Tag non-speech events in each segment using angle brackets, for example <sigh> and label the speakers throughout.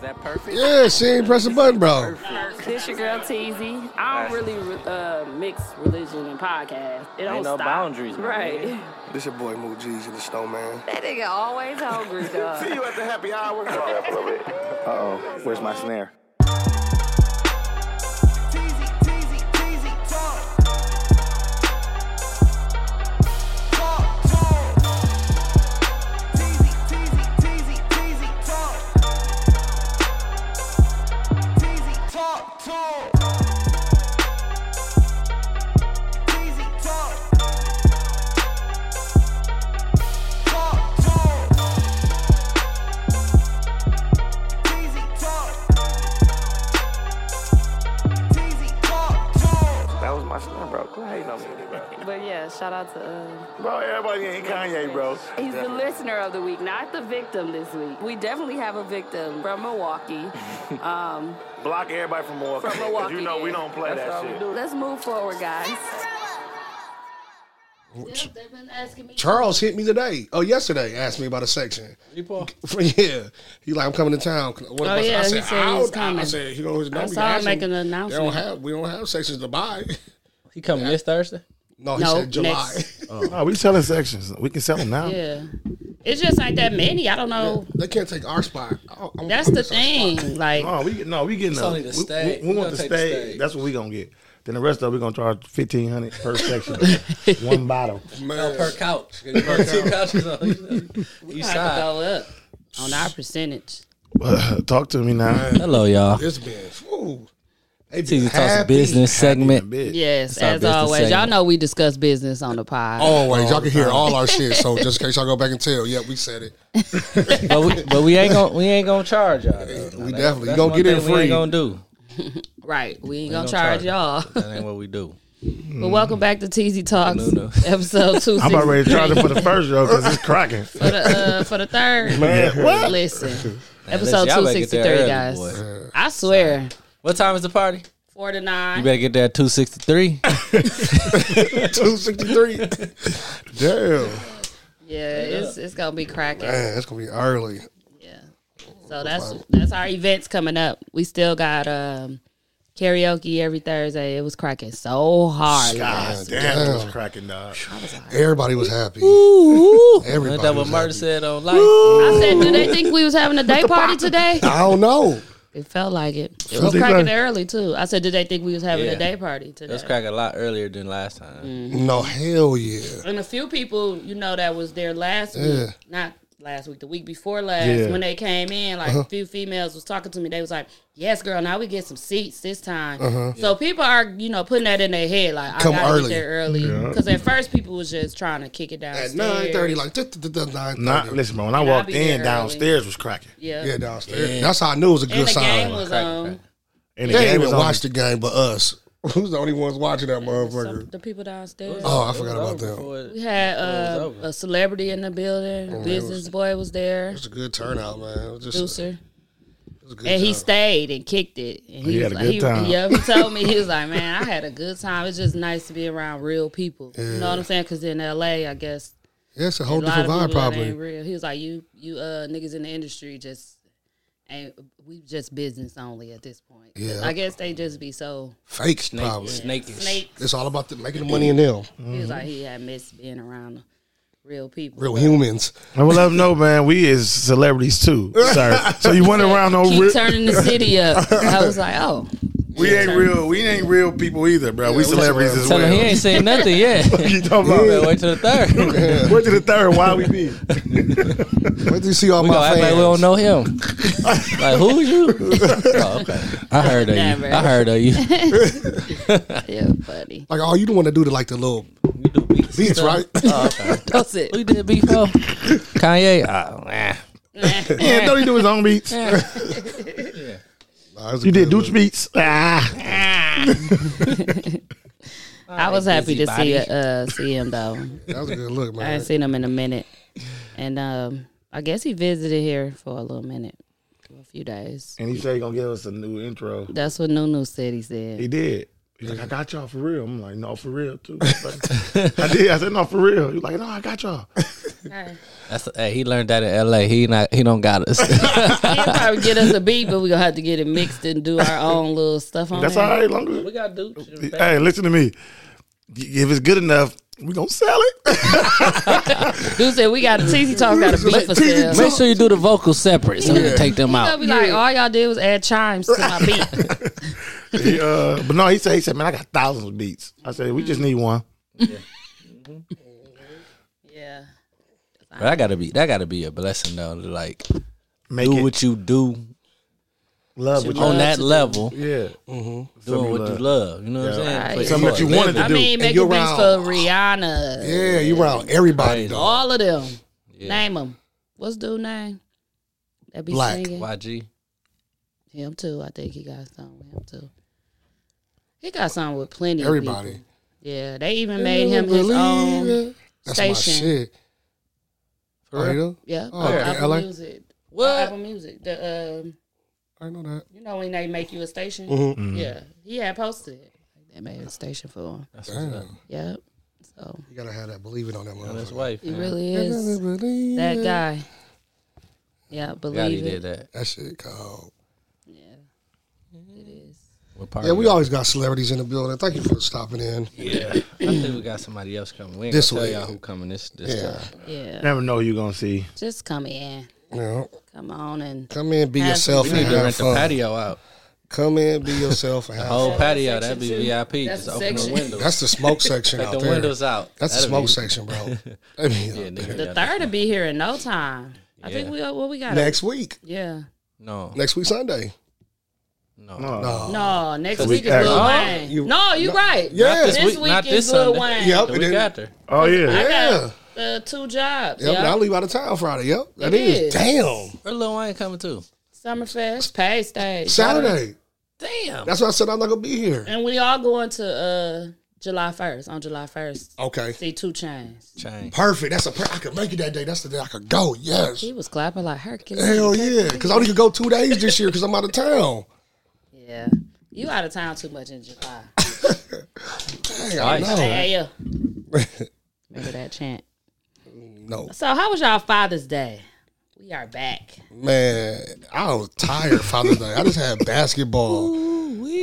Speaker 1: that perfect?
Speaker 2: Yeah, she ain't press a button, bro.
Speaker 3: This your girl Teasy. I don't really uh, mix religion and podcast. It don't
Speaker 1: Ain't no
Speaker 3: stop.
Speaker 1: boundaries, man.
Speaker 3: Right.
Speaker 4: This your boy Moot G's and the Snowman.
Speaker 3: That nigga always hungry, dog.
Speaker 4: you at the happy hour.
Speaker 5: Uh oh, where's my snare?
Speaker 4: That was my snare, bro. Quit hating on me, bro.
Speaker 3: But yeah, shout out to uh,
Speaker 5: Bro, everybody ain't Kanye, bro.
Speaker 3: he's the listener of the week, not the victim this week. We definitely have a victim from
Speaker 1: <laughs>
Speaker 3: Milwaukee. Um,
Speaker 5: Block everybody from Milwaukee.
Speaker 3: From Milwaukee,
Speaker 5: you know we
Speaker 3: yeah.
Speaker 5: don't play
Speaker 1: That's all
Speaker 5: that
Speaker 1: we
Speaker 5: shit.
Speaker 1: do.
Speaker 3: Let's move forward, guys.
Speaker 6: They've been asking me.
Speaker 2: Charles hit me today. Oh, yesterday asked me about a section.
Speaker 1: People,
Speaker 2: <laughs> yeah, he like I'm coming to town. What if I-
Speaker 6: Oh, yeah,
Speaker 2: I
Speaker 6: he said
Speaker 2: said,
Speaker 6: he
Speaker 2: I
Speaker 6: was
Speaker 2: don't- I- I
Speaker 6: coming.
Speaker 2: said, you know, his number,
Speaker 6: saw
Speaker 2: you
Speaker 6: him
Speaker 2: ask
Speaker 6: making an
Speaker 2: They don't
Speaker 6: announcement.
Speaker 2: have we don't have sections to buy.
Speaker 1: he coming this Thursday?
Speaker 2: No, he
Speaker 6: No,
Speaker 2: said July.
Speaker 6: next.
Speaker 5: No, we selling sections. We can sell them now.
Speaker 6: Yeah, it's just like that many. I don't know.
Speaker 2: <laughs> They can't take our spot. I- I'm-
Speaker 6: That's
Speaker 2: I'm
Speaker 6: the
Speaker 2: just on spot.
Speaker 6: thing. Like,
Speaker 1: Oh,
Speaker 5: No, we no, we getting a,
Speaker 1: only the
Speaker 5: we-
Speaker 1: stage.
Speaker 5: We,
Speaker 1: We
Speaker 5: we
Speaker 1: gonna
Speaker 5: want the
Speaker 1: take the
Speaker 5: stage.
Speaker 1: stage.
Speaker 5: That's what we gonna get. Then the rest of it, we gonna charge fifteen hundred per section, one bottle. <laughs>
Speaker 1: No,
Speaker 2: Man,
Speaker 1: per couch. You put two couches on <laughs> each- each
Speaker 6: I have to
Speaker 1: side.
Speaker 6: go up on our percentage.
Speaker 5: talk to me now.
Speaker 1: Hello, y'all.
Speaker 2: it's been ooh, they been
Speaker 1: Teasy Talks
Speaker 2: happy.
Speaker 1: business segment.
Speaker 5: Bitch.
Speaker 6: Yes,
Speaker 1: It's our
Speaker 6: as
Speaker 1: business
Speaker 6: always, y'all
Speaker 1: segment. Oh.
Speaker 6: know we discuss business on the pod.
Speaker 2: Always, y'all can hear all our shit.
Speaker 1: <laughs>
Speaker 2: So just in case y'all go back and tell, yeah, we said it.
Speaker 1: but we, but we ain't gonna we ain't gonna charge y'all. though.
Speaker 2: We definitely you
Speaker 1: That's
Speaker 2: gonna
Speaker 1: one
Speaker 2: get in
Speaker 1: thing We
Speaker 2: free.
Speaker 1: ain't gonna do.
Speaker 6: Right, we ain't
Speaker 1: don't
Speaker 6: gonna charge,
Speaker 1: charge.
Speaker 6: y'all.
Speaker 1: That ain't what we do.
Speaker 6: But welcome back to TZ Talks,
Speaker 1: Mm-hmm. No, no.
Speaker 6: <laughs> episode
Speaker 1: <laughs>
Speaker 6: two.
Speaker 5: I'm about ready to charge it for the first show because it's cracking.
Speaker 6: for the uh, for the
Speaker 1: <laughs>
Speaker 6: third.
Speaker 5: Man, what?
Speaker 6: Listen,
Speaker 1: Listen,
Speaker 6: episode
Speaker 1: y'all
Speaker 6: two
Speaker 1: better
Speaker 6: sixty
Speaker 1: get there
Speaker 6: three,
Speaker 1: early,
Speaker 6: guys.
Speaker 1: boy.
Speaker 6: I swear,
Speaker 1: What time is the party?
Speaker 6: four to
Speaker 1: You
Speaker 6: nine.
Speaker 1: better get there at two sixty three.
Speaker 2: Two sixty three.
Speaker 1: <laughs>
Speaker 2: Damn,
Speaker 6: Yeah, it's it's gonna be cracking.
Speaker 2: man, that's gonna be early.
Speaker 6: Yeah. So that's that's our events coming up. We still got um karaoke every Thursday. It was cracking so hard.
Speaker 5: God damn, it was cracking, dog.
Speaker 2: Everybody was happy. Everybody.
Speaker 1: Ain't that what
Speaker 2: was
Speaker 1: Murder
Speaker 2: happy.
Speaker 1: said on life?
Speaker 6: I said, do they think we was having a day party
Speaker 1: <laughs>
Speaker 6: today?
Speaker 2: I don't know.
Speaker 6: It felt like it. It
Speaker 5: Felt
Speaker 6: was
Speaker 5: like
Speaker 6: cracking
Speaker 5: that.
Speaker 6: early too. I said, did they think we was having
Speaker 1: Yeah.
Speaker 6: a day party today?
Speaker 1: Let's crack a lot earlier than last time.
Speaker 2: No, hell yeah.
Speaker 6: and a few people, you know, that was there last
Speaker 2: Yeah.
Speaker 6: week, not last week, the week before last,
Speaker 5: Yeah.
Speaker 6: when they came in, like
Speaker 2: Uh-huh.
Speaker 6: a few females was talking to me. They was like, "Yes, girl, now we get some seats this time." So people are, you know, putting that in their head, like,
Speaker 2: Uh-huh. Come
Speaker 6: "I gotta
Speaker 2: early.
Speaker 6: get there early," because at first people was just trying to kick it down
Speaker 2: At nine thirty, like nine
Speaker 5: Not
Speaker 2: thirty.
Speaker 5: listen, bro. When I
Speaker 6: And I'll
Speaker 5: walked
Speaker 6: be
Speaker 5: in,
Speaker 6: there
Speaker 5: downstairs was cracking,
Speaker 6: yeah.
Speaker 2: Yeah, downstairs. That's how I knew it was a good
Speaker 6: And the
Speaker 2: sign.
Speaker 6: game was
Speaker 1: Crack,
Speaker 6: on.
Speaker 5: and the
Speaker 2: they
Speaker 5: game
Speaker 2: ain't
Speaker 5: was
Speaker 2: even
Speaker 5: on.
Speaker 2: watched the game but us. <laughs> Who's the only ones watching that
Speaker 6: Some,
Speaker 2: motherfucker?
Speaker 6: the people downstairs.
Speaker 2: Oh, I forgot about that.
Speaker 6: We had uh,
Speaker 1: over.
Speaker 6: a celebrity in the building.
Speaker 2: Oh,
Speaker 6: Business boy was there.
Speaker 2: It was a good turnout, man. It was just
Speaker 6: Producer.
Speaker 2: it was a good
Speaker 6: and he
Speaker 2: time.
Speaker 6: stayed and kicked it. And he, was
Speaker 5: He Oh, had a
Speaker 6: like,
Speaker 5: good
Speaker 6: he,
Speaker 5: time.
Speaker 6: Yeah, he told me he was
Speaker 5: <laughs>
Speaker 6: like, man, I had a good time. It's just nice to be around real people. You know what I'm saying? Because in L.A., I guess
Speaker 2: Yeah, it's a
Speaker 6: a
Speaker 2: whole
Speaker 6: lot of
Speaker 2: different
Speaker 6: people
Speaker 2: vibe,
Speaker 6: that
Speaker 2: probably.
Speaker 6: ain't real. He was like, you, you uh, niggas in the industry just ain't. We just business only at this point.
Speaker 2: Yeah.
Speaker 6: I guess they just be so
Speaker 2: Fake,
Speaker 1: Snake,
Speaker 2: probably.
Speaker 1: snakish.
Speaker 6: snake.
Speaker 2: It's all about the, making the money in
Speaker 6: He
Speaker 2: them.
Speaker 6: was
Speaker 5: Mm-hmm.
Speaker 6: like, he had missed being around real people.
Speaker 2: Real humans.
Speaker 5: I will let them know, man. We is celebrities too, sir. So you went around no
Speaker 6: Keep
Speaker 5: real.
Speaker 6: turning the city up. I was like, oh,
Speaker 5: We ain't real. We ain't real people either, bro. we celebrities as
Speaker 1: Tell him he
Speaker 5: well.
Speaker 1: ain't seen nothing yet. <laughs>
Speaker 5: <laughs> You talking
Speaker 1: You
Speaker 5: about?
Speaker 1: better wait till the
Speaker 2: <laughs>
Speaker 1: third.
Speaker 5: Went to the third. Why we be?
Speaker 2: Wait till you see all
Speaker 1: We gonna
Speaker 2: my
Speaker 1: act like we
Speaker 2: fans.
Speaker 1: don't know him. like who you? oh, okay. I heard of you.
Speaker 6: Never.
Speaker 1: I heard of you. <laughs> You
Speaker 6: yeah, buddy.
Speaker 2: Like, oh, you the one that do the like the little
Speaker 1: do beats,
Speaker 2: beats,
Speaker 1: and
Speaker 2: right?
Speaker 1: stuff. Oh, <laughs> okay.
Speaker 6: That's it.
Speaker 1: Who you did beat for? Kanye. Oh, <laughs> eh.
Speaker 5: <laughs> Yeah, don't he do his own beats?
Speaker 2: Nah, it was a
Speaker 5: You did
Speaker 2: good
Speaker 5: Dooch beats. Ah,
Speaker 6: <laughs>
Speaker 5: <laughs>
Speaker 6: I was happy to
Speaker 1: busybody.
Speaker 6: see uh, see him though.
Speaker 2: look. That was a good look,
Speaker 6: I
Speaker 2: man.
Speaker 6: ain't seen him in a minute, and um, I guess he visited here for a little minute, for a few days.
Speaker 5: and he said he gonna give us a new intro.
Speaker 6: That's what Nunu said. He said,
Speaker 5: He did. He's like, I got y'all for real. I'm like, no, for real too. I did. I said, no, for real. He's like, no, I got y'all.
Speaker 6: Hey,
Speaker 1: That's hey, he learned that in L.A. He not he don't got us. <laughs>
Speaker 6: He'll
Speaker 5: <laughs>
Speaker 6: probably get us a beat, but we gonna have to get it mixed and do our own little stuff on
Speaker 5: That's
Speaker 6: there.
Speaker 5: all right. Long as
Speaker 7: We got dudes. in the back.
Speaker 5: Hey, listen to me. If it's good enough, we gonna sell it. <laughs>
Speaker 6: Dude said we got TC Talks got a beat for sale.
Speaker 1: Make sure you do the vocals separate so we can take them
Speaker 6: He'll
Speaker 1: out.
Speaker 6: be like, all y'all did was add chimes to my
Speaker 5: <laughs>
Speaker 6: beat.
Speaker 5: He, uh, but no, he said, he said, man, I got thousands of beats. I said, we just need one.
Speaker 6: yeah.
Speaker 1: But that gotta be that gotta be a blessing though. To like
Speaker 5: Make
Speaker 1: do
Speaker 5: it
Speaker 1: what you do
Speaker 5: love what you
Speaker 1: on that level,
Speaker 5: Yeah.
Speaker 1: doing what you love. You know what I'm saying?
Speaker 6: Right.
Speaker 1: Like,
Speaker 5: Something that you wanted to
Speaker 6: I
Speaker 5: do.
Speaker 6: mean,
Speaker 5: And
Speaker 6: making
Speaker 2: you're
Speaker 6: beats for
Speaker 2: around-
Speaker 6: Rihanna,
Speaker 2: Yeah, you around everybody though.
Speaker 6: all of them. Name them. What's dude name? That be
Speaker 2: Black.
Speaker 6: singing
Speaker 1: YG.
Speaker 6: him too. I think he got something with him too. He got something with plenty. of
Speaker 2: Everybody.
Speaker 6: people. Yeah, they even made him his
Speaker 2: Believe
Speaker 6: own.
Speaker 2: it. That's my
Speaker 6: station.
Speaker 2: shit. For real?
Speaker 6: Yeah,
Speaker 2: Oh,
Speaker 6: on
Speaker 2: okay,
Speaker 6: Apple
Speaker 2: LA?
Speaker 6: Music. What? Apple Music. The um,
Speaker 2: I know that.
Speaker 6: you know when they make you a station.
Speaker 2: Mm-hmm.
Speaker 1: Mm-hmm.
Speaker 6: Yeah, he had posted it. They made a station for him.
Speaker 2: Damn.
Speaker 6: Yep. So
Speaker 2: You gotta have that believe it on that
Speaker 1: That's
Speaker 2: motherfucker.
Speaker 1: wife.
Speaker 6: he
Speaker 1: man.
Speaker 6: really is.
Speaker 2: Believe
Speaker 6: That
Speaker 2: it.
Speaker 6: guy. Yeah,
Speaker 1: God, he
Speaker 6: believe
Speaker 1: did
Speaker 6: it.
Speaker 1: that.
Speaker 2: That shit cold.
Speaker 6: It is.
Speaker 1: With Party
Speaker 2: Yeah, we
Speaker 1: Girl.
Speaker 2: always got celebrities in the building. Thank you for stopping in.
Speaker 1: Yeah, I think we got somebody else coming. We ain't
Speaker 2: This
Speaker 1: gonna
Speaker 2: way.
Speaker 1: tell y'all who coming this this
Speaker 2: Yeah.
Speaker 1: time.
Speaker 6: Yeah.
Speaker 5: Never know who you gonna see.
Speaker 6: Just come in.
Speaker 2: Yeah.
Speaker 6: Come on and
Speaker 2: Come in, be
Speaker 6: Have-
Speaker 2: yourself,
Speaker 6: We
Speaker 2: and
Speaker 1: Need to
Speaker 2: have
Speaker 1: rent the
Speaker 2: fun.
Speaker 1: patio out.
Speaker 2: Come in, be yourself, and have fun.
Speaker 1: Whole patio, that'd be VIP.
Speaker 6: That's
Speaker 1: Just
Speaker 6: a
Speaker 1: open the
Speaker 6: section.
Speaker 1: windows.
Speaker 2: That's the
Speaker 1: <laughs>
Speaker 2: smoke section
Speaker 1: Take
Speaker 2: out
Speaker 1: the
Speaker 2: there.
Speaker 1: windows out.
Speaker 2: That's the
Speaker 1: That'd
Speaker 2: smoke
Speaker 1: be-
Speaker 2: section,
Speaker 1: <laughs>
Speaker 2: bro. That'd be
Speaker 1: Yeah,
Speaker 2: out there.
Speaker 1: nigga,
Speaker 6: the
Speaker 1: yeah.
Speaker 6: third will be here in no time. I think
Speaker 1: Yeah.
Speaker 6: we what we got.
Speaker 2: Next week,
Speaker 6: Yeah.
Speaker 1: No,
Speaker 2: next week Sunday. Uh,
Speaker 1: no.
Speaker 5: No.
Speaker 2: No.
Speaker 6: No, next
Speaker 5: So we
Speaker 6: week is
Speaker 5: act-
Speaker 6: Lil
Speaker 1: No,
Speaker 6: Wayne.
Speaker 2: you-
Speaker 6: no, you're right.
Speaker 2: Yeah.
Speaker 1: Not
Speaker 6: This
Speaker 1: this
Speaker 6: week,
Speaker 1: week, not this
Speaker 6: is Lil
Speaker 1: Sunday.
Speaker 6: Wayne.
Speaker 2: Yep.
Speaker 1: We got there.
Speaker 5: Oh yeah.
Speaker 6: I
Speaker 2: Yeah.
Speaker 6: got the two jobs.
Speaker 2: Yep,
Speaker 6: yeah.
Speaker 2: and I leave out of town Friday. Yep, that
Speaker 6: It
Speaker 2: is.
Speaker 6: is.
Speaker 2: Damn.
Speaker 1: Where Lil Wayne coming to?
Speaker 6: Summerfest, pay stage.
Speaker 2: Saturday.
Speaker 1: Damn.
Speaker 2: That's why I said I'm not gonna be here.
Speaker 6: And we all going to uh July first. On July first.
Speaker 2: Okay.
Speaker 6: See two chains.
Speaker 1: Chain.
Speaker 2: Perfect. That's a. Per- I could make it that day. That's the day I could go. Yes.
Speaker 6: He was clapping like Hercules.
Speaker 2: Hell yeah. Because I only could go two days this year because I'm out of town.
Speaker 6: Yeah. You out of town too much in July.
Speaker 2: Dang, I
Speaker 1: Nice.
Speaker 2: know.
Speaker 6: Yeah,
Speaker 2: <laughs>
Speaker 6: yeah. Remember that chant.
Speaker 2: No,
Speaker 6: So, how was y'all Father's Day? We are back.
Speaker 2: man. I was tired Father's Day. I just had basketball.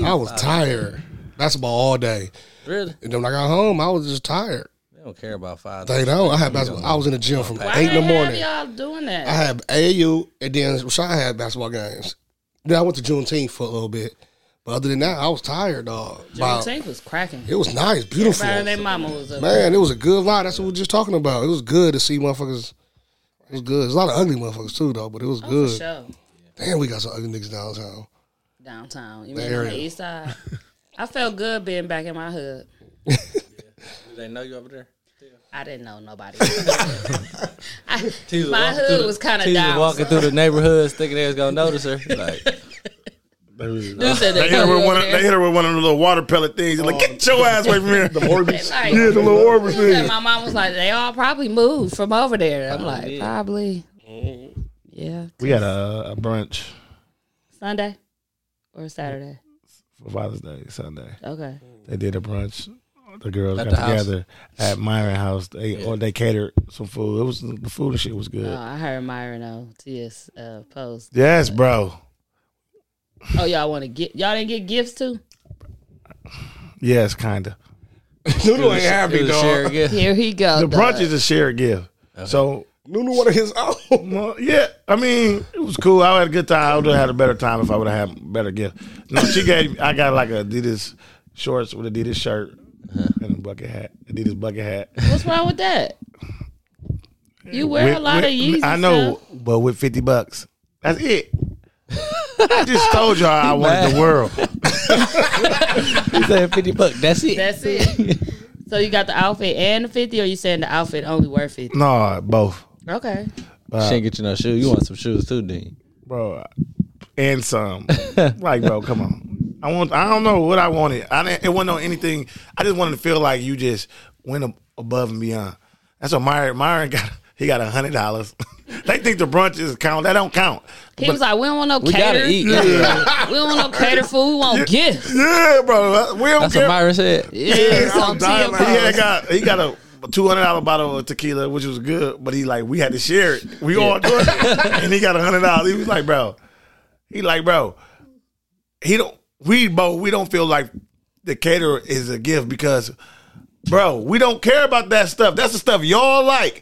Speaker 2: I was tired. Basketball all day.
Speaker 1: Really?
Speaker 2: And then when I got home, I was just tired.
Speaker 1: They don't care about five.
Speaker 2: They don't. I had basketball. I was in the gym from
Speaker 6: Why
Speaker 2: eight in the
Speaker 6: hell
Speaker 2: morning.
Speaker 6: y'all doing that?
Speaker 2: I had AAU, and then Rashad had basketball games. Then I went to Juneteenth for a little bit, but other than that, I was tired, dog. Wow.
Speaker 6: Juneteenth was cracking.
Speaker 2: It was nice, beautiful.
Speaker 6: Everybody and their mama was up.
Speaker 2: Man, it was a good vibe. That's what we were just talking about. It was good to see motherfuckers. It was good. There's a lot of ugly motherfuckers too, though, but it was
Speaker 6: Oh, For
Speaker 2: good.
Speaker 6: sure.
Speaker 2: Damn, we got some ugly niggas <laughs> downtown.
Speaker 6: Downtown. You mean on
Speaker 2: area.
Speaker 6: the east
Speaker 5: <laughs>
Speaker 6: side? I felt good being back in my hood.
Speaker 1: Do they know you over there?
Speaker 6: I didn't know
Speaker 5: <laughs>
Speaker 6: nobody. I- my
Speaker 1: walking through
Speaker 6: hood
Speaker 1: the-
Speaker 6: was kind of
Speaker 1: She's
Speaker 6: down.
Speaker 1: walking through the neighborhoods thinking they was gonna
Speaker 2: <laughs>
Speaker 1: notice her. Like,
Speaker 5: They was-
Speaker 6: Dude said <laughs> they
Speaker 5: They hit, her
Speaker 6: know
Speaker 5: with
Speaker 6: you
Speaker 5: one of,
Speaker 6: over
Speaker 5: they
Speaker 6: there.
Speaker 5: hit her with one of the little water pellet things. Like, get
Speaker 1: Oh.
Speaker 5: your ass away from
Speaker 1: <laughs>
Speaker 5: here. the Orbeez.
Speaker 6: <laughs> Like,
Speaker 5: Yeah, the little Orbeez
Speaker 6: And
Speaker 5: thing.
Speaker 6: my mom was like, they all probably moved from over there. I'm like,
Speaker 1: did. Mm-hmm.
Speaker 6: probably. Yeah.
Speaker 5: We had a, a brunch
Speaker 6: Sunday or Saturday?
Speaker 5: for Father's Day Sunday.
Speaker 6: Okay.
Speaker 5: They did a brunch. The girls
Speaker 1: At
Speaker 5: got
Speaker 1: the house?
Speaker 5: together at Myron House. They or they catered some food. It was the food and shit was good.
Speaker 6: Oh, I heard Myron on Tia's uh, post.
Speaker 5: Yes, bro.
Speaker 6: Oh, y'all want to get y'all didn't get gifts too?
Speaker 5: Yes, kinda.
Speaker 2: Noodle ain't
Speaker 1: it
Speaker 2: happy,
Speaker 1: was a
Speaker 2: dog. <laughs>
Speaker 1: shared gift.
Speaker 6: Here he goes.
Speaker 5: The brunch is a shared gift. So
Speaker 2: Noodle wanted his <laughs> own.
Speaker 5: well, yeah, I mean, it was cool. I had a good time. I would have had a better time if I would have had a better gift. No, she gave. I got like a Adidas shorts with Adidas shirt and a bucket hat. Adidas bucket hat.
Speaker 6: What's wrong with that? You wear a
Speaker 5: With-
Speaker 6: lot of
Speaker 5: with-
Speaker 6: Yeezy.
Speaker 5: I know, but with fifty bucks, that's it. I just told y'all I wanted the world.
Speaker 1: He said fifty bucks. That's it.
Speaker 6: That's
Speaker 1: <laughs>
Speaker 6: it. so you got the outfit and the fifty, or you saying the outfit only worth fifty?
Speaker 5: No, both, Uh,
Speaker 6: Okay.
Speaker 1: she ain't get you no shoes. You want some shoes too, then?
Speaker 5: bro, and some. like, bro, come on. I want. I don't know what I wanted. I didn't. It wasn't on anything. I just wanted to feel like you just went ab- above and beyond. That's what Myron. Myron got. He got a hundred dollars. <laughs> they think the brunches count. That don't count.
Speaker 6: He was like, we don't want no
Speaker 1: We
Speaker 6: cater. <laughs>
Speaker 1: gotta eat.
Speaker 6: we don't want no cater food. We want gifts.
Speaker 5: Yeah, bro. We don't
Speaker 1: That's
Speaker 5: care.
Speaker 1: what Myra said.
Speaker 6: Yeah, it's
Speaker 5: I'm
Speaker 6: on Tia
Speaker 5: dying. He had
Speaker 6: post.
Speaker 5: got. He got a a two hundred dollar bottle of tequila, which was good. But he like, we had to share it. We all doing it, and he got a hundred dollars. He was like, bro, he like, bro, he don't. We both we don't feel like the caterer is a gift because, bro, we don't care about that stuff. That's the stuff y'all like.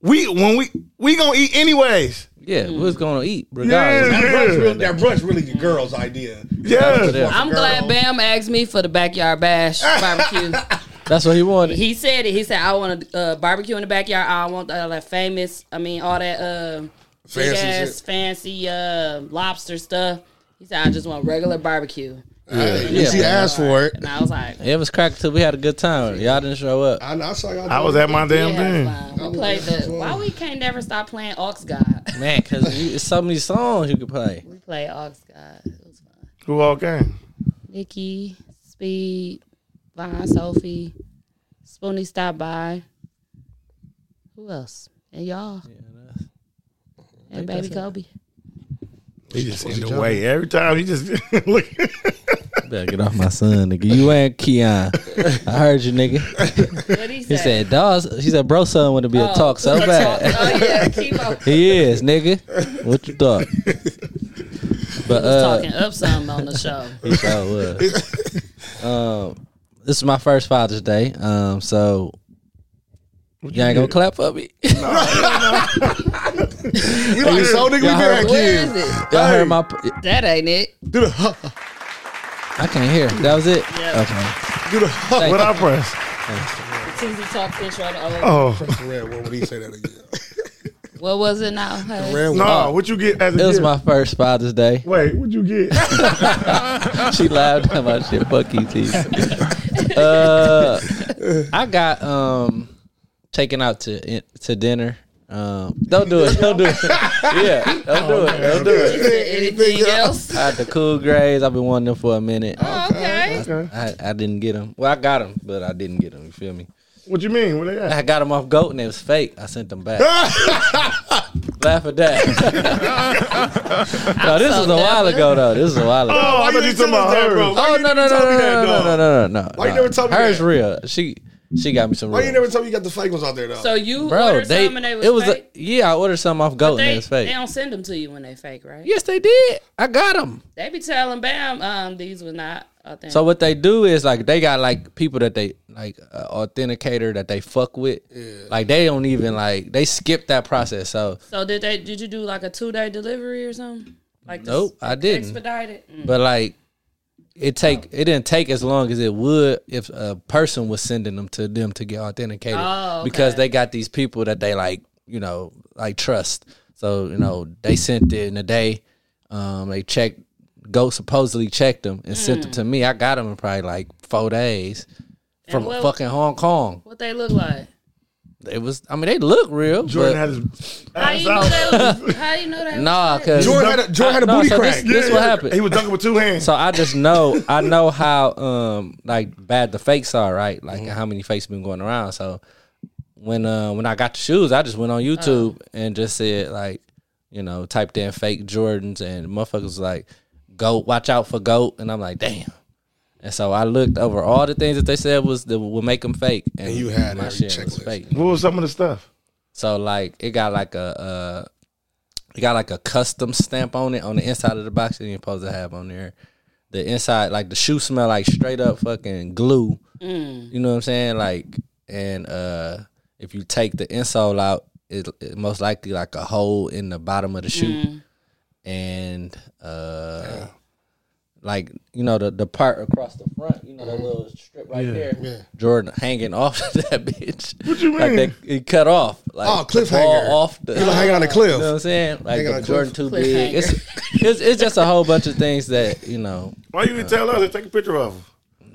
Speaker 5: We when we we gonna eat anyways.
Speaker 1: Yeah, what's going to eat regardless?
Speaker 2: That brunch, really, that brunch really the girl's idea.
Speaker 5: Yeah,
Speaker 6: I'm glad Bam asked me for the backyard bash barbecue.
Speaker 1: That's what he wanted.
Speaker 6: he said it. He said, "I want a uh, barbecue in the backyard. I want all that famous. I mean, all that uh, fancy,
Speaker 2: Fancy
Speaker 6: ass,
Speaker 2: shit.
Speaker 6: fancy uh, lobster stuff." He said, "I just want regular barbecue."
Speaker 2: Hey,
Speaker 1: Yeah,
Speaker 2: she
Speaker 1: man.
Speaker 2: asked for it.
Speaker 6: And I was like,
Speaker 1: It was cracked till we had a good time. Y'all didn't show up.
Speaker 2: I, know, I saw y'all.
Speaker 5: I was
Speaker 2: doing
Speaker 5: at my damn thing.
Speaker 6: "Yeah, fine. we played the. Why we can't never stop playing Ox God? <laughs>
Speaker 1: Man, because it's so many songs you could play.
Speaker 6: we play Ox God. It was fun.
Speaker 5: Who all came?
Speaker 6: Nikki, Speed, Vine, Sophie, Spoonie stopped by. Who else? And y'all. and baby
Speaker 1: <laughs>
Speaker 6: Kobe.
Speaker 5: He just in the way every time. He just <laughs> look.
Speaker 1: You better get off my son, nigga. You ain't Keon. I heard you, nigga.
Speaker 6: What he
Speaker 1: He said, "Dawes." He said, "Bro, son, want to be a
Speaker 6: <laughs>
Speaker 1: talk so bad."
Speaker 6: Oh yeah, keep
Speaker 1: <laughs>
Speaker 6: on
Speaker 1: he is, nigga. What you thought? But uh,
Speaker 6: talking up some on the
Speaker 1: <laughs>
Speaker 6: show.
Speaker 1: He sure was. um, this is my first Father's Day, um, so you ain't gonna clap for me. y'all
Speaker 2: We like so nigga. We
Speaker 1: Y'all
Speaker 6: Where
Speaker 2: did that
Speaker 1: heard-
Speaker 6: is
Speaker 2: kid.
Speaker 6: it?
Speaker 1: heard my? p-
Speaker 6: That ain't it.
Speaker 2: Do the huh,
Speaker 1: I can't hear. That was it.
Speaker 6: Yeah.
Speaker 1: Okay.
Speaker 2: do the huh.
Speaker 5: What I press?
Speaker 6: The Tuesday Talk Central. Oh.
Speaker 5: Oh
Speaker 2: The red one. When he say that again, <laughs>
Speaker 6: What was it now? Hey, Oh.
Speaker 2: red one.
Speaker 5: no! What you get as a
Speaker 1: It was
Speaker 5: gift?
Speaker 1: my first Father's
Speaker 5: <laughs>
Speaker 1: Day.
Speaker 5: Wait, what'd you get? <laughs>
Speaker 1: She laughed at my shit. Fuck you, T. Uh, I got um taken out to to dinner. Um, don't do it. Don't do it. Yeah, don't do it. Don't do it.
Speaker 6: Anything else?
Speaker 1: I had the cool grades. I've been wanting them for a minute.
Speaker 6: Okay.
Speaker 1: I, I didn't get them. Well, I got them, but I didn't get them. You feel me?
Speaker 5: what you mean? What they
Speaker 1: <laughs>
Speaker 5: got?
Speaker 1: I got them off Goat and it was fake. I sent them back. <laughs> Laugh at that. no, this
Speaker 6: so
Speaker 1: was a while
Speaker 6: dumb.
Speaker 1: ago, though. This is a while ago.
Speaker 5: Oh,
Speaker 2: Why
Speaker 5: I
Speaker 2: you
Speaker 5: thought you
Speaker 2: ain't
Speaker 5: talking
Speaker 2: tell us
Speaker 5: about
Speaker 2: that,
Speaker 5: her.
Speaker 2: bro?
Speaker 5: Why
Speaker 1: Oh
Speaker 5: you
Speaker 1: no
Speaker 5: didn't
Speaker 1: no no
Speaker 5: tell
Speaker 1: no
Speaker 5: me
Speaker 1: no
Speaker 5: that,
Speaker 1: no
Speaker 5: dog?
Speaker 1: no no no no.
Speaker 2: Why you never told me
Speaker 1: Hers
Speaker 2: that?
Speaker 1: real. She she got me some
Speaker 2: Why you
Speaker 1: real.
Speaker 2: never tell me you got the fake ones out there though?
Speaker 6: So you
Speaker 1: Bro,
Speaker 6: ordered
Speaker 1: they
Speaker 6: some and they was
Speaker 1: it was a,
Speaker 6: fake?
Speaker 1: yeah. I ordered some off Goat and it
Speaker 6: they,
Speaker 1: was fake.
Speaker 6: they don't send them to you when they fake, right?
Speaker 1: Yes, they did. I got them.
Speaker 6: They be telling Bam, um, these were not authentic.
Speaker 1: So what they do is like they got like people that they like uh, authenticator that they fuck with. Like they don't even like they skip that process. So
Speaker 6: So did they? Did you do like a two day delivery or something? Like this-
Speaker 1: Nope, I didn't.
Speaker 6: Expedited. Mm.
Speaker 1: but like it take it didn't take as long as it would if a person was sending them to them to get authenticated
Speaker 6: Oh, okay.
Speaker 1: because they got these people that they like you know like trust so you know they sent it in a day um they checked go supposedly checked them and sent them
Speaker 6: Mm.
Speaker 1: to me i got them in probably like four days from
Speaker 6: what-
Speaker 1: fucking hong kong
Speaker 6: What they look like?
Speaker 1: it was i mean they look real
Speaker 5: Jordan
Speaker 1: but-
Speaker 5: had his
Speaker 6: How
Speaker 5: ass
Speaker 6: you know
Speaker 5: out.
Speaker 6: that?
Speaker 1: <laughs>
Speaker 6: Was, how you know that?
Speaker 1: Nah,
Speaker 6: was
Speaker 1: cause
Speaker 2: Jordan had a, Jordan had a
Speaker 1: No,
Speaker 2: booty
Speaker 1: so
Speaker 2: crack.
Speaker 1: this- this what happened.
Speaker 5: He was dunking with two hands.
Speaker 1: So I
Speaker 2: <laughs>
Speaker 1: just know I know how um like bad the fakes are, right? Like
Speaker 2: Mm-hmm.
Speaker 1: how many fakes been going around. So when uh when I got the shoes, I just went on YouTube
Speaker 2: Uh.
Speaker 1: and just said like, you know, typed in fake Jordans and motherfuckers was like, goat, watch out for goat, and I'm like, damn. And so I looked over all the things that they said was that would make them fake, and,
Speaker 2: you had
Speaker 1: my
Speaker 2: every
Speaker 1: shit was
Speaker 2: checklist.
Speaker 1: fake.
Speaker 5: what was some of the stuff?
Speaker 1: So like it got like a uh it got like a custom stamp on it on the inside of the box that you're supposed to have on there. The inside like the shoe smell like straight up fucking glue. You know what I'm saying? Like and uh if you take the insole out, it, it most likely like a hole in the bottom of the shoe. And uh like you know the the part across the front, you know that little strip right there. Jordan hanging <laughs> off that bitch. What you mean? Like that, it cut off. Like
Speaker 2: Oh,
Speaker 1: the ball
Speaker 2: cliffhanger.
Speaker 1: off the.
Speaker 2: You know, hanging on
Speaker 1: <laughs>
Speaker 2: a
Speaker 1: You know what I'm
Speaker 2: cliff.
Speaker 1: saying? Like
Speaker 2: Hanging
Speaker 1: the
Speaker 2: on
Speaker 1: Jordan too big. It's, <laughs> it's it's just a whole bunch of things that you know.
Speaker 5: Why you didn't tell us? to Take a picture of him.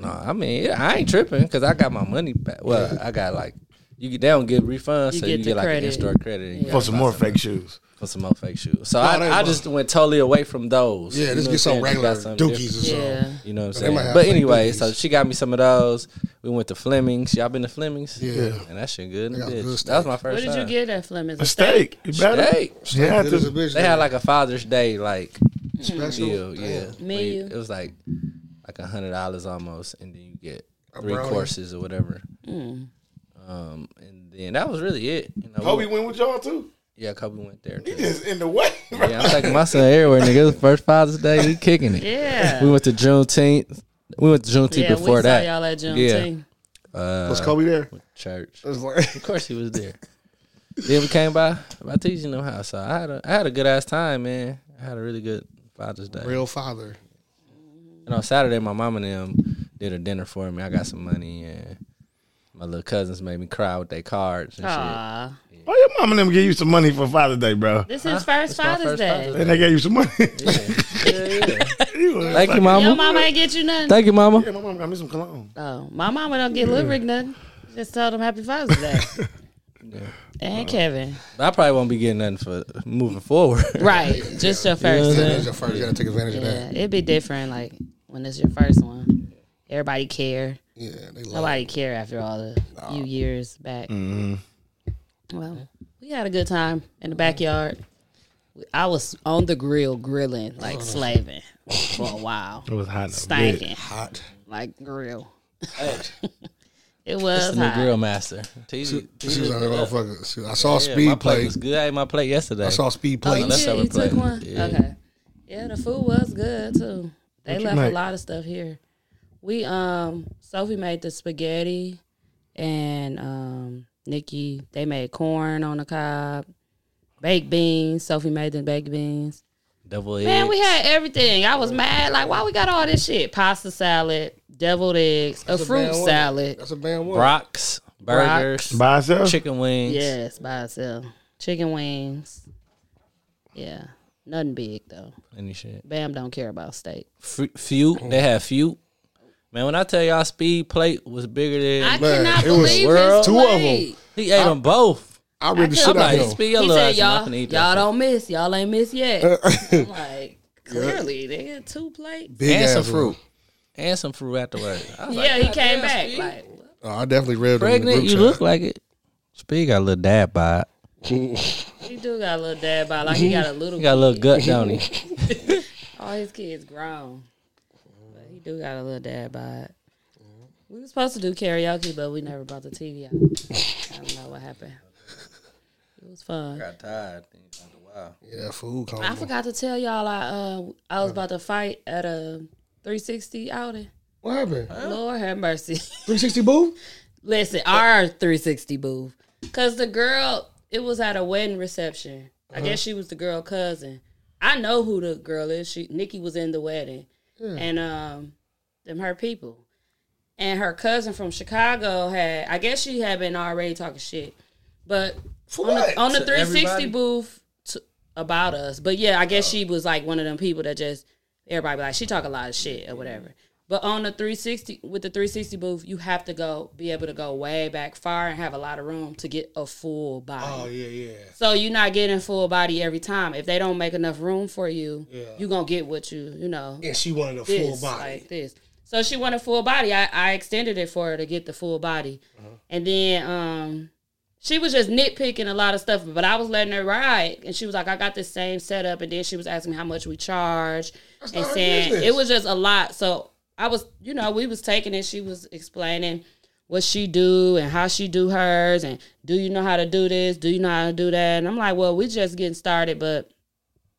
Speaker 1: No, I mean yeah, I ain't tripping because I got my money back. Well, I got like you get- they don't get refunds,
Speaker 6: You
Speaker 1: so
Speaker 6: get
Speaker 1: you
Speaker 6: the
Speaker 1: get like
Speaker 6: credit.
Speaker 1: an in store credit and you
Speaker 5: For
Speaker 1: gotta
Speaker 5: some
Speaker 1: buy
Speaker 5: more fake shoes.
Speaker 1: for some more fake shoes. So
Speaker 2: they
Speaker 1: I, I
Speaker 2: won't.
Speaker 1: just went totally away from those.
Speaker 2: Yeah,
Speaker 1: You
Speaker 2: just
Speaker 1: know
Speaker 2: get some
Speaker 1: what I'm saying? Just
Speaker 2: regular
Speaker 1: got something
Speaker 2: dookies
Speaker 1: different.
Speaker 2: or something.
Speaker 6: Yeah.
Speaker 1: You know what I'm
Speaker 2: They might
Speaker 1: saying?
Speaker 2: have
Speaker 1: But
Speaker 2: fake
Speaker 1: anyway,
Speaker 2: cookies.
Speaker 1: so she got me some of those. We went to Fleming's. Y'all been to Fleming's?
Speaker 2: Yeah.
Speaker 1: And that shit good. in the
Speaker 2: got
Speaker 1: bitch.
Speaker 2: good
Speaker 1: that was
Speaker 2: steak.
Speaker 1: my first
Speaker 6: What did you
Speaker 1: time.
Speaker 6: get at Fleming's?
Speaker 5: A steak. You better.
Speaker 1: Hey,
Speaker 5: Yeah,
Speaker 2: Good as a
Speaker 5: to,
Speaker 2: bitch.
Speaker 1: they had like a Father's Day like
Speaker 2: special.
Speaker 1: deal. Yeah.
Speaker 6: Menu.
Speaker 1: It was like like a hundred dollars almost, and then you get three
Speaker 2: brownie.
Speaker 6: Mm.
Speaker 1: courses or whatever. Um, and then that was really it. You know,
Speaker 5: Kobe
Speaker 1: we-
Speaker 5: Oh, went with y'all too.
Speaker 1: yeah, Kobe went there.
Speaker 5: He
Speaker 1: Too.
Speaker 5: <laughs> just in the way. bro.
Speaker 1: Yeah, I'm taking my son everywhere, nigga. It was First Father's Day, we kicking it.
Speaker 6: Yeah.
Speaker 1: We went to Juneteenth. We went to Juneteenth
Speaker 6: yeah,
Speaker 1: before
Speaker 6: we
Speaker 1: that.
Speaker 6: saw y'all at Juneteenth.
Speaker 1: Yeah. Uh,
Speaker 2: Was Kobe there?
Speaker 1: church.
Speaker 2: <laughs> It was like,
Speaker 1: Of course he was there. then we came by by teaching them how. So I had a I had a good ass time, man. I had a really good Father's Day.
Speaker 2: real father.
Speaker 1: And on Saturday, my mom and them did a dinner for me. I got some money, and my little cousins made me cry with their cards and shit.
Speaker 6: Aw.
Speaker 5: Oh, your mom and them gave you some money for Father's Day, bro.
Speaker 6: This is first
Speaker 1: my
Speaker 6: Father's
Speaker 1: first
Speaker 6: Day.
Speaker 1: Father's
Speaker 5: And they gave you some money. <laughs> You was
Speaker 1: Thank you,
Speaker 5: like-
Speaker 1: mama.
Speaker 6: Your mama ain't get you nothing.
Speaker 1: Thank you, mama.
Speaker 5: Yeah, my mom got me some cologne.
Speaker 6: Oh, my mama don't get Lil Rick nothing. Just told him Happy Father's Day. And Kevin,
Speaker 1: But I probably won't be getting nothing for
Speaker 2: <laughs>
Speaker 1: moving forward.
Speaker 6: right? Just your
Speaker 2: Take
Speaker 6: first.
Speaker 2: advantage of first. You gotta take advantage of
Speaker 6: Yeah,
Speaker 2: that.
Speaker 6: it'd be different like when it's your first one. Everybody care.
Speaker 2: Yeah, they love.
Speaker 6: Nobody care after all the few years back. Well, we had a good time in the backyard. I was on the grill grilling, like slaving for a while,
Speaker 5: It was hot.
Speaker 6: stanking
Speaker 2: hot.
Speaker 6: like grill. it was
Speaker 1: It's the new
Speaker 6: hot.
Speaker 1: grill master. TZ,
Speaker 2: She was like, motherfucker. She- I saw
Speaker 1: yeah, my
Speaker 2: speed
Speaker 1: plate
Speaker 2: play.
Speaker 1: was good. I ate my plate yesterday.
Speaker 2: I saw speed
Speaker 6: Oh,
Speaker 2: play.
Speaker 6: you
Speaker 1: Let's
Speaker 6: did?
Speaker 1: have a
Speaker 6: You took
Speaker 1: plate.
Speaker 6: one?
Speaker 1: Yeah.
Speaker 6: Okay. Yeah, the food was good too. They
Speaker 5: you
Speaker 6: left
Speaker 5: make?
Speaker 6: a lot of stuff here. We um Sophie made the spaghetti and um Nikki they made corn on the cob, baked beans. Sophie made the baked beans.
Speaker 1: Double eggs.
Speaker 6: Man, we had everything. I was mad. Like, why we got all this shit? Pasta salad, deviled eggs, a
Speaker 2: That's
Speaker 6: fruit
Speaker 2: bad one.
Speaker 6: salad.
Speaker 2: That's a bad one.
Speaker 1: Brock's burgers,
Speaker 5: By herself?
Speaker 1: chicken wings.
Speaker 6: Yes, by itself. Chicken wings. Yeah. Nothing big though.
Speaker 1: Any shit.
Speaker 6: Bam don't care about steak.
Speaker 1: F- few. They had few. Man, when I tell y'all, speed plate was bigger than
Speaker 6: I
Speaker 2: Man,
Speaker 6: cannot
Speaker 2: it was
Speaker 6: believe
Speaker 1: world.
Speaker 6: it's
Speaker 2: Two of 'em.
Speaker 6: late.
Speaker 1: he ate them both.
Speaker 2: I read the
Speaker 6: I
Speaker 2: shit
Speaker 6: couldn't-
Speaker 2: out
Speaker 1: Like,
Speaker 2: of him.
Speaker 1: speed your
Speaker 6: He
Speaker 1: little
Speaker 6: said,
Speaker 1: ass. enough
Speaker 6: "Y'all,
Speaker 1: and eat
Speaker 6: y'all
Speaker 1: that
Speaker 6: don't miss. Y'all ain't miss
Speaker 2: Uh,
Speaker 6: yet."
Speaker 2: <laughs>
Speaker 6: I'm like, clearly, they had two plates.
Speaker 1: shit.
Speaker 2: Big
Speaker 1: and some
Speaker 2: ass
Speaker 1: fruit
Speaker 2: one.
Speaker 1: and some fruit <laughs> afterwards. I was
Speaker 6: yeah,
Speaker 1: like,
Speaker 6: he came
Speaker 1: "God damn,
Speaker 6: back.
Speaker 1: Speed,
Speaker 6: Like,
Speaker 2: Oh, I definitely read them in the
Speaker 1: pregnant.
Speaker 2: group
Speaker 1: You look like it. Speed got a little dad bod.
Speaker 6: he do got a little dad bod. Like, he got a little.
Speaker 1: Mm-hmm. He got a
Speaker 6: <laughs>
Speaker 1: little gut, don't he?
Speaker 6: all his kids grown, but he do got a little dad bod. We were supposed to do karaoke, but we never brought the TV out. I don't know what happened. It was fun.
Speaker 1: got tired. Wow.
Speaker 2: Yeah, food
Speaker 6: I
Speaker 2: combo.
Speaker 6: forgot to tell y'all I uh I was about to fight at a 360 outing.
Speaker 2: What happened?
Speaker 1: Oh.
Speaker 6: Lord have mercy.
Speaker 2: 360 boo?
Speaker 6: Listen, our 360 booth. Cause the girl, it was at a wedding reception.
Speaker 1: Uh-huh.
Speaker 6: I guess she was the girl cousin. I know who the girl is. She Nikki was in the wedding.
Speaker 1: Hmm.
Speaker 6: And um them her people. And her cousin from Chicago had I guess she had been already talking shit. But
Speaker 2: For
Speaker 6: on
Speaker 2: what?
Speaker 6: the, on the
Speaker 1: To
Speaker 6: 360
Speaker 1: everybody?
Speaker 6: booth t- about us. But yeah, I guess she
Speaker 2: Oh.
Speaker 6: was like one of them people that just everybody be like she talk a lot of shit or whatever.
Speaker 2: Mm-hmm.
Speaker 6: But on the 360 with the 360 booth, you have to go be able to go way back far and have a lot of room to get a full body.
Speaker 2: oh, yeah, yeah.
Speaker 6: So you're not getting full body every time. If they don't make enough room for you, you gonna get what you you know
Speaker 2: And she wanted a full
Speaker 6: this,
Speaker 2: body.
Speaker 6: like this. So she wanted full body. I, I extended it for her to get the full body,
Speaker 2: Uh-huh.
Speaker 6: and then um, she was just nitpicking a lot of stuff. But I was letting her ride, and she was like, "I got this same setup," and then she was asking me how much we charge, and
Speaker 2: not her
Speaker 6: saying
Speaker 2: business.
Speaker 6: it was just a lot. So I was, you know, we was taking it. She was explaining what she do and how she do hers, and do you know how to do this? Do you know how to do that? And I'm like, well, we just getting started, but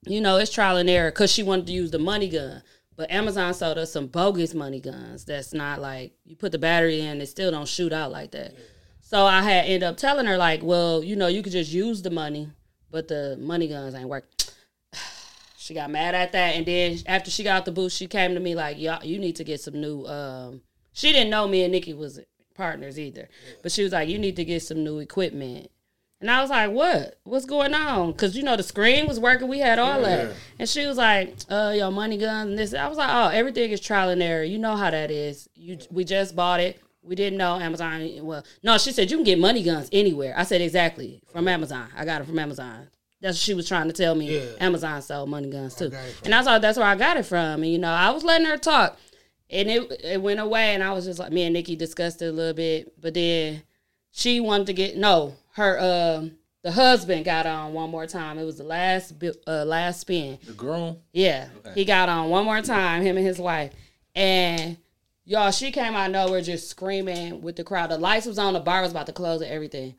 Speaker 6: you know, it's trial and error because she wanted to use the money gun. But Amazon sold us some bogus money guns that's not like you put the battery in, it still don't shoot out like that. So I had end up telling her, like, well, you know, you could just use the money, but the money guns ain't work. <sighs> she got mad at that. And then after she got out the booth, she came to me like, y'all, you need to get some new um she didn't know me and Nikki was partners either. But she was like, You need to get some new equipment. And I was like, "What? What's going on?" Because you know the screen was working. We had all that, and she was like, "Uh, your money guns and this." I was like, "Oh, everything is trial and error. You know how that is. You we just bought it. We didn't know Amazon. Well, no, she said you can get money guns anywhere. I said exactly from Amazon. I got it from Amazon. That's what she was trying to tell me. Amazon sold money guns too, and I thought that's where I got it from. And you know, I was letting her talk, and it it went away, and I was just like, me and Nikki discussed it a little bit, but then she wanted to get no her um the husband got on one more time it was the last bi- uh last spin
Speaker 1: The groom.
Speaker 6: yeah he got on one more time him and his wife and Y'all, she came out of nowhere just screaming with the crowd. The lights was on, the bar was about to close and everything.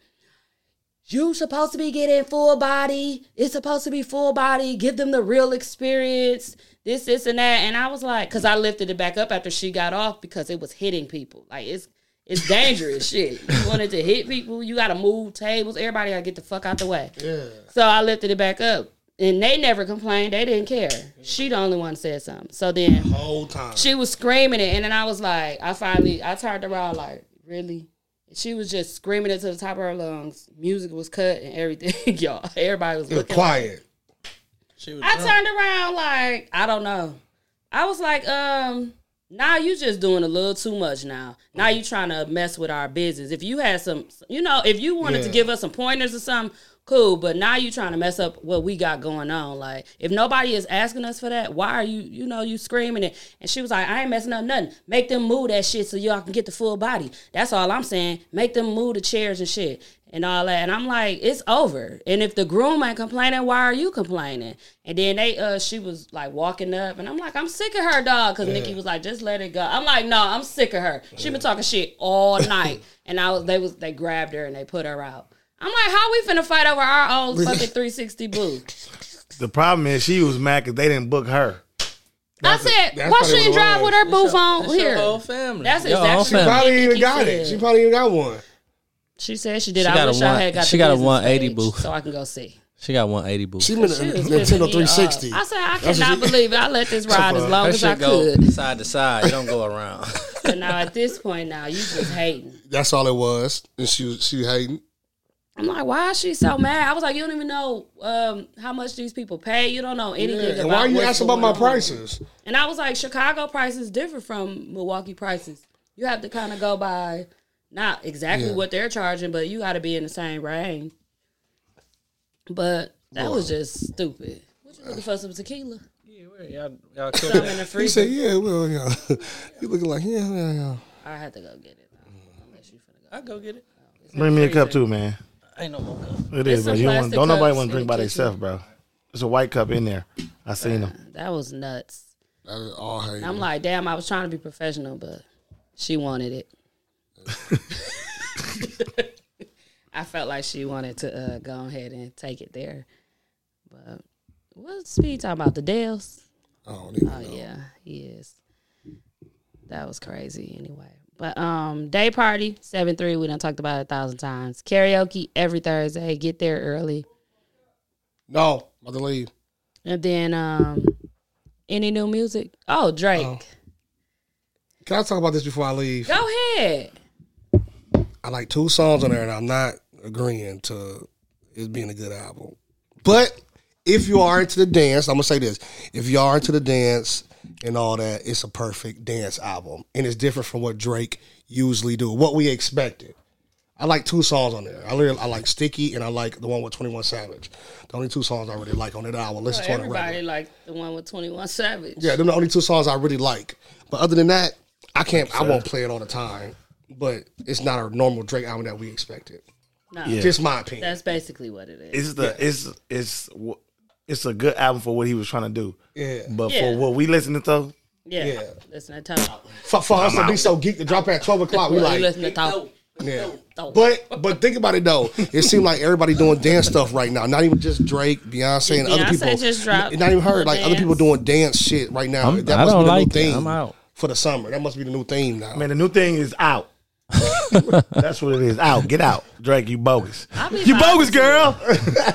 Speaker 6: You supposed to be getting full body. It's supposed to be full body. Give them the real experience. This, this, and that. And I was like, because I lifted it back up after she got off because it was hitting people. Like it's it's dangerous <laughs> shit. You wanted to hit people, you gotta move tables. Everybody gotta get the fuck out the way. Yeah. So I lifted it back up. And they never complained. They didn't care. She the only one said something. So then
Speaker 2: Whole time.
Speaker 6: she was screaming it, and then I was like, I finally, I turned around like, really? She was just screaming it to the top of her lungs. Music was cut and everything, <laughs> y'all. Everybody was looking.
Speaker 2: Quiet.
Speaker 6: I turned around like, I don't know. I was like, um, now you just doing a little too much now. Now you trying to mess with our business. If you had some, you know, if you wanted to
Speaker 2: Yeah.
Speaker 6: give us some pointers or something, cool. But now you trying to mess up what we got going on. Like, if nobody is asking us for that, why are you, you know, you screaming it? And she was like, I ain't messing up nothing. Make them move that shit so y'all can get the full body. That's all I'm saying. Make them move the chairs and shit and all that. And I'm like, it's over. And if the groom ain't complaining, why are you complaining? And then they, uh, she was like walking up, and I'm like, I'm sick of her, dog. Because Nikki was like, just let it go. I'm like, no, I'm sick of her. She been talking shit
Speaker 1: <laughs>
Speaker 6: all night, and I was, they was, they grabbed her and they put her out. I'm like, how we finna fight over our
Speaker 1: <laughs>
Speaker 6: old fucking 360 booth?
Speaker 5: The problem is she was mad because they didn't book her.
Speaker 6: I said,
Speaker 2: that's
Speaker 6: why
Speaker 2: probably
Speaker 6: she didn't
Speaker 2: what it
Speaker 6: drive
Speaker 2: was.
Speaker 6: with her booth on
Speaker 1: That's
Speaker 6: here?
Speaker 1: Your whole family.
Speaker 6: Oh, That's
Speaker 1: Your whole
Speaker 6: exactly-
Speaker 2: She
Speaker 1: family.
Speaker 2: probably even
Speaker 6: Nikki
Speaker 2: got it.
Speaker 6: said.
Speaker 2: She probably even got one.
Speaker 6: She said she did.
Speaker 1: She
Speaker 6: I
Speaker 1: got a
Speaker 6: wish
Speaker 1: one-
Speaker 6: I had got. the
Speaker 1: she got a
Speaker 6: business
Speaker 1: 180
Speaker 6: page
Speaker 1: booth.
Speaker 6: so I can go see.
Speaker 1: She got 180 boots.
Speaker 2: She meant a
Speaker 6: She was
Speaker 2: Nintendo
Speaker 6: flipping me off.
Speaker 2: 360.
Speaker 6: I said I
Speaker 2: That's what
Speaker 6: cannot
Speaker 2: she-
Speaker 6: believe it. I let
Speaker 2: <laughs>
Speaker 6: this ride as long
Speaker 1: That
Speaker 6: as I
Speaker 1: shit go
Speaker 6: could.
Speaker 1: side to side. It don't go around.
Speaker 6: <laughs> So now at this point, now you just hating.
Speaker 2: That's all it was. And she was she hating.
Speaker 6: I'm like, why is she so mad? I was like, you don't even know um, how much these people pay. You don't know anything.
Speaker 2: Yeah.
Speaker 6: About
Speaker 2: And why you
Speaker 6: what's
Speaker 2: asking about my
Speaker 6: going on.
Speaker 2: prices?
Speaker 6: And I was like, Chicago prices differ from Milwaukee prices. You have to kind of go by not exactly
Speaker 2: Yeah.
Speaker 6: what they're charging, but you got to be in the same range. But that was just stupid. What you looking for? Some tequila?
Speaker 1: y'all, y'all
Speaker 6: Some in the
Speaker 2: He
Speaker 6: freezer.
Speaker 2: said, "Yeah, well, yeah." <laughs> you looking like, "Yeah, yeah, yeah."
Speaker 6: I had to go get it. though,
Speaker 2: Mm.
Speaker 6: Unless you finna go.
Speaker 1: I go get it.
Speaker 5: Bring me a cup too, man.
Speaker 1: Ain't no more cup.
Speaker 5: It
Speaker 6: It's
Speaker 5: is, bro.
Speaker 6: some
Speaker 5: You don't, want-
Speaker 6: plastic
Speaker 5: don't nobody
Speaker 6: cups
Speaker 5: want to
Speaker 6: in
Speaker 5: drink
Speaker 6: the
Speaker 5: by
Speaker 6: kitchen.
Speaker 5: themselves, bro. There's a white cup in there. I seen them.
Speaker 6: That was nuts.
Speaker 2: That is all hate.
Speaker 6: I'm like, damn, I was trying to be professional, but she wanted it. <laughs> I felt like she wanted to uh, go ahead and take it there. But what's he talking about? The Dales?
Speaker 2: I don't even
Speaker 6: Oh,
Speaker 2: know.
Speaker 6: yeah, he is. That was crazy anyway. But um day party, 7 3, we done talked about it a thousand times. Karaoke every Thursday. Get there early.
Speaker 2: No, about to leave.
Speaker 6: And then um any new music? Oh, Drake.
Speaker 2: Can I talk about this before I leave?
Speaker 6: Go ahead.
Speaker 2: I like two songs on there, and I'm not agreeing to it being a good album. But if you are into the dance, I'm gonna say this: if you are into the dance and all that, it's a perfect dance album, and it's different from what Drake usually do, what we expected. I like two songs on there. I really, I like Sticky and I like the one with Twenty One Savage. The only two songs I really like on it. I will listen to on the regular.
Speaker 6: Everybody like the one with 21 Savage.
Speaker 2: Yeah, them the only two songs I really like. But other than that, I can't. I won't play it all the time. But it's not a normal Drake album that we expected.
Speaker 6: No,
Speaker 2: Just my opinion.
Speaker 6: that's basically what it is.
Speaker 5: It's the it's it's wh- it's a good album for what he was trying to do.
Speaker 2: Yeah.
Speaker 5: But
Speaker 6: Yeah.
Speaker 5: for what we listened to, though,
Speaker 6: yeah.
Speaker 2: yeah.
Speaker 6: Listen to Toto.
Speaker 2: for, for us to be so geek to drop at twelve o'clock, we
Speaker 6: Well, <laughs> you
Speaker 2: <laughs> like,
Speaker 6: listen to Toto.
Speaker 2: yeah.
Speaker 6: Toto.
Speaker 2: But but think about it though. It seemed like everybody doing dance stuff right now. Not even just Drake, Beyonce, and other
Speaker 6: Beyonce
Speaker 2: people.
Speaker 6: just dropped
Speaker 2: not even her.
Speaker 6: the
Speaker 2: Like other people
Speaker 6: dance.
Speaker 2: doing dance shit right now.
Speaker 1: I'm-
Speaker 2: that
Speaker 1: I
Speaker 2: must
Speaker 1: don't
Speaker 2: be the
Speaker 1: like
Speaker 2: new
Speaker 1: that.
Speaker 2: theme
Speaker 1: I'm out.
Speaker 2: for the summer. That must be the new theme now.
Speaker 5: man, the new thing is out. That's what it is. Out. Get out, Drake. You bogus.
Speaker 6: I'll be
Speaker 5: You
Speaker 6: fine.
Speaker 5: bogus, girl.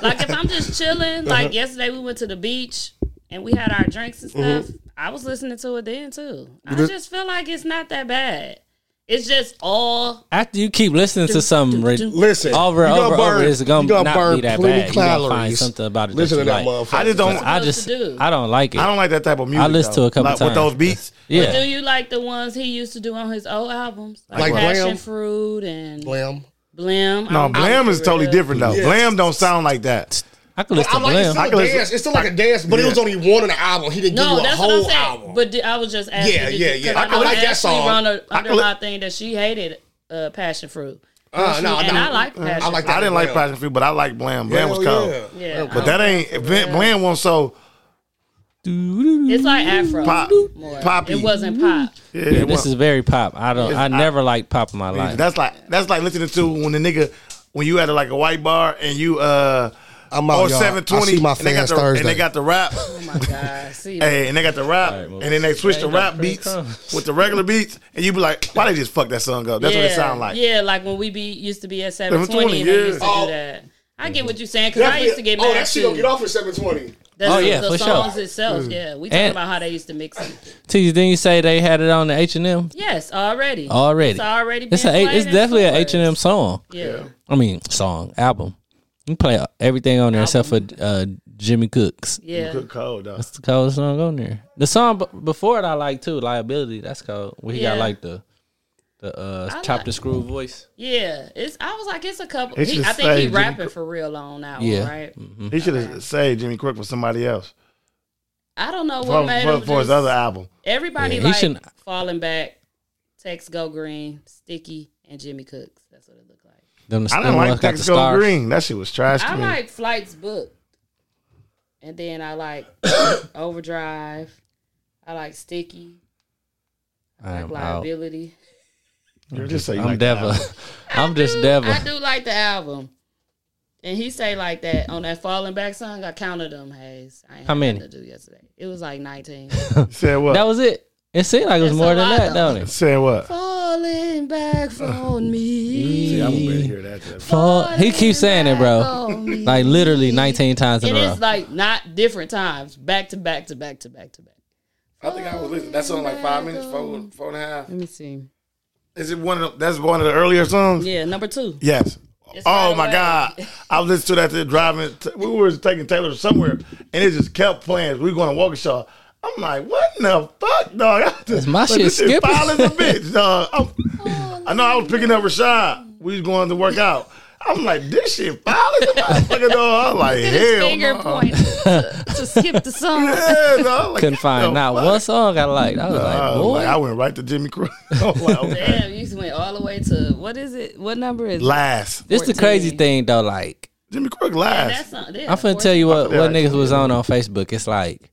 Speaker 6: Like if I'm just chilling,
Speaker 2: Uh-huh.
Speaker 6: like yesterday we went to the beach and we had our drinks and stuff.
Speaker 2: Mm-hmm.
Speaker 6: I was listening to it then too. I just feel like it's not that bad. It's just all
Speaker 1: After you keep listening to
Speaker 6: <laughs>
Speaker 1: something re-
Speaker 2: Listen,
Speaker 1: over
Speaker 2: you
Speaker 1: and
Speaker 2: gonna
Speaker 1: over,
Speaker 2: burn-
Speaker 1: over, it's
Speaker 2: you
Speaker 1: gonna,
Speaker 2: gonna
Speaker 1: not
Speaker 2: burn
Speaker 1: be that
Speaker 2: plenty
Speaker 1: bad. You gonna find
Speaker 2: calories.
Speaker 1: something about it.
Speaker 2: Listen
Speaker 1: that
Speaker 2: to
Speaker 1: you
Speaker 2: that
Speaker 1: like.
Speaker 2: motherfucker.
Speaker 5: I just don't.
Speaker 1: I
Speaker 5: I,
Speaker 1: just,
Speaker 6: Supposed to do.
Speaker 1: I don't like it.
Speaker 5: don't like that type of music.
Speaker 1: listened to
Speaker 5: though.
Speaker 1: a couple
Speaker 5: like, With
Speaker 1: times.
Speaker 5: those beats,
Speaker 6: do
Speaker 1: Yeah,
Speaker 6: you like the ones he used to do on his old albums?
Speaker 2: Like
Speaker 6: Like, Passion
Speaker 2: Blam?
Speaker 6: Fruit and Blim.
Speaker 2: Lamb.
Speaker 5: no,
Speaker 6: I'm-
Speaker 5: Blam
Speaker 6: I'm
Speaker 5: is totally
Speaker 6: for real.
Speaker 5: different though. Blam don't sound like that.
Speaker 1: I can listen
Speaker 2: I
Speaker 1: to
Speaker 2: like it's
Speaker 1: Blim.
Speaker 2: still
Speaker 5: I
Speaker 2: a
Speaker 5: can listen-
Speaker 2: dance. It's still like a dance, but it was
Speaker 5: Yeah.
Speaker 2: only one on the album. He didn't
Speaker 6: No,
Speaker 2: give you a
Speaker 6: that's what I'm
Speaker 2: whole
Speaker 6: saying.
Speaker 2: album.
Speaker 6: But di- I was just asking.
Speaker 2: Yeah,
Speaker 6: did-
Speaker 2: yeah, yeah.
Speaker 6: 'cause
Speaker 2: I can
Speaker 6: know
Speaker 2: like that
Speaker 6: Ashley
Speaker 2: song.
Speaker 6: run a-
Speaker 5: I
Speaker 6: Under
Speaker 5: can li-
Speaker 6: my thing that she hated uh, passion fruit.
Speaker 2: Uh, no,
Speaker 6: and
Speaker 2: no.
Speaker 6: I like passion.
Speaker 2: I like
Speaker 5: I didn't like
Speaker 2: Blam.
Speaker 5: Passion Fruit, but I like Blam. Blam was
Speaker 2: Hell
Speaker 5: cold.
Speaker 6: fruit. Yeah,
Speaker 5: But that ain't Blam. Blam wasn't so.
Speaker 6: It's like Afro.
Speaker 5: Pop.
Speaker 6: More.
Speaker 5: Poppy.
Speaker 6: It wasn't pop.
Speaker 5: Yeah,
Speaker 1: Yeah,
Speaker 5: it
Speaker 1: this
Speaker 5: wa-
Speaker 1: is very pop. I don't. I never liked pop in my life.
Speaker 5: that's like that's like listening to when the nigga when you at like a white bar and you uh
Speaker 2: I'm out,
Speaker 5: or
Speaker 2: Oh, y'all.
Speaker 5: seven twenty
Speaker 2: I see my
Speaker 5: and they got
Speaker 2: fans
Speaker 5: the
Speaker 2: Thursday.
Speaker 5: and they got the rap.
Speaker 6: Oh my God. See,
Speaker 5: <laughs> Hey, and they got the rap,
Speaker 1: well,
Speaker 5: and then they switch the
Speaker 1: ain't no
Speaker 5: rap
Speaker 1: free
Speaker 5: beats
Speaker 1: crumbs.
Speaker 5: with the regular beats, and you be like, "Why they just fuck that song up?" That's what it sound like.
Speaker 6: Yeah, like when we be used to be at seven
Speaker 5: 720,
Speaker 6: twenty, and they
Speaker 5: yeah.
Speaker 6: used to
Speaker 2: Oh.
Speaker 6: do that. I get what you're saying because I used to get mad
Speaker 2: oh, that shit
Speaker 6: too.
Speaker 2: gonna get off at 720.
Speaker 6: That's
Speaker 1: Oh,
Speaker 6: the-
Speaker 1: yeah,
Speaker 6: the
Speaker 1: for sure.
Speaker 6: songs itself. Yeah, we talking
Speaker 1: And-
Speaker 6: about how they used to mix it.
Speaker 1: T, didn't you say they had it on the H and M
Speaker 6: Yes, already.
Speaker 1: already?
Speaker 6: It's already. Been
Speaker 1: It's a. It's definitely an H and M song.
Speaker 6: Yeah.
Speaker 1: I mean, song album. You play everything on there except for uh, Jimmy Cooks.
Speaker 6: Yeah.
Speaker 5: Good call, dog.
Speaker 1: That's the coldest song on there. The song b- before it, I like too. Liability. That's cold. Where he got
Speaker 6: Yeah.
Speaker 1: like the the uh,
Speaker 6: like-
Speaker 1: chop the screw voice.
Speaker 6: Yeah, it's. I was like, it's a couple.
Speaker 5: It's
Speaker 6: He,
Speaker 5: just
Speaker 6: I think he
Speaker 5: saved, Jimmy
Speaker 6: rapping for real on that
Speaker 1: Yeah.
Speaker 6: one, right?
Speaker 5: He should have saved Jimmy Crook for somebody else
Speaker 6: I don't know what
Speaker 5: for,
Speaker 6: made
Speaker 5: for,
Speaker 6: him
Speaker 5: for his
Speaker 6: just-
Speaker 5: other album.
Speaker 6: Everybody
Speaker 1: Yeah, he
Speaker 6: like
Speaker 1: shouldn't-
Speaker 6: falling back. Tex Go Green, Sticky, and Jimmy Cooks. That's what it looked like.
Speaker 1: Them the
Speaker 5: I
Speaker 1: them
Speaker 5: didn't
Speaker 1: ones
Speaker 5: like
Speaker 1: got the
Speaker 5: Texaco
Speaker 1: stars.
Speaker 5: Green. That shit was trash to
Speaker 6: I
Speaker 5: me.
Speaker 6: like Flight's book, and then I like <coughs> Overdrive. I like Sticky. I like
Speaker 1: I'm out.
Speaker 6: Liability.
Speaker 5: You just say you
Speaker 1: I'm
Speaker 5: like that
Speaker 1: Deva.
Speaker 5: album.
Speaker 1: <laughs> I'm
Speaker 6: do-
Speaker 1: just Deva.
Speaker 6: I do like the album. And he say like that on that falling back song. I counted them, Hayes. I ain't
Speaker 1: How
Speaker 6: had
Speaker 1: many?
Speaker 6: nothing To do yesterday. It was like nineteen.
Speaker 5: <laughs> Said what?
Speaker 1: That was it. It seemed like it was
Speaker 6: It's
Speaker 1: more
Speaker 6: a
Speaker 1: than
Speaker 6: lot
Speaker 1: that,
Speaker 6: though.
Speaker 1: don't it?
Speaker 5: Said what?
Speaker 6: falling <laughs> back on me.
Speaker 5: See, I wouldn't really hear that. shit.
Speaker 1: Fall. He keeps saying it, bro. <laughs> Like literally 19 times in
Speaker 6: It
Speaker 1: a row.
Speaker 6: is like not different times, back to back to back to back to back.
Speaker 5: I think I was listening. That's only like five minutes, four, four and a half.
Speaker 6: Let me see.
Speaker 5: Is it one of the, that's one of the earlier songs?
Speaker 6: Yeah, number two.
Speaker 5: Yes.
Speaker 6: It's
Speaker 5: oh
Speaker 6: right
Speaker 5: my
Speaker 6: away.
Speaker 5: God! I was listening to that. to driving. t- We were taking Taylor somewhere, and it just kept playing. We were going to Waukesha. I'm like, what in the fuck, dog? I just-
Speaker 1: my
Speaker 5: like,
Speaker 1: shit
Speaker 5: This
Speaker 1: skipping.
Speaker 5: foul as
Speaker 1: <laughs>
Speaker 5: a bitch, dog.
Speaker 6: Oh,
Speaker 5: I'm- i know I was picking up Rashad. We was going to work out. I'm like, this shit foul as a motherfucker, dog. I'm like,
Speaker 6: His
Speaker 5: hell,
Speaker 6: finger
Speaker 5: no.
Speaker 6: point to,
Speaker 1: <laughs>
Speaker 6: to skip the song.
Speaker 5: <laughs> Yeah, dog.
Speaker 6: <laughs>
Speaker 5: Like,
Speaker 1: Couldn't
Speaker 5: what the
Speaker 1: find not
Speaker 5: fuck?
Speaker 1: one song I liked. I was
Speaker 5: I,
Speaker 1: like,
Speaker 5: was
Speaker 1: boy.
Speaker 5: like, I went right to Jimmy <laughs> Cruz. I was like, okay.
Speaker 6: Damn, you just went all the way to what is it? What number is it?
Speaker 5: Last.
Speaker 1: this the
Speaker 6: 14.
Speaker 1: crazy thing though. Like
Speaker 5: Jimmy Crook last.
Speaker 6: That's not, yeah,
Speaker 1: I'm finna tell you what
Speaker 5: Yeah,
Speaker 1: what
Speaker 5: I-
Speaker 1: niggas was on on Facebook. It's like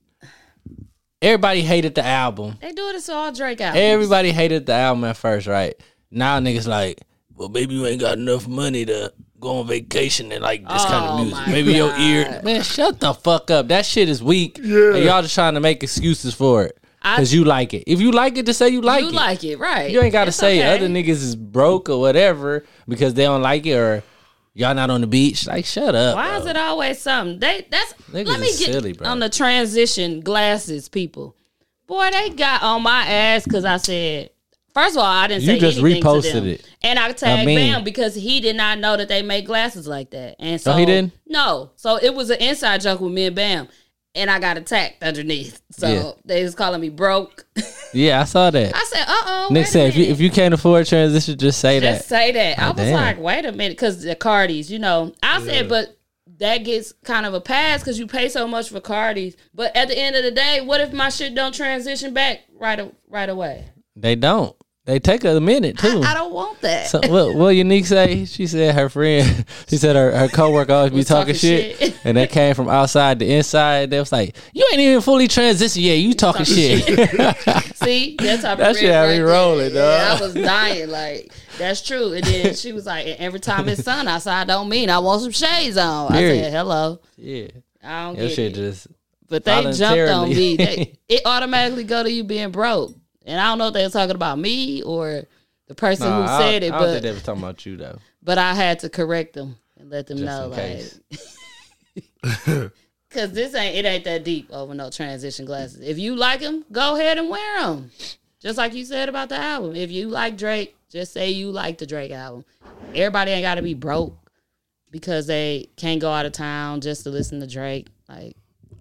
Speaker 1: everybody hated the album.
Speaker 6: They do this to all Drake out.
Speaker 1: Everybody hated the album at first, right? Now niggas like, well, maybe you ain't got enough money to go on vacation and like this kind
Speaker 6: Oh,
Speaker 1: of music.
Speaker 6: my
Speaker 1: Maybe your ear, man, shut the fuck up. That shit is weak. Yeah, y'all just trying to make excuses for it
Speaker 6: I-
Speaker 1: because you like it. If you like it, just say you like
Speaker 6: you
Speaker 1: it.
Speaker 6: like it, right?
Speaker 1: You ain't got to
Speaker 6: It's
Speaker 1: say
Speaker 6: okay.
Speaker 1: other niggas is broke or whatever because they don't like it or y'all not on the beach. Like, shut up.
Speaker 6: Why is it always something? They that's
Speaker 1: Niggas
Speaker 6: let me
Speaker 1: is
Speaker 6: get
Speaker 1: silly, bro.
Speaker 6: on the transition glasses, people. Boy, they got on my ass because I said. First of all, I didn't
Speaker 1: You
Speaker 6: say
Speaker 1: just
Speaker 6: anything to
Speaker 1: reposted
Speaker 6: them.
Speaker 1: it.
Speaker 6: and I tagged
Speaker 1: I mean-
Speaker 6: Bam because he did not know that they make glasses like that. And so
Speaker 1: Oh, he didn't?
Speaker 6: No, so it was an inside joke with me and Bam, and I got attacked underneath. So
Speaker 1: Yeah.
Speaker 6: they was calling me broke. <laughs>
Speaker 1: Yeah, I saw that.
Speaker 6: I said, "Uh oh."
Speaker 1: Nick said, if you, if you can't afford transition, just say that.
Speaker 6: Just say that. I was
Speaker 1: damn.
Speaker 6: like, wait a minute, because the Cardis, you know, I said, but that gets kind of a pass because you pay so much for Cardis. But at the end of the day, what if my shit don't transition back right a- right away?
Speaker 1: They don't. They take a minute too.
Speaker 6: I don't want that.
Speaker 1: So, what, what Unique say? She said her friend, <laughs> she said her, her coworker always be
Speaker 6: Was
Speaker 1: talking,
Speaker 6: talking
Speaker 1: shit,
Speaker 6: shit.
Speaker 1: and that came from outside to inside. They was like, "You ain't even fully transitioned yet. You talking shit."
Speaker 6: <laughs> See, that's how
Speaker 1: That shit had me rolling,
Speaker 6: Yeah,
Speaker 1: dog.
Speaker 6: I was dying. Like that's true. And then she was like, and every time it's sun outside, don't mean I want some shades on. I
Speaker 1: Period.
Speaker 6: said, hello.
Speaker 1: <laughs> yeah,
Speaker 6: I don't
Speaker 1: that
Speaker 6: get it.
Speaker 1: shit just.
Speaker 6: But they jumped on
Speaker 1: Voluntarily.
Speaker 6: me. They,
Speaker 1: <laughs>
Speaker 6: it automatically go to you being broke. And I don't know if they were talking about me or the person
Speaker 1: Nah,
Speaker 6: who
Speaker 1: I,
Speaker 6: said it,
Speaker 1: I don't think
Speaker 6: but
Speaker 1: they was talking about you though.
Speaker 6: but I had to correct them and let them
Speaker 1: Just
Speaker 6: know
Speaker 1: in
Speaker 6: like <laughs>
Speaker 1: case. <laughs>
Speaker 6: cuz this ain't it ain't that deep over no transition glasses. If you like them, go ahead and wear them. Just like you said about the album. If you like Drake, just say you like the Drake album. Everybody ain't got to be broke because they can't go out of town just to listen to Drake. Like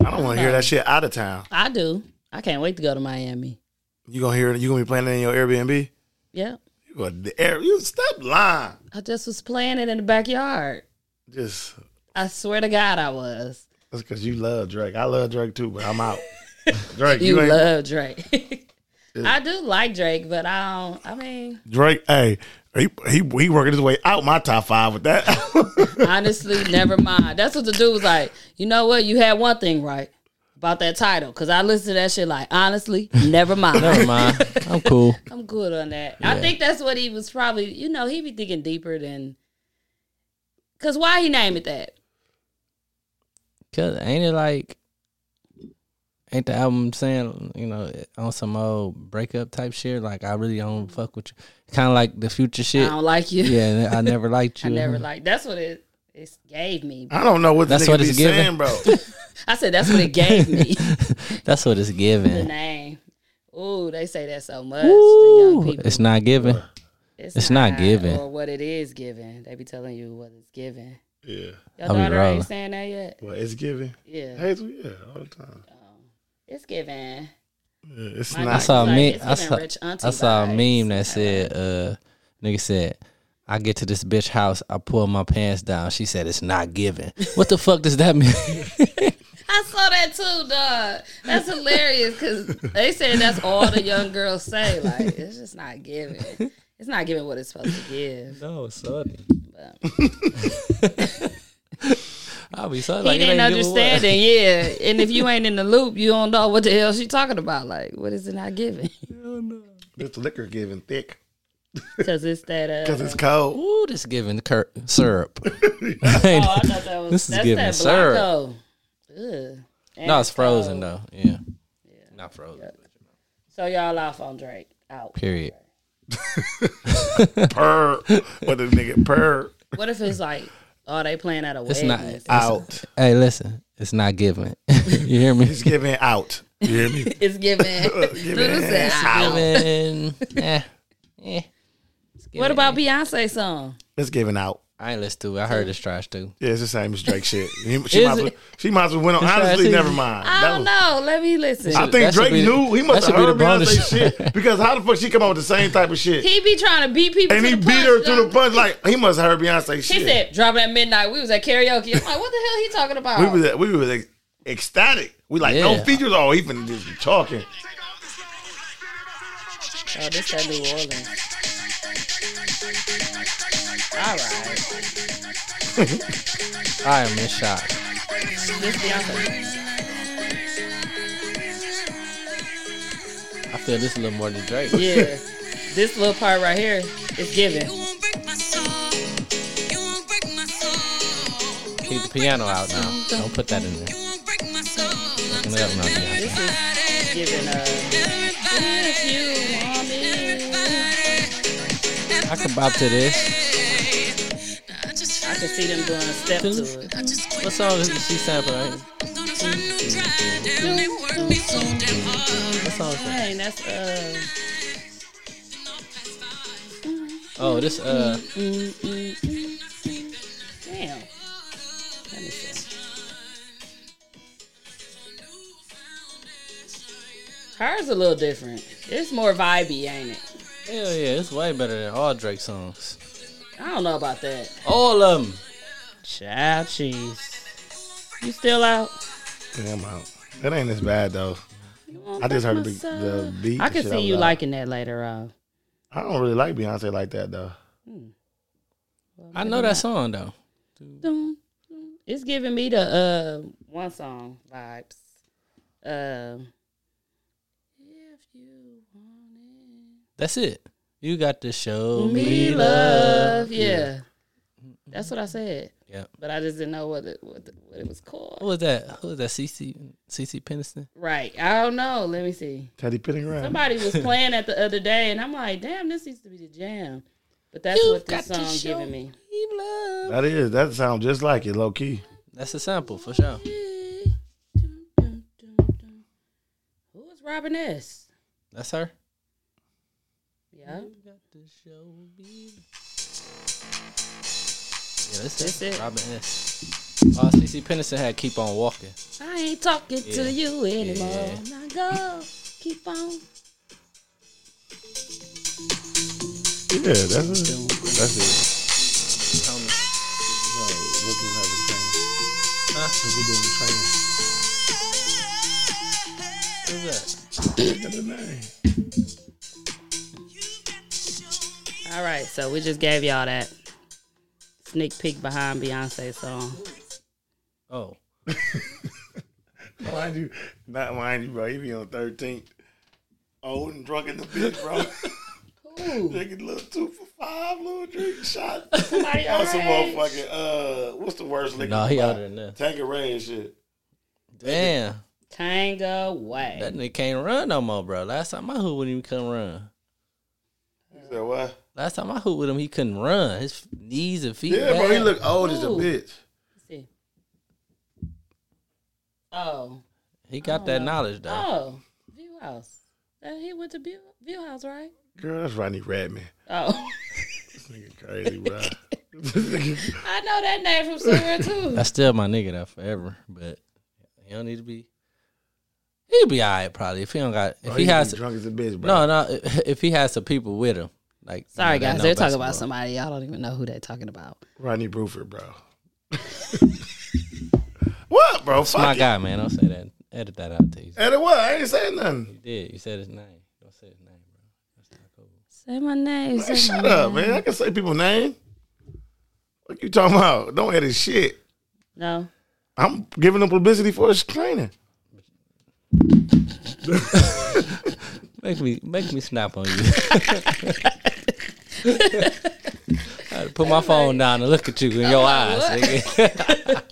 Speaker 5: I don't want to hear that shit out of town.
Speaker 6: I do. I can't wait to go to Miami.
Speaker 5: You gonna hear? You gonna be playing it in your Airbnb?
Speaker 6: Yeah.
Speaker 5: You gonna the air? You stop lying.
Speaker 6: I just was playing it in the backyard.
Speaker 5: Just
Speaker 6: I swear to God, I was.
Speaker 5: that's because you love Drake. I love Drake too, but
Speaker 1: <laughs>
Speaker 5: I'm out. Drake, you,
Speaker 6: You,
Speaker 5: ain't
Speaker 6: love Drake. <laughs> I do like Drake, but I don't. I mean,
Speaker 5: Drake. Hey, he, he he working his way out my top five with that. <laughs>
Speaker 6: honestly, never mind. That's what the dude was like. You know what? You had one thing right, about that title because I listen to that shit like honestly,
Speaker 5: <laughs>
Speaker 6: never mind.
Speaker 1: Never mind.
Speaker 6: <laughs>
Speaker 1: I'm cool.
Speaker 6: I'm good on that. I think that's what he was probably. You know, he be thinking deeper than. Cause why he name it that?
Speaker 1: Cause ain't it like, ain't the album saying you know on some old breakup type shit? Like I really don't fuck with you. Kind of like the future
Speaker 6: Mm-hmm. I
Speaker 1: shit.
Speaker 6: don't like you.
Speaker 1: <laughs> Yeah, I never
Speaker 6: <laughs>
Speaker 1: liked
Speaker 6: I
Speaker 1: you. <laughs>
Speaker 6: never like. That's what it. It gave me.
Speaker 5: I don't know what
Speaker 1: That's
Speaker 5: that's
Speaker 1: what
Speaker 5: what be
Speaker 1: it's giving. <laughs>
Speaker 5: saying, bro.
Speaker 6: I said that's what it gave me.
Speaker 1: That's what it's
Speaker 6: the
Speaker 1: giving.
Speaker 6: name. Ooh, they say that so much. to young
Speaker 1: Ooh,
Speaker 6: people.
Speaker 1: it's not giving. it's not giving.
Speaker 6: Or what it is giving. They be telling you what it's giving.
Speaker 5: yeah,
Speaker 6: Your
Speaker 1: I be
Speaker 6: daughter
Speaker 1: rolling.
Speaker 6: ain't saying that yet.
Speaker 5: well, it's giving.
Speaker 6: Yeah,
Speaker 5: Hazel, yeah, all the time.
Speaker 6: it's giving.
Speaker 5: Yeah, it's
Speaker 6: My
Speaker 5: not.
Speaker 1: I saw a
Speaker 6: Like,
Speaker 1: meme.
Speaker 6: it's
Speaker 1: I
Speaker 6: giving
Speaker 1: saw,
Speaker 6: rich auntie
Speaker 1: I saw a
Speaker 6: vibes.
Speaker 1: meme that said, uh, "Nigga said, I get to this bitch house, I pull my pants down. She said it's not giving. What the fuck does that mean? <laughs>
Speaker 6: I saw that too, dog. That's hilarious because they said that's all the young girls say. Like it's just not giving. It's not giving what it's supposed to give.
Speaker 1: no, son. I'll be so
Speaker 6: He
Speaker 1: <laughs> like, it
Speaker 6: didn't
Speaker 1: ain't giving what?
Speaker 6: understand it, yeah. And if you ain't in the loop, you don't know what the hell she talking about. Like, what is it not
Speaker 1: <laughs>
Speaker 6: giving?
Speaker 5: This liquor giving thick
Speaker 6: Because it's that. Uh,
Speaker 5: because it's cold.
Speaker 1: Ooh, this giving cur-
Speaker 5: <laughs>
Speaker 1: syrup.
Speaker 6: oh,
Speaker 1: <laughs>
Speaker 6: I thought that was
Speaker 1: This is
Speaker 6: that's
Speaker 1: giving
Speaker 6: that
Speaker 1: syrup.
Speaker 6: Blanco. Ugh. And
Speaker 1: no, it's
Speaker 6: cold.
Speaker 1: frozen though. Yeah, not frozen.
Speaker 6: So y'all off on Drake. Out.
Speaker 1: Period.
Speaker 5: Purr. What the nigga purr
Speaker 1: <laughs>
Speaker 6: What if it's like, oh, they playing at a wedding? <laughs>
Speaker 1: It's not.
Speaker 6: It's,
Speaker 5: out.
Speaker 1: Hey, listen, it's not giving. <laughs> you hear me?
Speaker 5: It's giving out. You hear
Speaker 1: <laughs>
Speaker 5: me? <laughs>
Speaker 6: giving. Lulu said,
Speaker 5: ass
Speaker 6: "Ow."
Speaker 1: giving. Eh, eh.
Speaker 6: What about Beyonce song?
Speaker 5: It's giving out.
Speaker 1: I ain't listen to it. I heard it's trash too.
Speaker 5: Yeah, it's the same as Drake shit. He- She,
Speaker 1: Is
Speaker 5: might, as well,
Speaker 1: it?
Speaker 5: she might as well went on.
Speaker 1: That's right,
Speaker 5: Honestly,
Speaker 1: see.
Speaker 5: never mind.
Speaker 6: I
Speaker 5: That
Speaker 6: don't
Speaker 5: was-
Speaker 6: know. Let me listen.
Speaker 5: I
Speaker 1: That
Speaker 5: think
Speaker 1: should
Speaker 5: Drake
Speaker 1: be the-
Speaker 5: knew he must
Speaker 1: that
Speaker 5: have
Speaker 1: should be
Speaker 5: heard
Speaker 1: the bonus. <laughs>
Speaker 5: Beyonce shit because how the fuck she come up with the same type of shit
Speaker 6: he be trying to beat people.
Speaker 5: and
Speaker 6: to
Speaker 5: he
Speaker 6: the
Speaker 5: beat
Speaker 6: punch,
Speaker 5: her to the
Speaker 6: dog.
Speaker 5: punch like he must have heard Beyonce
Speaker 6: He
Speaker 5: shit.
Speaker 6: said, "Drop it at midnight." We was at karaoke. I'm like, what the hell he talking about?
Speaker 5: we was we was ec- ecstatic. We like
Speaker 1: Yeah.
Speaker 5: no features. Oh, he finna just be talking.
Speaker 6: oh, this that New Orleans. All right,
Speaker 1: I am in shock.
Speaker 6: this Beyonce.
Speaker 1: I feel this a little more than Drake.
Speaker 6: Yeah, this little part right here is giving.
Speaker 1: Keep the piano out now. Don't put that in there. Open it up now, Beyonce.
Speaker 6: This is giving. Uh, if you want me.
Speaker 1: I can bop to this.
Speaker 6: I can see them doing a step to it.
Speaker 1: What song is she sampling? Right? What song is that?
Speaker 6: Dang, that's uh.
Speaker 1: Oh, this uh,
Speaker 6: mm, Damn. Let me see. Hers a little different. It's more vibey, ain't it?
Speaker 1: hell yeah, it's way better than all Drake songs.
Speaker 6: I don't know about that.
Speaker 1: All of them.
Speaker 6: Chow cheese. You still out?
Speaker 5: Yeah, I'm out. That ain't as bad though. I just heard the, the beat.
Speaker 6: I
Speaker 5: and
Speaker 6: can
Speaker 5: shit
Speaker 6: see
Speaker 5: out
Speaker 6: you
Speaker 5: loud.
Speaker 6: liking that later on.
Speaker 5: I don't really like Beyonce like that though.
Speaker 1: I know that song though.
Speaker 6: Dun, dun. It's giving me the uh one song vibes. Um, if you want it.
Speaker 1: That's it. You got to show
Speaker 6: me
Speaker 1: me
Speaker 6: love. Yeah. That's what I said.
Speaker 1: Yep.
Speaker 6: But I just didn't know what it, what, the, what it was
Speaker 1: Who
Speaker 6: called.
Speaker 1: was that? Who was that? CC CC Peniston.
Speaker 6: Right. I don't know. Let me see.
Speaker 5: Teddy Pendergrass.
Speaker 6: Somebody <laughs> was playing it the other day, and I'm like, damn, this used to be the jam. But that's what this song giving me.
Speaker 1: me love.
Speaker 5: That is. That sounds just like it, low key.
Speaker 1: That's a sample for sure.
Speaker 6: Who was Robin S?
Speaker 1: That's her.
Speaker 6: Yeah.
Speaker 1: Yeah, that's,
Speaker 6: That's
Speaker 1: it.
Speaker 6: it.
Speaker 1: Robin S. Oh, CC Peniston had "Keep on Walking."
Speaker 6: I ain't talking
Speaker 1: Yeah.
Speaker 6: to you anymore.
Speaker 1: Yeah.
Speaker 6: Now go. Keep on.
Speaker 5: Yeah, that's it. That's it.
Speaker 1: Who's that?
Speaker 6: All right, so we just gave y'all that sneak peek behind Beyonce's song.
Speaker 1: Oh,
Speaker 5: mind you, not mind you, bro. He be on thirteenth, old and drunk in the bitch, bro. <laughs> Drinking a little two for five, little drink shot.
Speaker 6: Somebody
Speaker 5: on some
Speaker 6: our age.
Speaker 5: motherfucking uh, what's the worst liquor?
Speaker 1: No,
Speaker 5: you
Speaker 1: he
Speaker 5: buy?
Speaker 1: older than that.
Speaker 5: Tanqueray and shit.
Speaker 1: Damn,
Speaker 6: Tango way.
Speaker 1: that nigga can't run no more, bro. Last time I hood with him, he couldn't run.
Speaker 5: He said what?
Speaker 1: Last time I hood with him, he couldn't run. His knees and feet.
Speaker 5: Yeah, bro. He
Speaker 1: bad.
Speaker 5: look old as a
Speaker 6: Ooh.
Speaker 5: bitch.
Speaker 6: Let's see. Oh.
Speaker 1: He got that knowledge though.
Speaker 6: Oh. View house. Uh, he went to view, view house, right?
Speaker 5: Girl, that's Rodney Radman.
Speaker 6: Oh. <laughs>
Speaker 5: This nigga crazy, bro.
Speaker 6: I know that name from somewhere
Speaker 1: <laughs>
Speaker 6: too.
Speaker 1: That's still my nigga though forever, but he don't need to be. He'll be all right probably if he don't got if
Speaker 5: Bro,
Speaker 1: <laughs> he
Speaker 5: be
Speaker 1: has
Speaker 5: drunk as a bitch,
Speaker 1: no
Speaker 5: bro.
Speaker 1: no <laughs> if he has some people with him like
Speaker 6: Sorry
Speaker 1: you know, that
Speaker 6: guys,
Speaker 1: know
Speaker 6: they're talking
Speaker 1: basketball.
Speaker 6: about somebody. Y'all don't even know who they're talking about.
Speaker 5: Rodney Bruford, bro. <laughs> what, bro? Fuck
Speaker 1: My
Speaker 5: it.
Speaker 1: guy, man, don't say that. Edit that out, T.
Speaker 5: And it was. I ain't saying nothing.
Speaker 1: You did. You said his name. Don't say his name, bro.
Speaker 6: Say my name.
Speaker 5: Man, shut up, man. I can say people's name. What you talking about? Don't edit shit.
Speaker 6: No.
Speaker 5: I'm giving them publicity for his training.
Speaker 1: Make me make me snap on you. I put my phone down and look at you in your eyes, nigga.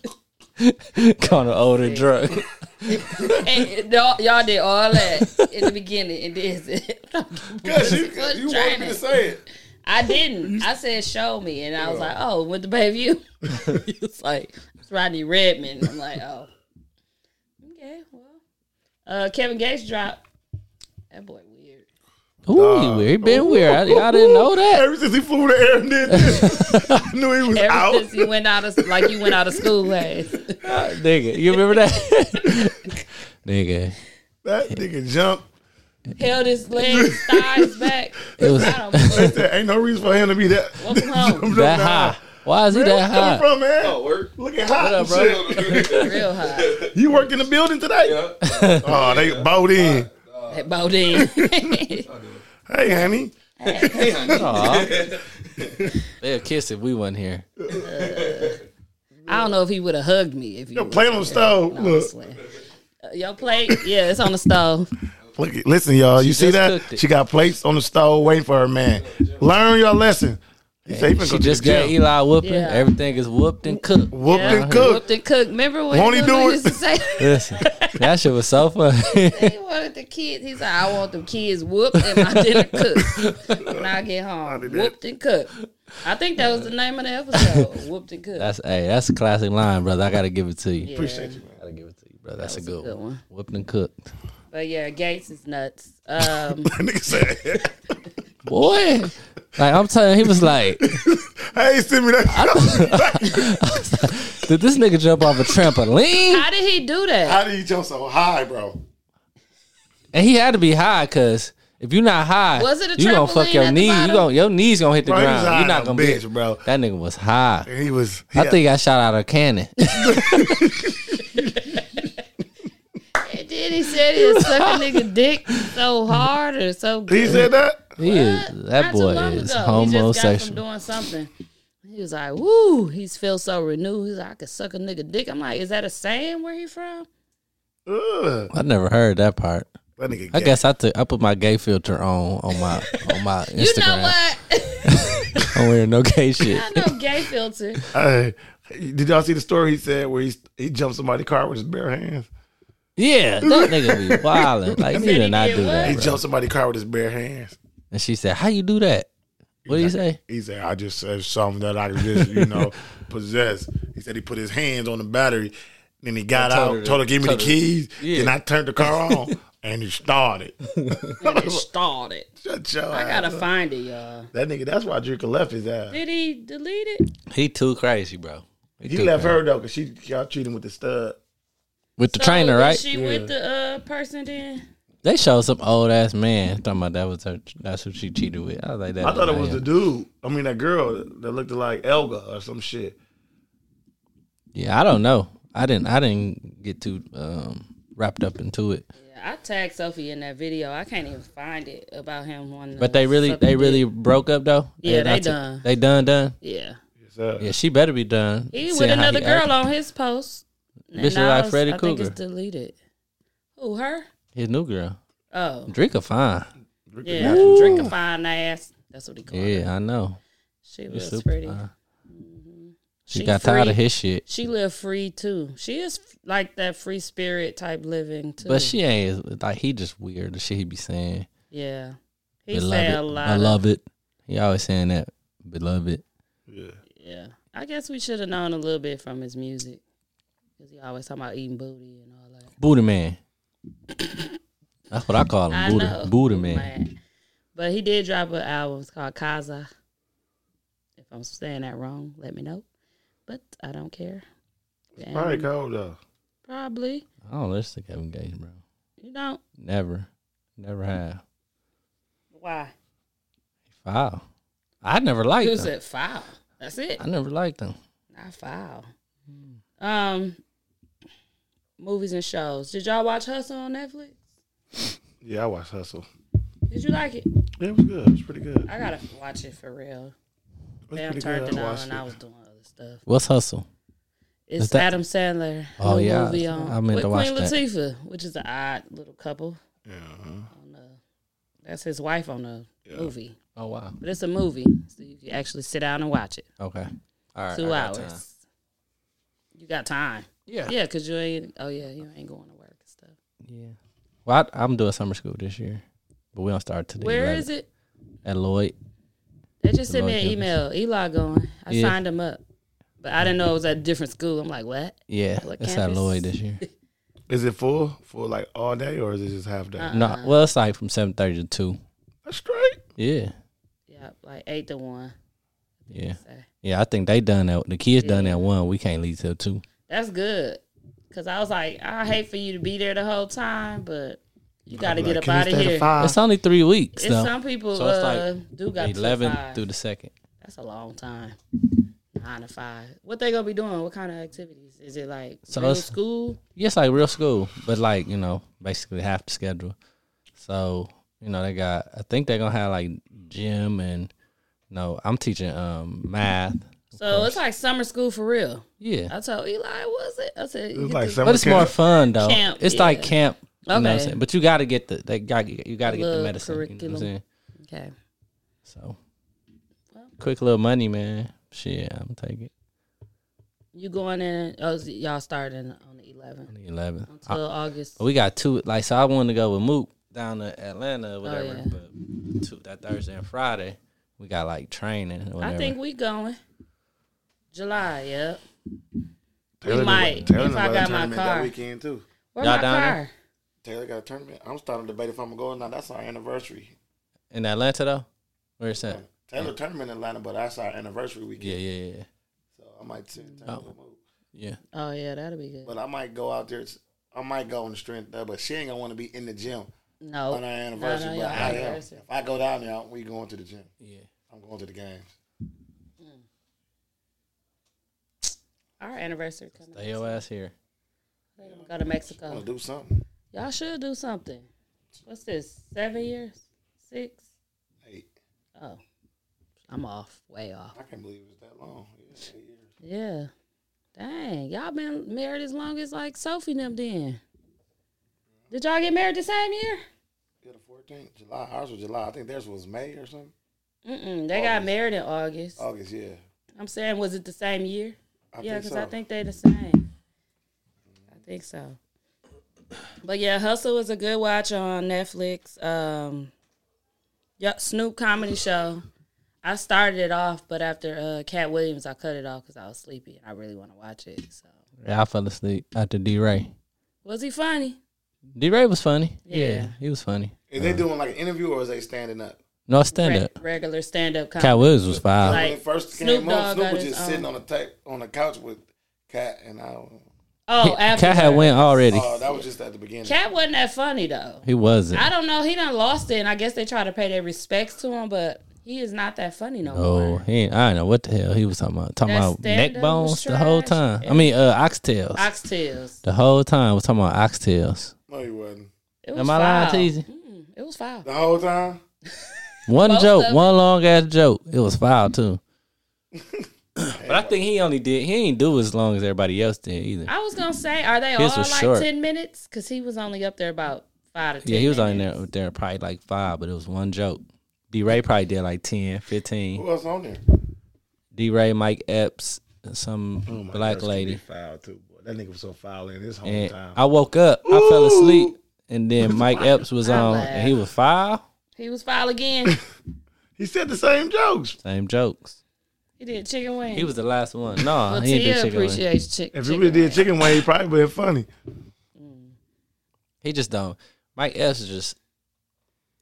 Speaker 1: <laughs> Kind of old and drunk.
Speaker 6: y'all, y'all did all that in the beginning and did it. <laughs>
Speaker 5: Cause you,
Speaker 6: Good
Speaker 5: you wanted me
Speaker 6: training.
Speaker 5: to say it.
Speaker 6: I didn't. I said show me, and I was like, oh, with the baby you. <laughs> he was like, it's Rodney Redmond. I'm like, oh, okay, well, uh, Kevin Gates dropped. That boy weird.
Speaker 1: Ooh, he weird. He been weird. I, I didn't know that.
Speaker 5: Ever since he flew to air and did this, I knew he was
Speaker 6: Ever
Speaker 5: out.
Speaker 6: since you went out of like you went out of school,
Speaker 5: <laughs>
Speaker 6: hey,
Speaker 1: <laughs> Nigga, you remember that? <laughs> Nigga,
Speaker 5: that nigga jumped.
Speaker 6: held his legs, thighs back.
Speaker 1: it was
Speaker 6: I don't know.
Speaker 5: There ain't no reason for him to be that.
Speaker 6: Welcome home.
Speaker 5: <laughs> jumped
Speaker 1: that
Speaker 5: up now.
Speaker 1: high. Why is he
Speaker 5: Where you
Speaker 1: that
Speaker 5: coming
Speaker 1: high?
Speaker 5: from, man? Oh, work. Looking hot,
Speaker 1: up,
Speaker 5: and shit.
Speaker 6: Real high.
Speaker 5: you worked in the building today? Oh, they bowed in.
Speaker 6: That Bodine.
Speaker 5: Hey, honey.
Speaker 1: Aw. They'll kiss if we wasn't here.
Speaker 6: <laughs> I don't know if he would have hugged me if you
Speaker 5: Yo, play on the stove. Look,
Speaker 6: honestly. Uh, your plate, yeah, it's on the stove.
Speaker 5: look, at- listen, y'all. You see
Speaker 1: just cooked
Speaker 5: that?
Speaker 1: it.
Speaker 5: She got plates on the stove waiting for her man. Learn your lesson. He said he finna go
Speaker 1: She
Speaker 5: to
Speaker 1: just
Speaker 5: the
Speaker 1: got
Speaker 5: gym.
Speaker 1: Eli whooping.
Speaker 6: Yeah.
Speaker 1: Everything is whooped and cooked.
Speaker 5: Whooped
Speaker 6: Yeah.
Speaker 5: and cooked.
Speaker 6: Uh,
Speaker 5: <laughs>
Speaker 6: Whooped and cooked. Remember when
Speaker 5: Won't he
Speaker 6: Lulu
Speaker 5: do it?
Speaker 6: used to say
Speaker 1: Listen, that shit was so fun.
Speaker 6: he wanted the kids? He said, "I want them kids whooped and my dinner cooked when I get home.
Speaker 5: did that.
Speaker 6: Whooped and cooked." I think that was the name of the episode. whooped and cooked.
Speaker 1: that's hey, that's a classic line, brother. I gotta give it to you.
Speaker 6: Yeah.
Speaker 5: Appreciate you, man.
Speaker 1: Gotta give it to you, brother. That's a
Speaker 6: was a
Speaker 1: good,
Speaker 6: good
Speaker 1: one.
Speaker 6: one.
Speaker 1: Whooped and cooked.
Speaker 6: But yeah, Gates is nuts. Um,
Speaker 5: That nigga said, <laughs>
Speaker 1: Boy, like I'm telling, you, he was like,
Speaker 5: "Hey, send me <laughs> that."
Speaker 1: did this nigga jump off a trampoline?
Speaker 6: how did he do that?
Speaker 5: How do you jump so high, bro?
Speaker 1: And he had to be high, cause if you're not high,
Speaker 6: Was it a
Speaker 1: you gonna fuck
Speaker 6: trampoline
Speaker 1: your
Speaker 6: at the
Speaker 1: knee. You
Speaker 6: bottom?
Speaker 1: gonna your knees gonna hit the
Speaker 5: Bro, he was
Speaker 1: ground.
Speaker 5: high
Speaker 1: You're not
Speaker 5: than a
Speaker 1: gonna be.
Speaker 5: bitch, bro.
Speaker 1: That nigga was high.
Speaker 5: And he was.
Speaker 1: I think I shot out a cannon. <laughs>
Speaker 6: And then he said he was sucking nigga dick so hard or so good.
Speaker 5: he said that.
Speaker 1: he is, that
Speaker 6: Not
Speaker 1: boy
Speaker 6: too long ago.
Speaker 1: is
Speaker 6: He just got from
Speaker 1: homosexual.
Speaker 6: doing something. He was like, "Woo!" He's feel so renewed. He's like, "I could suck a nigga dick." I'm like, "Is that a saying? Where he from?"
Speaker 5: Ugh.
Speaker 1: I never heard that part.
Speaker 5: That nigga.
Speaker 1: I
Speaker 5: gay.
Speaker 1: guess I took I put my gay filter on on my on my Instagram.
Speaker 6: <laughs> You know what? <laughs>
Speaker 1: I'm wearing no gay shit.
Speaker 6: I know gay filter.
Speaker 5: Hey, did y'all see the story he said where he he jumped somebody's car with his bare hands?
Speaker 6: <laughs>
Speaker 1: Yeah, that nigga be wildin'. Like you did not
Speaker 6: did
Speaker 1: do
Speaker 6: what?
Speaker 5: He
Speaker 1: that. bro.
Speaker 5: jumped somebody's car with his bare hands.
Speaker 1: And she said, "How you do that? What do you say?"
Speaker 5: He said, "I just said something that I just
Speaker 1: <laughs>
Speaker 5: you know possess." He said he put his hands on the battery, then he got
Speaker 1: I told
Speaker 5: out,
Speaker 1: her to-
Speaker 5: told her give me
Speaker 1: told
Speaker 5: the
Speaker 1: her-
Speaker 5: keys,
Speaker 1: Yeah.
Speaker 5: then I turned the car
Speaker 1: <laughs>
Speaker 5: on and it started.
Speaker 6: And it started.
Speaker 5: Shut your
Speaker 6: I
Speaker 5: ass
Speaker 6: gotta
Speaker 5: up.
Speaker 6: find it, y'all.
Speaker 5: that nigga. That's why Drinker left his ass.
Speaker 6: Did he delete it?
Speaker 1: He too crazy, bro.
Speaker 5: He
Speaker 1: too
Speaker 5: left
Speaker 1: crazy.
Speaker 5: her though because she y'all treating with the stud.
Speaker 1: with the
Speaker 6: So,
Speaker 1: trainer,
Speaker 6: was
Speaker 1: right?
Speaker 6: She with the uh, person then.
Speaker 1: they showed some old ass man talking about that was her. That's who she cheated with. I was like that.
Speaker 5: I thought it was
Speaker 1: man.
Speaker 5: the dude. I mean that girl that looked like Elga or some shit.
Speaker 1: yeah. I don't know. I didn't. I didn't get too um, wrapped up into it.
Speaker 6: Yeah, I tagged Sophie in that video. I can't even find it about him wanting.
Speaker 1: But
Speaker 6: to
Speaker 1: they really,
Speaker 6: suck a
Speaker 1: they
Speaker 6: dick.
Speaker 1: really broke up though.
Speaker 6: Yeah, they
Speaker 1: not to-
Speaker 6: done.
Speaker 1: They done, done.
Speaker 6: Yeah,
Speaker 5: So,
Speaker 1: Yeah, she better be done.
Speaker 6: he
Speaker 1: seeing
Speaker 6: with
Speaker 1: how
Speaker 6: another
Speaker 1: he
Speaker 6: girl
Speaker 1: act.
Speaker 6: on his post.
Speaker 1: Bitch look like Freddy
Speaker 6: I think it's
Speaker 1: Krueger.
Speaker 6: deleted. Who her?
Speaker 1: His new girl.
Speaker 6: Oh,
Speaker 1: Drinker fine.
Speaker 6: yeah, drink a fine ass. That's what he called her.
Speaker 1: Yeah, I know.
Speaker 6: She was
Speaker 1: super
Speaker 6: pretty.
Speaker 1: fine. She,
Speaker 6: She
Speaker 1: got tired of
Speaker 6: free.
Speaker 1: his shit.
Speaker 6: She lived free too. She is f- like that free spirit type living too.
Speaker 1: But she ain't as- like he just weird the shit he be saying.
Speaker 6: yeah, he said
Speaker 1: Beloved.
Speaker 6: a lot.
Speaker 1: I
Speaker 6: of-
Speaker 1: love it. He always saying that. Beloved.
Speaker 6: Yeah, I guess we should have known a little bit from his music because he always talking about eating booty and all that.
Speaker 1: Booty man. That's what I call
Speaker 6: I
Speaker 1: him. Booty,
Speaker 6: know,
Speaker 1: booty man.
Speaker 6: But he did drop an album. It's called Kaza. If I'm saying that wrong, let me know. But I don't care. And
Speaker 5: Probably cold though.
Speaker 6: probably
Speaker 1: I don't listen to Kevin Gates, bro.
Speaker 6: you don't.
Speaker 1: Never. Never have.
Speaker 6: Why?
Speaker 1: Foul. I never liked
Speaker 6: Who
Speaker 1: him.
Speaker 6: said foul? That's it.
Speaker 1: I never liked him.
Speaker 6: Not foul. Um, movies and shows. Did y'all watch Hustle on Netflix?
Speaker 5: Yeah, I watched Hustle.
Speaker 6: Did you like it?
Speaker 5: Yeah, it was good. It was pretty good.
Speaker 6: I gotta watch it for real.
Speaker 5: It was
Speaker 6: Damn,
Speaker 5: pretty
Speaker 6: turned
Speaker 5: good.
Speaker 6: it
Speaker 5: I
Speaker 6: on
Speaker 5: watched
Speaker 6: and
Speaker 5: it.
Speaker 6: I was doing other stuff.
Speaker 1: What's hustle?
Speaker 6: It's
Speaker 1: that-
Speaker 6: Adam Sandler.
Speaker 1: Oh,
Speaker 6: new
Speaker 1: yeah.
Speaker 6: movie on
Speaker 1: I meant
Speaker 6: with
Speaker 1: to watch
Speaker 6: Queen
Speaker 1: that.
Speaker 6: Latifah, which is an odd little couple.
Speaker 5: Yeah, uh-huh.
Speaker 6: On the, that's his wife on the movie,
Speaker 1: Oh wow.
Speaker 6: but it's a movie, so you can actually sit down and watch it.
Speaker 1: Okay. All right. I
Speaker 6: Two hours.
Speaker 1: got time.
Speaker 6: You got time.
Speaker 1: Yeah.
Speaker 6: Yeah, cause you ain't. Oh yeah, you ain't going to work and stuff.
Speaker 1: Yeah. Well, I, I'm doing summer school this year, but we don't start today.
Speaker 6: Where is it?
Speaker 1: At Lloyd.
Speaker 6: They just sent me
Speaker 1: Lord
Speaker 6: an email. Eli going. I
Speaker 1: Yeah.
Speaker 6: signed him up, but I didn't know it was at a different school. I'm like, what?
Speaker 1: Yeah.
Speaker 6: What
Speaker 1: it's at
Speaker 6: campus?
Speaker 1: Lloyd this
Speaker 6: <laughs>
Speaker 1: year.
Speaker 5: Is it full? Full like all day or is it just half day?
Speaker 6: Uh.
Speaker 1: No, well, it's like from seven thirty to two.
Speaker 5: That's straight.
Speaker 1: Yeah,
Speaker 6: Yeah, like eight to one.
Speaker 1: yeah,
Speaker 6: So
Speaker 1: yeah. I think they done that. The kids done that one. We can't leave till two.
Speaker 6: that's good. Cause I was like, I hate for you to be there the whole time, but you got to get up out of here.
Speaker 1: It's only three weeks
Speaker 6: It's
Speaker 1: though.
Speaker 6: some people
Speaker 1: So it's
Speaker 6: uh, do got
Speaker 1: Eleven
Speaker 6: to five.
Speaker 1: through the second.
Speaker 6: That's a long time. Nine to five. What they gonna be doing? What kind of activities? Is it like
Speaker 1: So
Speaker 6: real
Speaker 1: it's-
Speaker 6: school?
Speaker 1: Yes, like real school, but like you know, basically half the schedule. So you know, they got. I think they're gonna have like gym and. No, I'm teaching um math. Oh.
Speaker 6: So it's like summer school for real.
Speaker 1: Yeah,
Speaker 6: I told Eli, was it? I said,
Speaker 5: It's
Speaker 6: "Get
Speaker 5: like
Speaker 6: the-
Speaker 5: summer
Speaker 1: but it's more
Speaker 5: camp.
Speaker 1: fun though.
Speaker 6: Camp,
Speaker 1: it's like
Speaker 6: yeah.
Speaker 1: camp. You know what I'm
Speaker 6: Okay.
Speaker 1: saying? But you got to get the they got you got to get the
Speaker 6: Little
Speaker 1: medicine. You know
Speaker 6: curriculum.
Speaker 1: what I'm saying?
Speaker 6: okay.
Speaker 1: So, quick little money, man. Shit, I'm taking it.
Speaker 6: You going in? Oh, so y'all starting on the 11th
Speaker 1: on the 11th. I-
Speaker 6: until August.
Speaker 1: we got two. Like, so I wanted to go with Mook down to Atlanta, or whatever.
Speaker 6: Oh, yeah.
Speaker 1: But two, that Thursday and Friday, we got like training or whatever.
Speaker 6: I think we going July. Yep.
Speaker 5: Taylor
Speaker 6: We
Speaker 5: did-
Speaker 6: might,
Speaker 5: Taylor
Speaker 6: if
Speaker 5: did
Speaker 6: I got
Speaker 5: another
Speaker 6: my
Speaker 5: tournament
Speaker 6: car.
Speaker 5: That weekend too.
Speaker 6: Where
Speaker 1: Y'all
Speaker 6: my
Speaker 1: down
Speaker 6: car?
Speaker 1: there?
Speaker 5: Taylor got a tournament. I'm starting to debate if I'm gonna go or not. That's our anniversary.
Speaker 1: in Atlanta though. Where is that?
Speaker 5: Taylor tournament in Atlanta, but that's our anniversary weekend.
Speaker 1: Yeah, yeah, yeah,
Speaker 5: So I might send Taylor to move.
Speaker 1: yeah.
Speaker 6: Oh yeah, that'll be good.
Speaker 5: But I might go out there. I might go on the strength, uh, but she ain't gonna want to be in the gym
Speaker 6: No,
Speaker 5: on our anniversary.
Speaker 6: no, y'all
Speaker 5: but I am.
Speaker 6: anniversary.
Speaker 5: If I go down there, we going to the gym.
Speaker 1: yeah.
Speaker 5: I'm going to the games.
Speaker 6: our anniversary coming.
Speaker 1: Stay your ass here.
Speaker 6: We're gonna go to
Speaker 5: I'm
Speaker 6: Mexico.
Speaker 5: gonna do something.
Speaker 6: Y'all should do something. What's this? Seven years? Six?
Speaker 5: Hey,
Speaker 6: Oh, I'm off. Way off.
Speaker 5: I can't believe it's that long. Yeah, eight years.
Speaker 6: Yeah. Dang, y'all been married as long as like Sophie and them. Then did y'all get married the same year?
Speaker 5: Yeah, the 14th, July. Ours was July. I think theirs was May or something.
Speaker 6: Mm-mm, they got married in August.
Speaker 5: August, yeah.
Speaker 6: I'm saying, was it the same year?
Speaker 5: I
Speaker 6: Yeah,
Speaker 5: think
Speaker 6: because
Speaker 5: so.
Speaker 6: I think they the same. I think so. But yeah, Hustle was a good watch on Netflix. Um, yeah, Snoop comedy show. I started it off, but after uh, Cat Williams, I cut it off because I was sleepy and I really want to watch it. So
Speaker 1: Yeah, I fell asleep after D Ray.
Speaker 6: was he funny?
Speaker 1: D Ray was funny. Yeah.
Speaker 6: Yeah.
Speaker 1: he was funny.
Speaker 5: Is they doing like an interview or is they standing up?
Speaker 1: No stand
Speaker 6: Re-
Speaker 1: up.
Speaker 6: regular stand up
Speaker 1: Cat
Speaker 6: comedy.
Speaker 1: Williams was five.
Speaker 6: Like,
Speaker 5: when it first came
Speaker 6: Snoop
Speaker 5: on,
Speaker 6: Dogg
Speaker 5: Snoop
Speaker 6: got
Speaker 5: was
Speaker 6: his um,
Speaker 5: just
Speaker 6: own-
Speaker 5: sitting on the ta- on the couch with Cat and I.
Speaker 6: oh,
Speaker 1: Cat had
Speaker 6: afterward.
Speaker 1: went already.
Speaker 5: Oh, that was just at the beginning.
Speaker 6: Cat wasn't that funny though.
Speaker 1: he wasn't.
Speaker 6: I don't know. He done lost it, and I guess they try to pay their respects to him, but he is not that funny no
Speaker 1: Oh,
Speaker 6: more.
Speaker 1: he ain't, I don't know what the hell he was talking about. Talking
Speaker 6: That
Speaker 1: about neck
Speaker 6: stand-up was
Speaker 1: bones the whole
Speaker 6: trash.
Speaker 1: time. I mean, uh, oxtails.
Speaker 6: Oxtails.
Speaker 1: the whole time was talking about oxtails.
Speaker 5: No, he wasn't.
Speaker 6: It was
Speaker 1: Am I lying,
Speaker 6: foul.
Speaker 1: Teasy?
Speaker 6: Mm, it was foul.
Speaker 5: The whole time.
Speaker 1: One
Speaker 6: Most
Speaker 1: joke,
Speaker 6: of
Speaker 1: one long ass joke. It was foul too. But I think he only did. He ain't do as long as everybody else did either.
Speaker 6: I was gonna say, are they
Speaker 1: His
Speaker 6: all like
Speaker 1: was short.
Speaker 6: ten minutes? Because he was only up there about five to ten.
Speaker 1: Yeah, he was
Speaker 6: minutes.
Speaker 1: only there there probably like five, but it was one joke. D Ray probably did like 10, 15.
Speaker 5: Who else on there?
Speaker 1: D Ray, Mike Epps, and some black lady.
Speaker 5: Foul too. Boy. That nigga was so foul in his
Speaker 1: And
Speaker 5: hometown.
Speaker 1: I woke up, I fell asleep, and then Mike Epps was
Speaker 6: I
Speaker 1: on,
Speaker 6: laugh.
Speaker 1: and he was five.
Speaker 6: He was foul
Speaker 1: <laughs>
Speaker 6: again.
Speaker 5: He said the same jokes.
Speaker 1: Same jokes.
Speaker 6: he did chicken wing.
Speaker 1: He was the last one. No,
Speaker 6: Well,
Speaker 1: he didn't do
Speaker 6: Tia
Speaker 1: chicken. wing.
Speaker 6: appreciates chick-
Speaker 5: If he
Speaker 6: chicken.
Speaker 5: really
Speaker 6: wing.
Speaker 5: did chicken wing, he probably been funny.
Speaker 1: He just don't. Mike Epps is just.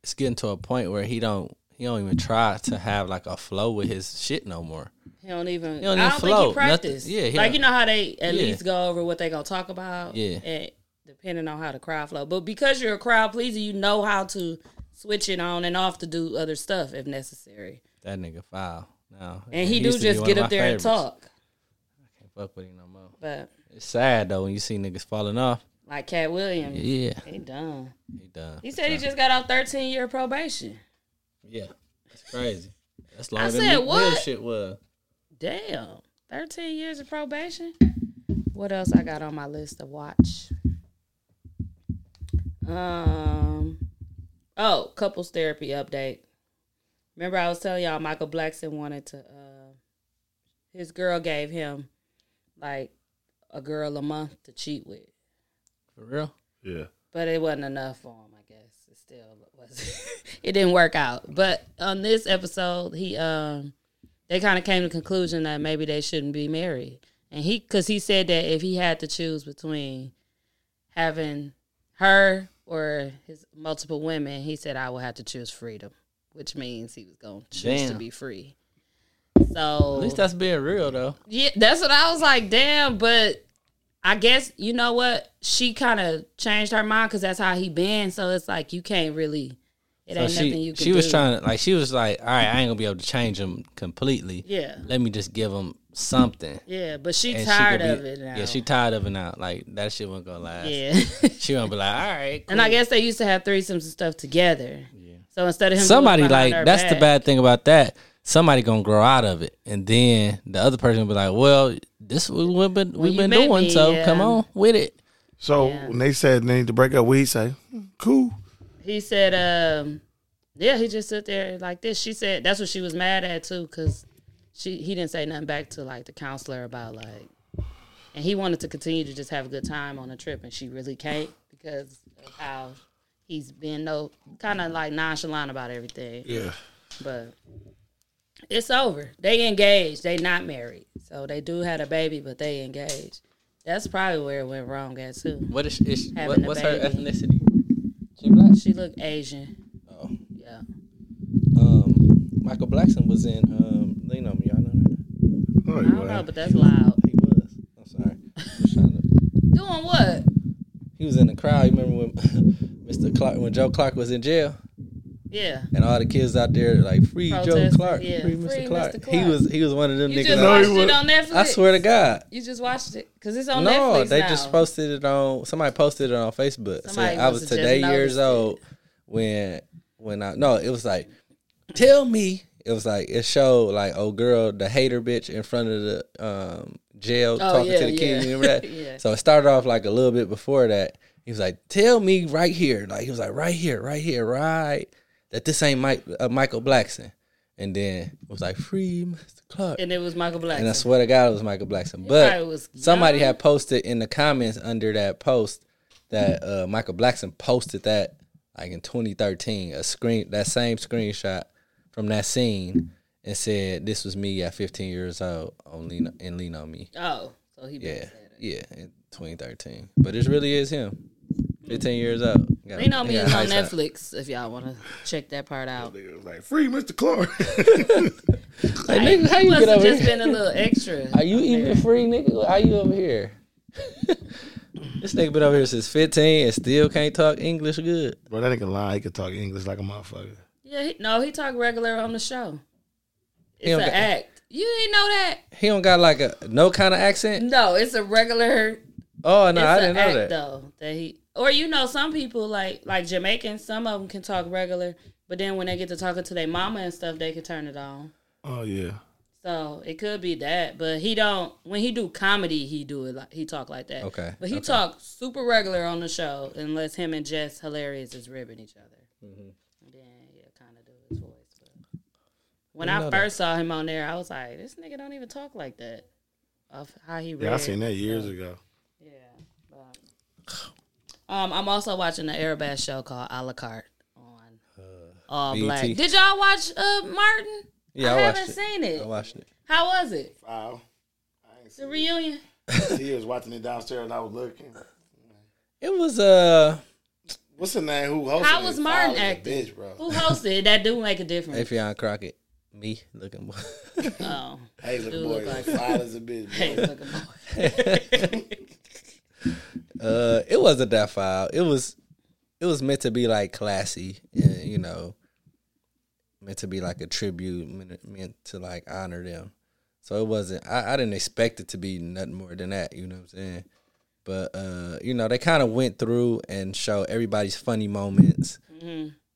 Speaker 1: It's getting to a point where he don't. He don't even try to have like a flow with his shit no more.
Speaker 6: He don't even.
Speaker 1: He don't
Speaker 6: I
Speaker 1: even
Speaker 6: don't
Speaker 1: float,
Speaker 6: think he practiced.
Speaker 1: nothing. Yeah, he
Speaker 6: like
Speaker 1: don't-
Speaker 6: you know how they at
Speaker 1: Yeah.
Speaker 6: least go over what they gonna talk about.
Speaker 1: Yeah.
Speaker 6: and depending on how the crowd flow, but because you're a crowd pleaser, you know how to switch it on and off to do other stuff if necessary.
Speaker 1: That nigga foul. No,
Speaker 6: And he, do
Speaker 1: used to be
Speaker 6: just
Speaker 1: one
Speaker 6: get
Speaker 1: of my
Speaker 6: up there
Speaker 1: favorites.
Speaker 6: and talk.
Speaker 1: Can't fuck with him no more.
Speaker 6: But
Speaker 1: It's sad though when you see niggas falling off.
Speaker 6: like Cat Williams,
Speaker 1: Yeah,
Speaker 6: he done.
Speaker 1: he done.
Speaker 6: He said he just got out 13 year probation.
Speaker 1: Yeah, that's crazy. That's longer
Speaker 6: said,
Speaker 1: than Meek Mill
Speaker 6: what?
Speaker 1: shit was.
Speaker 6: Damn, 13 years of probation. What else I got on my list to watch? Um, oh, couples therapy update. Remember, I was telling y'all Michael Blackson wanted to. Uh, his girl gave him like a girl a month to cheat with,
Speaker 1: For real?
Speaker 5: Yeah.
Speaker 6: but it wasn't enough for him. I guess it still was. <laughs> it didn't work out. But on this episode, he um they kind of came to the conclusion that maybe they shouldn't be married. And he, because he said that if he had to choose between having her or his multiple women, he said, I will have to choose freedom, which means he was going to choose to
Speaker 1: Damn.
Speaker 6: be free. So,
Speaker 1: At least that's being real though.
Speaker 6: yeah, that's what I was like, damn, but I guess, you know what? She kind of changed her mind because that's how he been. So it's like, you can't really, it
Speaker 1: So
Speaker 6: ain't
Speaker 1: she
Speaker 6: nothing you can
Speaker 1: she was
Speaker 6: do.
Speaker 1: trying to like she was like, all right, I ain't gonna be able to change him completely.
Speaker 6: Yeah.
Speaker 1: Let me just give him something.
Speaker 6: Yeah, but she
Speaker 1: And she
Speaker 6: tired
Speaker 1: gonna
Speaker 6: of
Speaker 1: be-
Speaker 6: it now.
Speaker 1: Yeah, she tired of it now. Like that shit wasn't gonna last. <laughs>
Speaker 6: Yeah.
Speaker 1: She gonna be like, all right.
Speaker 6: And I guess they used to have threesomes and stuff together. Yeah. So instead of him
Speaker 1: somebody
Speaker 6: doing it behind
Speaker 1: like
Speaker 6: her
Speaker 1: that's the
Speaker 6: back-
Speaker 1: bad thing about that. Somebody gonna grow out of it, and then the other person will be like, "Well, this was what been, we've
Speaker 6: you
Speaker 1: been
Speaker 6: met
Speaker 1: doing,
Speaker 6: me,
Speaker 1: so
Speaker 6: yeah.
Speaker 1: come on with it."
Speaker 5: So when they said they need to break up, we say, "Hmm, cool.
Speaker 6: He said, um, "Yeah, he just sit there like this." She said that's what she was mad at too, because she he didn't say nothing back to like the counselor about like, and he wanted to continue to just have a good time on the trip, and she really can't because of how he's been no kind of like nonchalant about everything.
Speaker 5: Yeah.
Speaker 6: But it's over. They engaged. They not married. So they do had a baby, but they engaged. That's probably where it went wrong at too.
Speaker 1: What is, is
Speaker 6: Having
Speaker 1: what,
Speaker 6: a
Speaker 1: what's her
Speaker 6: baby.
Speaker 1: ethnicity? She black.
Speaker 6: She looked Asian.
Speaker 1: Oh.
Speaker 6: Yeah.
Speaker 1: Um, Michael Blackson was in um, Lean on Me. Y'all know that
Speaker 5: No,
Speaker 6: I
Speaker 5: you
Speaker 6: don't know, but that's loud.
Speaker 1: he was. I'm sorry. I'm just trying to-
Speaker 6: Doing what?
Speaker 1: He was in the crowd. You remember when <laughs> Mr. Clark, when Joe Clark was in jail,
Speaker 6: Yeah.
Speaker 1: and all the kids out there like free Joe
Speaker 6: Protesting,
Speaker 1: Clark,
Speaker 6: yeah.
Speaker 1: free, Mr.
Speaker 6: Free
Speaker 1: Clark.
Speaker 6: Mr.
Speaker 1: He
Speaker 6: Clark.
Speaker 1: was he was one of them
Speaker 6: You
Speaker 1: niggas.
Speaker 6: just
Speaker 1: out-
Speaker 5: No, he
Speaker 6: watched it
Speaker 5: wasn't.
Speaker 6: on Netflix.
Speaker 1: I swear to God.
Speaker 6: You just watched it because it's on Netflix
Speaker 1: No, they
Speaker 6: now.
Speaker 1: just posted it on. Somebody posted it on Facebook.
Speaker 6: Somebody
Speaker 1: Said, I
Speaker 6: must
Speaker 1: was
Speaker 6: have just
Speaker 1: today
Speaker 6: noticed
Speaker 1: years
Speaker 6: it.
Speaker 1: old when when I no, it was like, tell me. It was like it showed like old girl, the hater bitch in front of the um jail talking
Speaker 6: Oh, yeah,
Speaker 1: to the
Speaker 6: yeah.
Speaker 1: king. You remember that?
Speaker 6: <laughs> Yeah.
Speaker 1: So it started off like a little bit before that. He was like, tell me right here. Like he was like, right here, right here, right. That this ain't Mike uh, Michael Blackson. And then it was like, free Mr. Clark.
Speaker 6: and it was Michael Black.
Speaker 1: And I swear to God, it was Michael Blackson. But
Speaker 6: probably was
Speaker 1: somebody
Speaker 6: young.
Speaker 1: had posted in the comments under that post that uh, Michael Blackson posted that like in 2013, a screen that same screenshot from that scene, and said this was me at 15 years old on Lean and Lean on Me.
Speaker 6: oh, so he
Speaker 1: Yeah,
Speaker 6: yeah.
Speaker 1: yeah, in 2013. But it really is him, 15 years old. Got-
Speaker 6: They know me
Speaker 1: got
Speaker 6: is on
Speaker 1: eyesight.
Speaker 6: Netflix if y'all want to check that part out.
Speaker 5: It was like, free Mr. <laughs> Clark.
Speaker 1: Like, nigga, how you
Speaker 6: Must
Speaker 1: get
Speaker 6: have
Speaker 1: over
Speaker 6: just
Speaker 1: here?
Speaker 6: been a little extra.
Speaker 1: <laughs> Are you even free, nigga? Are you over here? <laughs> this nigga been over here since 15 and still can't talk English good.
Speaker 5: Bro, that nigga lie. He could talk English like a motherfucker.
Speaker 6: Yeah, he, no, he talk regular on the show. It's
Speaker 1: He
Speaker 6: an
Speaker 1: don't got-
Speaker 6: act. You didn't know that?
Speaker 1: He don't got like a no kind of accent.
Speaker 6: No, it's a regular.
Speaker 1: Oh no,
Speaker 6: it's
Speaker 1: I
Speaker 6: an
Speaker 1: didn't know
Speaker 6: act
Speaker 1: that.
Speaker 6: though that he or you know some people like like Jamaicans. Some of them can talk regular, but then when they get to talking to their mama and stuff, they can turn it on.
Speaker 5: Oh, yeah.
Speaker 6: So So it could be that, but he don't. When he do comedy, he do it like he talk like that.
Speaker 1: Okay,
Speaker 6: but he talk super regular on the show, unless him and Jess hilarious is ribbing each other.
Speaker 1: Mm-hmm.
Speaker 6: And then he'll kind of do his voice. But when I first saw him on there, I was like, this nigga don't even talk like that. Of how he read.
Speaker 5: Yeah, I seen that years ago.
Speaker 6: Yeah. But, um, I'm also watching the Arabesque show called A la Carte on
Speaker 1: Uh,
Speaker 6: All
Speaker 1: BET.
Speaker 6: Black. Did y'all watch uh, Martin?
Speaker 1: E
Speaker 6: I,
Speaker 1: Yeah, I watched
Speaker 6: haven't
Speaker 1: it.
Speaker 6: seen it.
Speaker 1: I watched it.
Speaker 6: How was it?
Speaker 5: Wow.
Speaker 6: The reunion?
Speaker 5: He was watching it downstairs and I was looking.
Speaker 1: It was uh,
Speaker 5: What's the name? Who hosted
Speaker 6: How
Speaker 5: it?
Speaker 6: was Martin
Speaker 5: Foul as a
Speaker 6: acting?
Speaker 5: Bitch, bro.
Speaker 6: Who hosted it? That do make a difference.
Speaker 1: Afion Crockett, me looking. <laughs>
Speaker 6: Oh.
Speaker 5: Hey, little
Speaker 6: Dude
Speaker 5: boy.
Speaker 6: look like-
Speaker 5: Foul as a bitch, bro.
Speaker 6: Hey, look at boy.
Speaker 1: uh, it wasn't that foul. It was, it was meant to be like classy, and you know, meant to be like a tribute, meant, meant to like honor them. So it wasn't. I, I didn't expect it to be nothing more than that. You know what I'm saying? But uh, you know, they kind of went through and showed everybody's funny moments.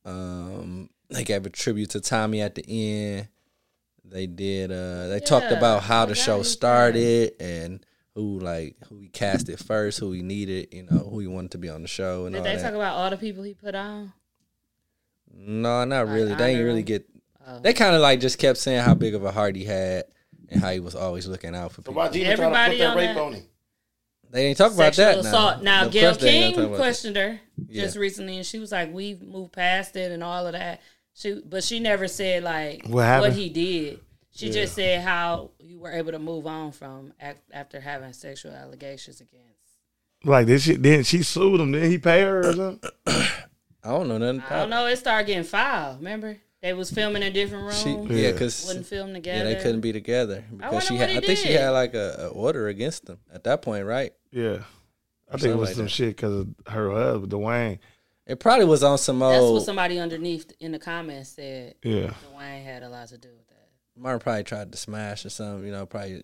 Speaker 1: Um, they gave a tribute to Tommy at the end. They did. Uh, they talked
Speaker 6: Yeah,
Speaker 1: about how
Speaker 6: I
Speaker 1: the
Speaker 6: forgot
Speaker 1: show
Speaker 6: he
Speaker 1: started and who like who he casted first, who he needed, you know, who he wanted to be on the show and
Speaker 6: Did
Speaker 1: all
Speaker 6: they
Speaker 1: that.
Speaker 6: talk about all the people he put on?
Speaker 1: no, not really. They
Speaker 6: honor
Speaker 1: didn't really
Speaker 6: him?
Speaker 1: get.
Speaker 6: Oh.
Speaker 1: They kind of like just kept saying how big of a heart he had and how he was always looking out for
Speaker 5: So
Speaker 1: people.
Speaker 5: why Gina trying to
Speaker 6: Everybody
Speaker 5: put that
Speaker 6: on
Speaker 5: rape
Speaker 6: that.
Speaker 5: on him?
Speaker 1: They ain't talk about that
Speaker 6: sexual assault.
Speaker 1: now.
Speaker 6: Now,
Speaker 1: Of
Speaker 6: Gail
Speaker 1: course they ain't gonna
Speaker 6: King
Speaker 1: talk about
Speaker 6: questioned her just
Speaker 1: Yeah.
Speaker 6: recently, and she was like, "We've moved past it and all of that." She, but she never said like
Speaker 5: What happened?
Speaker 6: he did. She just said how you were able to move on from ac- after having sexual allegations against.
Speaker 5: Like, did she, then she sued him. Then he pay her or something?
Speaker 1: that. I don't know nothing. About
Speaker 6: I don't know. It started getting filed. Remember, they was filming in different rooms.
Speaker 1: She, yeah,
Speaker 6: wouldn't
Speaker 1: because
Speaker 6: film
Speaker 1: yeah,
Speaker 6: together.
Speaker 1: they couldn't be together because she
Speaker 6: wonder
Speaker 1: had. I
Speaker 6: what he
Speaker 1: think she
Speaker 6: did.
Speaker 1: had like a, a order against them at that point, right?
Speaker 5: Yeah. I think it
Speaker 1: Something
Speaker 5: was
Speaker 1: like
Speaker 5: some
Speaker 1: that.
Speaker 5: shit because of her husband, Dwayne.
Speaker 1: It probably was on some
Speaker 6: That's
Speaker 1: old.
Speaker 6: what somebody underneath in the comments said.
Speaker 5: Yeah.
Speaker 6: Dwayne had a lot to do with that
Speaker 1: Martin probably tried to smash or something. You know, probably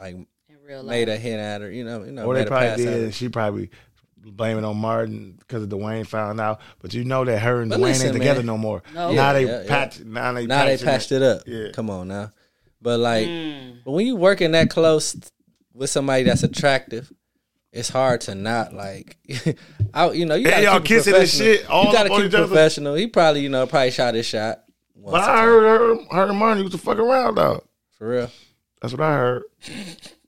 Speaker 1: like
Speaker 6: in real life.
Speaker 1: made a hint at her. You know, you know,
Speaker 5: Or they
Speaker 1: made a pass
Speaker 5: probably
Speaker 1: at
Speaker 5: did.
Speaker 1: her.
Speaker 5: and She probably blame it on Martin because Dwayne found out. But you know that her and
Speaker 1: But
Speaker 5: Dwayne
Speaker 1: listen,
Speaker 5: ain't together
Speaker 1: man.
Speaker 5: no more.
Speaker 6: No.
Speaker 1: Yeah,
Speaker 5: Now they
Speaker 1: yeah, yeah.
Speaker 5: patch. Now they
Speaker 1: now they
Speaker 5: patching
Speaker 1: patched it up.
Speaker 5: Yeah.
Speaker 1: Come on now. But like
Speaker 6: Hmm.
Speaker 1: but when you working that close with somebody that's attractive, it's hard to not like <laughs> I, you know, you
Speaker 5: And
Speaker 1: gotta
Speaker 5: y'all
Speaker 1: keep it
Speaker 5: kissing and
Speaker 1: professional.
Speaker 5: shit all
Speaker 1: you gotta
Speaker 5: up on
Speaker 1: keep
Speaker 5: each other.
Speaker 1: professional. He probably, you know, probably shot his shot once or
Speaker 5: But I
Speaker 1: twice.
Speaker 5: heard her, her and Martin used to fuck around though.
Speaker 1: for real.
Speaker 5: That's what I heard.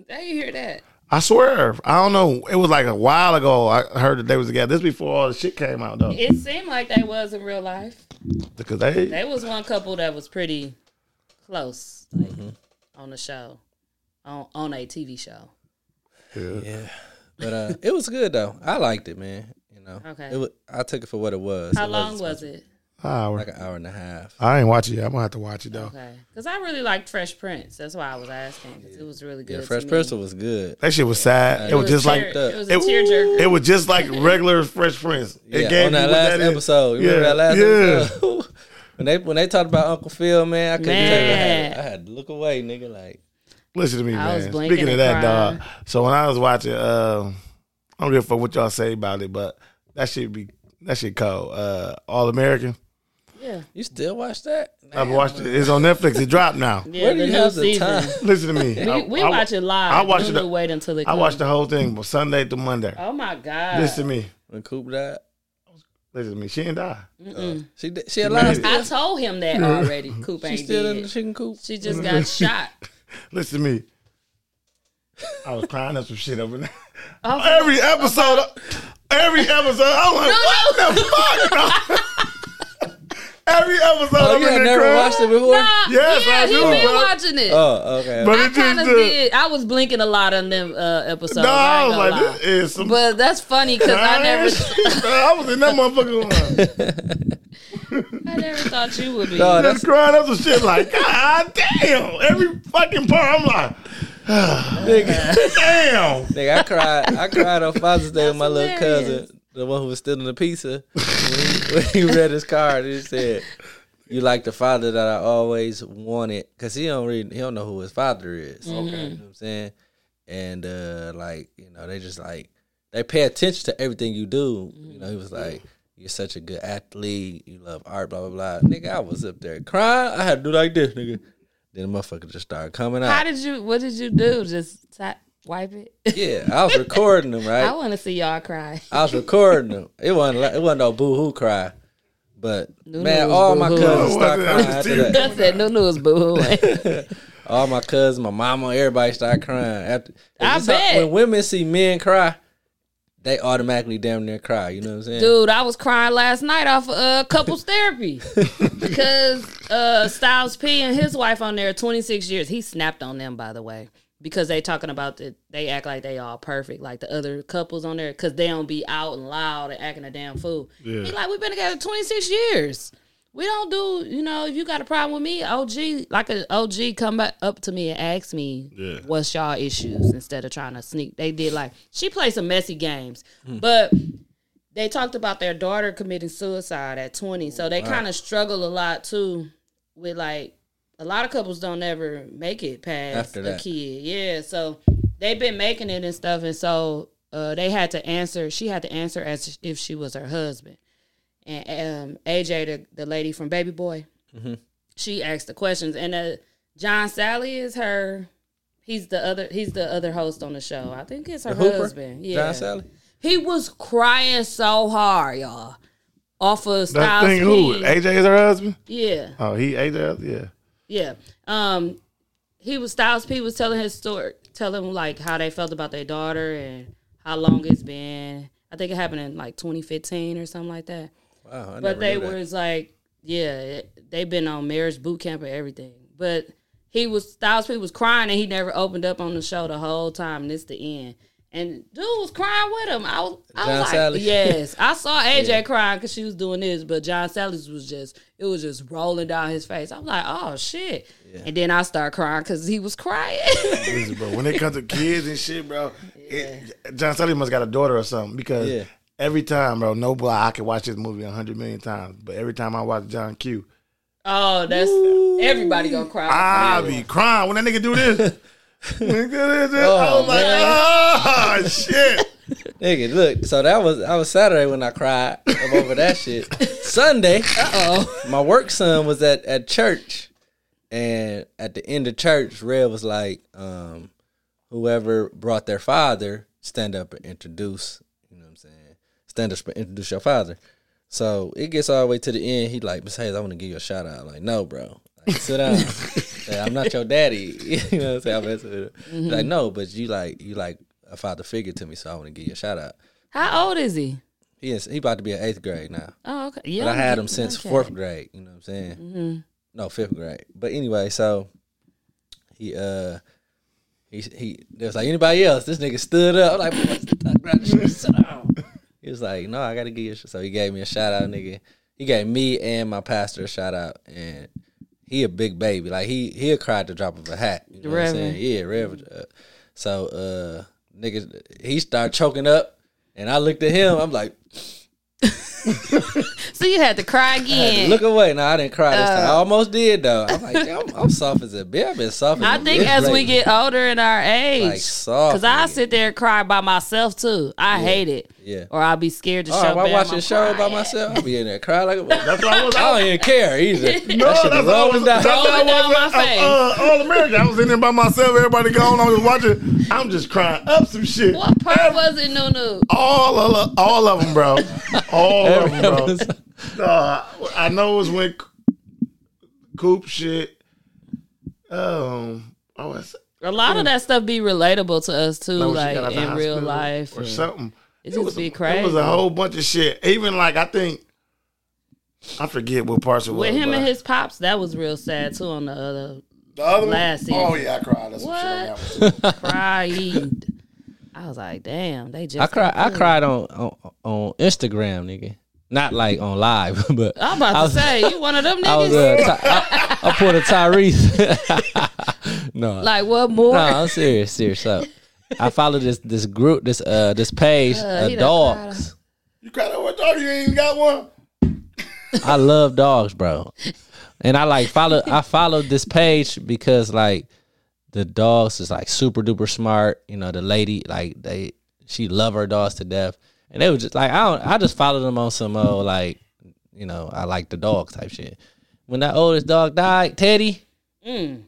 Speaker 6: Now you hear that?
Speaker 5: I swear, I don't know. It was like a while ago. I heard that they was together. This before all the shit came out though,
Speaker 6: It seemed like they was in real life.
Speaker 5: because they
Speaker 6: There was one couple that was pretty close, like
Speaker 1: Mm-hmm.
Speaker 6: on the show, on on a TV show.
Speaker 1: Yeah. But uh it was good though. I liked it, man. You know.
Speaker 6: Okay.
Speaker 1: It was, I took it for what it was.
Speaker 6: How
Speaker 1: It
Speaker 6: long
Speaker 1: wasn't
Speaker 6: was it?
Speaker 5: hour.
Speaker 1: like an hour and a half.
Speaker 5: I ain't watch it. yet. I'm gonna have to watch it though.
Speaker 6: Okay, because I really liked Fresh Prince. That's why I was asking. 'cause it was really good.
Speaker 1: Yeah,
Speaker 6: to
Speaker 1: Fresh
Speaker 6: me.
Speaker 1: Prince was good.
Speaker 5: That shit was sad. It was just
Speaker 6: tear-
Speaker 5: like
Speaker 6: it was a
Speaker 5: it,
Speaker 6: tearjerker.
Speaker 5: it was just like regular Fresh Prince. It
Speaker 1: Yeah,
Speaker 5: gave
Speaker 1: on that
Speaker 5: you what
Speaker 1: last
Speaker 5: that is.
Speaker 1: episode. You remember that last episode? <laughs> when they when they talked about Uncle Phil, man, I couldn't
Speaker 6: Man.
Speaker 1: tell you. I had, I had to look away, nigga. Like
Speaker 5: Listen to me,
Speaker 6: I was
Speaker 5: man.
Speaker 6: blinking
Speaker 5: Speaking
Speaker 6: and
Speaker 5: of that,
Speaker 6: crying.
Speaker 5: dog. So when I was watching, um, I don't give a fuck what y'all say about it, but that shit be that shit cold. Uh, All American.
Speaker 6: Yeah,
Speaker 1: you still watch that?
Speaker 5: I've watched it. It's on Netflix. It dropped now.
Speaker 6: yeah.
Speaker 1: Where do
Speaker 6: the
Speaker 1: you
Speaker 6: new
Speaker 1: have the
Speaker 6: season.
Speaker 1: time?
Speaker 5: Listen to me.
Speaker 6: <laughs> We,
Speaker 5: I-
Speaker 6: we
Speaker 5: I-
Speaker 6: watch it live.
Speaker 5: I watched
Speaker 6: Lulu
Speaker 5: it.
Speaker 6: Wait until it.
Speaker 5: I
Speaker 6: comes.
Speaker 5: watched the whole thing from Sunday to Monday.
Speaker 6: Oh my god!
Speaker 5: Listen to me.
Speaker 1: When Coop died,
Speaker 5: Listen to me. She ain't die.
Speaker 1: she did- she alive.
Speaker 5: made
Speaker 1: Still?
Speaker 6: I told him that already. Coop
Speaker 1: She
Speaker 6: ain't
Speaker 1: still in the
Speaker 6: dead.
Speaker 1: chicken coop.
Speaker 6: She just
Speaker 5: <laughs>
Speaker 6: got shot.
Speaker 5: Listen to me. I was crying up some shit over there.
Speaker 6: Oh,
Speaker 5: <laughs> Every episode, every episode, I'm like, what the fuck? <laughs> every episode,
Speaker 1: Oh,
Speaker 5: I'm
Speaker 1: you
Speaker 5: in
Speaker 1: had
Speaker 5: there
Speaker 1: never
Speaker 5: crying.
Speaker 1: watched it before.
Speaker 6: Nah,
Speaker 5: Yes,
Speaker 6: yeah,
Speaker 5: I
Speaker 6: he
Speaker 5: do,
Speaker 6: been
Speaker 5: bro.
Speaker 6: watching it.
Speaker 1: Oh, okay.
Speaker 5: But
Speaker 6: I
Speaker 5: it just
Speaker 6: kind of
Speaker 5: uh,
Speaker 6: did. I was blinking a lot on them uh, episodes.
Speaker 5: No,
Speaker 6: I
Speaker 5: I
Speaker 6: ain't
Speaker 5: was
Speaker 6: gonna
Speaker 5: like,
Speaker 6: lie.
Speaker 5: this is some.
Speaker 6: But that's funny because I never, <laughs>
Speaker 5: shit, bro. I was in that motherfucker.
Speaker 1: <laughs>
Speaker 5: going,
Speaker 6: I never thought you would be.
Speaker 1: No,
Speaker 5: I
Speaker 1: Oh, that's
Speaker 5: was crying up some shit like, God damn. Every fucking part, I'm like,
Speaker 1: nigga.
Speaker 5: damn.
Speaker 1: nigga, I cried. I cried on Father's Day with my little
Speaker 6: hilarious.
Speaker 1: cousin, the one who was stealing the pizza. when, he, <laughs> when he read his card, he said, "You like the father that I always wanted," because he don't read. He don't know who his father is.
Speaker 6: Mm-hmm.
Speaker 1: Okay, you know what I'm saying. And uh, like you know, they just like they pay attention to everything you do. You know, he was
Speaker 6: Mm-hmm.
Speaker 1: like. You're such a good athlete. You love art, blah blah blah. Nigga, I was up there crying. I had to do like this, nigga. Then the motherfucker just started coming
Speaker 6: How
Speaker 1: out.
Speaker 6: did you? What did you do? Just t- wipe it.
Speaker 1: yeah, I was recording them, right?
Speaker 6: <laughs> I want to see y'all cry.
Speaker 1: I was recording them. It wasn't like, it wasn't no boo hoo cry, but
Speaker 6: No,
Speaker 1: man,
Speaker 6: no,
Speaker 1: all my
Speaker 6: boo-hoo.
Speaker 1: cousins start
Speaker 5: No, it
Speaker 1: crying
Speaker 5: wasn't.
Speaker 1: after that.
Speaker 6: I said, "No news, boo."
Speaker 1: <laughs> All my cousins, my mama, everybody start crying after.
Speaker 6: I
Speaker 1: It's how-
Speaker 6: bet.
Speaker 1: when women see men cry, they automatically damn near cry. You know what I'm saying?
Speaker 6: Dude, I was crying last night off of uh, couples therapy because uh, Styles P and his wife on there, 26 years. He snapped on them, by the way, because they talking about that they act like they all perfect, like the other couples on there, because they don't be out and loud and acting a damn fool. He like, we've been together 26 years. We don't do, you know, if you got a problem with me, OG, like an OG come back up to me and ask me,
Speaker 5: Yeah.
Speaker 6: what's y'all issues instead of trying to sneak. They did like, she played some messy games, but they talked about their daughter committing suicide at 20 so they kind of struggle a lot tde with like a lot of couples don't ever make it past
Speaker 1: After
Speaker 6: a
Speaker 1: that.
Speaker 6: kid yeah so they've been making it and stuff and so uh, they had to answer she had to answer as if she was her husband and um, aj the, the lady from baby boy
Speaker 1: Mm-hmm.
Speaker 6: she asked the questions and uh, john sally is her he's the other he's the other host on the show i think it's her
Speaker 1: Hooper?
Speaker 6: husband yeah
Speaker 1: John Sally.
Speaker 6: he was crying so hard, y'all. Off of
Speaker 5: That
Speaker 6: Styles
Speaker 5: thing, who?
Speaker 6: P.
Speaker 5: AJ is her husband?
Speaker 6: Yeah,
Speaker 5: Oh, he AJ? Yeah.
Speaker 6: yeah. Um, he was Styles P was telling his story, telling like how they felt about their daughter and how long it's been. I think it happened in like 2015 or something like that.
Speaker 1: Wow, Oh, I
Speaker 6: But
Speaker 1: never
Speaker 6: they
Speaker 1: knew that.
Speaker 6: was like, yeah, it- they been on marriage boot camp and everything. But he was Styles P was crying and he never opened up on the show the whole time. And it's the end. And dude was crying with him. I was, I was
Speaker 1: John
Speaker 6: like,
Speaker 1: Sally.
Speaker 6: yes. I
Speaker 1: <laughs>
Speaker 6: saw AJ crying because she was doing this, but John Sally's was just, it was just rolling down his face. I'm like, oh shit. And then I start crying because he was crying. <laughs>
Speaker 5: Listen, bro, when it comes to kids and shit, bro, it, John Sully must got a daughter or something because
Speaker 1: Yeah.
Speaker 5: every time, bro, no boy, I could watch this movie a hundred million times, but every time I watch John Q,
Speaker 6: oh, that's everybody gonna cry.
Speaker 5: I be crying when that nigga do this. Nigga, this, this.
Speaker 1: Oh,
Speaker 5: Oh, my god, ah, shit!
Speaker 1: Nigga, look. So that was I was Saturday when I cried over that shit. Sunday, uh oh, my work son was at at church, and at the end of church, Red was like, um, "Whoever brought their father, stand up and introduce." You know what I'm saying? Stand up and introduce your father. So it gets all the way to the end. He like, Miss Hayes, I want to give you a shout out. I'm like, no, bro. Like, sit down. Like, I'm not your daddy. <laughs> you know what I'm saying? I'm messing with him. He's Like, no, but you like you like a father figure to me, so I want to give you a shout out.
Speaker 6: How old is he?
Speaker 1: He is he about to be in eighth grade now.
Speaker 6: Oh, okay. Mm-hmm.
Speaker 1: But
Speaker 6: Yeah,
Speaker 1: I had him since fourth grade. You know what I'm saying? No, fifth grade. But anyway, so he uh he he there was like anybody else. This nigga stood up like "Boy, sit down, sit down. He was like, no, I gotta give you. A sh-" so he gave me a shout out, nigga. He gave me and my pastor a shout out, and he a big baby. Like he he'll cry at the drop of a hat. You know what I'm
Speaker 6: Reverend.
Speaker 1: saying? Yeah, Reverend. Uh, so uh, niggas, he started choking up, and I looked at him. I'm like.
Speaker 6: So you had to cry
Speaker 1: I had to
Speaker 6: again.
Speaker 1: Look away. No, I didn't cry this
Speaker 6: Uh.
Speaker 1: time. I almost did though. I'm like, damn, I'm, I'm soft as a bitch. I've been soft. As
Speaker 6: I
Speaker 1: a
Speaker 6: think
Speaker 1: bitch
Speaker 6: as we
Speaker 1: lately.
Speaker 6: get older in our age,
Speaker 1: <laughs> Like soft,
Speaker 6: because I
Speaker 1: nigga.
Speaker 6: sit there and cry by myself too. I hate it.
Speaker 1: Yeah.
Speaker 6: Or I'll be scared to
Speaker 1: oh,
Speaker 6: show.
Speaker 1: if I
Speaker 6: Bam,
Speaker 1: watch
Speaker 6: I'm
Speaker 1: a show by
Speaker 6: crying.
Speaker 1: myself, I'll be in there crying like a.
Speaker 5: That's what I was. I
Speaker 1: I
Speaker 5: was
Speaker 1: don't even
Speaker 6: <laughs>
Speaker 1: care either.
Speaker 5: no,
Speaker 1: that shit
Speaker 5: that's
Speaker 1: is
Speaker 5: what I
Speaker 1: rolling
Speaker 5: was.
Speaker 1: down.
Speaker 5: That's
Speaker 1: <laughs>
Speaker 5: what I
Speaker 6: Rolling down
Speaker 5: was.
Speaker 6: my face.
Speaker 5: uh, uh, All American. I was in there by myself. Everybody gone. I was watching. I'm just crying up some shit.
Speaker 6: What part was it, Nunu?
Speaker 5: All of all of them, bro. All of them, bro. Uh, I know it was when Coop shit. Um, I was
Speaker 6: A lot of that stuff be relatable to us too,
Speaker 5: I was-
Speaker 6: like
Speaker 5: I was
Speaker 6: in real
Speaker 5: hospital
Speaker 6: life.
Speaker 5: or something.
Speaker 6: It just be
Speaker 5: It was
Speaker 6: crazy.
Speaker 5: a whole bunch of shit. Even like I think I forget what parts of
Speaker 6: With him and his pops, that was real sad too. On the other
Speaker 5: the other
Speaker 6: last season.
Speaker 5: Oh yeah, I cried. That's what? Shit on that one.
Speaker 6: cried, I was like, damn, they just.
Speaker 1: I cried. I
Speaker 6: got
Speaker 1: cried on, on on Instagram, nigga. Not like on live, <laughs> but
Speaker 6: good. I'm about to
Speaker 1: was-
Speaker 6: say you one of them
Speaker 1: <laughs> I was.
Speaker 6: niggas.
Speaker 1: Uh, Ty- I, I pulled a Tyrese. <laughs> no,
Speaker 6: like what more?
Speaker 1: No, I'm serious, serious. So I follow this this group, this uh this page
Speaker 6: Uh, he
Speaker 1: of
Speaker 6: done cried
Speaker 1: dogs.
Speaker 5: You cried over a dog. You ain't even got one.
Speaker 1: I love dogs, bro. And I like follow I followed this page because like the dogs is like super duper smart. You know, the lady like they she love her dogs to death. And they was just like I don't I just followed them on some old like you know, I like the dog type shit. When that oldest dog died, Teddy, She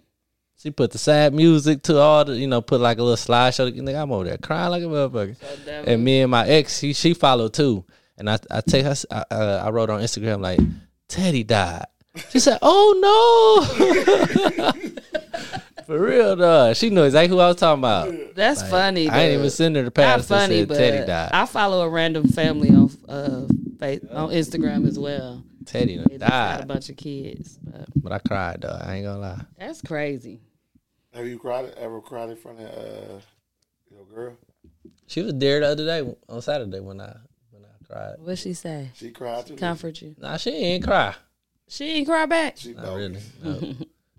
Speaker 1: put the sad music to all the, you know, put like a little slideshow. Nigga, I'm over there crying like a motherfucker.
Speaker 6: that
Speaker 1: and me and my ex, she, she followed too. And I, I take her, I, uh, I wrote on Instagram like, Teddy died. She said, Oh no. <laughs> For real though. She knew exactly who I was talking about.
Speaker 6: That's funny.
Speaker 1: I ain't
Speaker 6: dude.
Speaker 1: even send her the
Speaker 6: Not
Speaker 1: past that
Speaker 6: funny,
Speaker 1: said
Speaker 6: but
Speaker 1: Teddy died.
Speaker 6: I follow a random family on uh, Fa- on Instagram as well.
Speaker 1: Teddy done
Speaker 6: They just got a
Speaker 1: died.
Speaker 6: bunch of kids, but
Speaker 1: But I cried though. I ain't gonna lie.
Speaker 6: that's crazy.
Speaker 5: Have you cried ever cried in front of uh, your girl?
Speaker 1: She was there the other day on Saturday when I when I cried.
Speaker 6: What she say?
Speaker 5: She cried too.
Speaker 6: Comfort you?
Speaker 1: Nah, she ain't cry.
Speaker 6: She ain't cry back.
Speaker 5: She
Speaker 1: Not
Speaker 6: <laughs>
Speaker 1: really. No.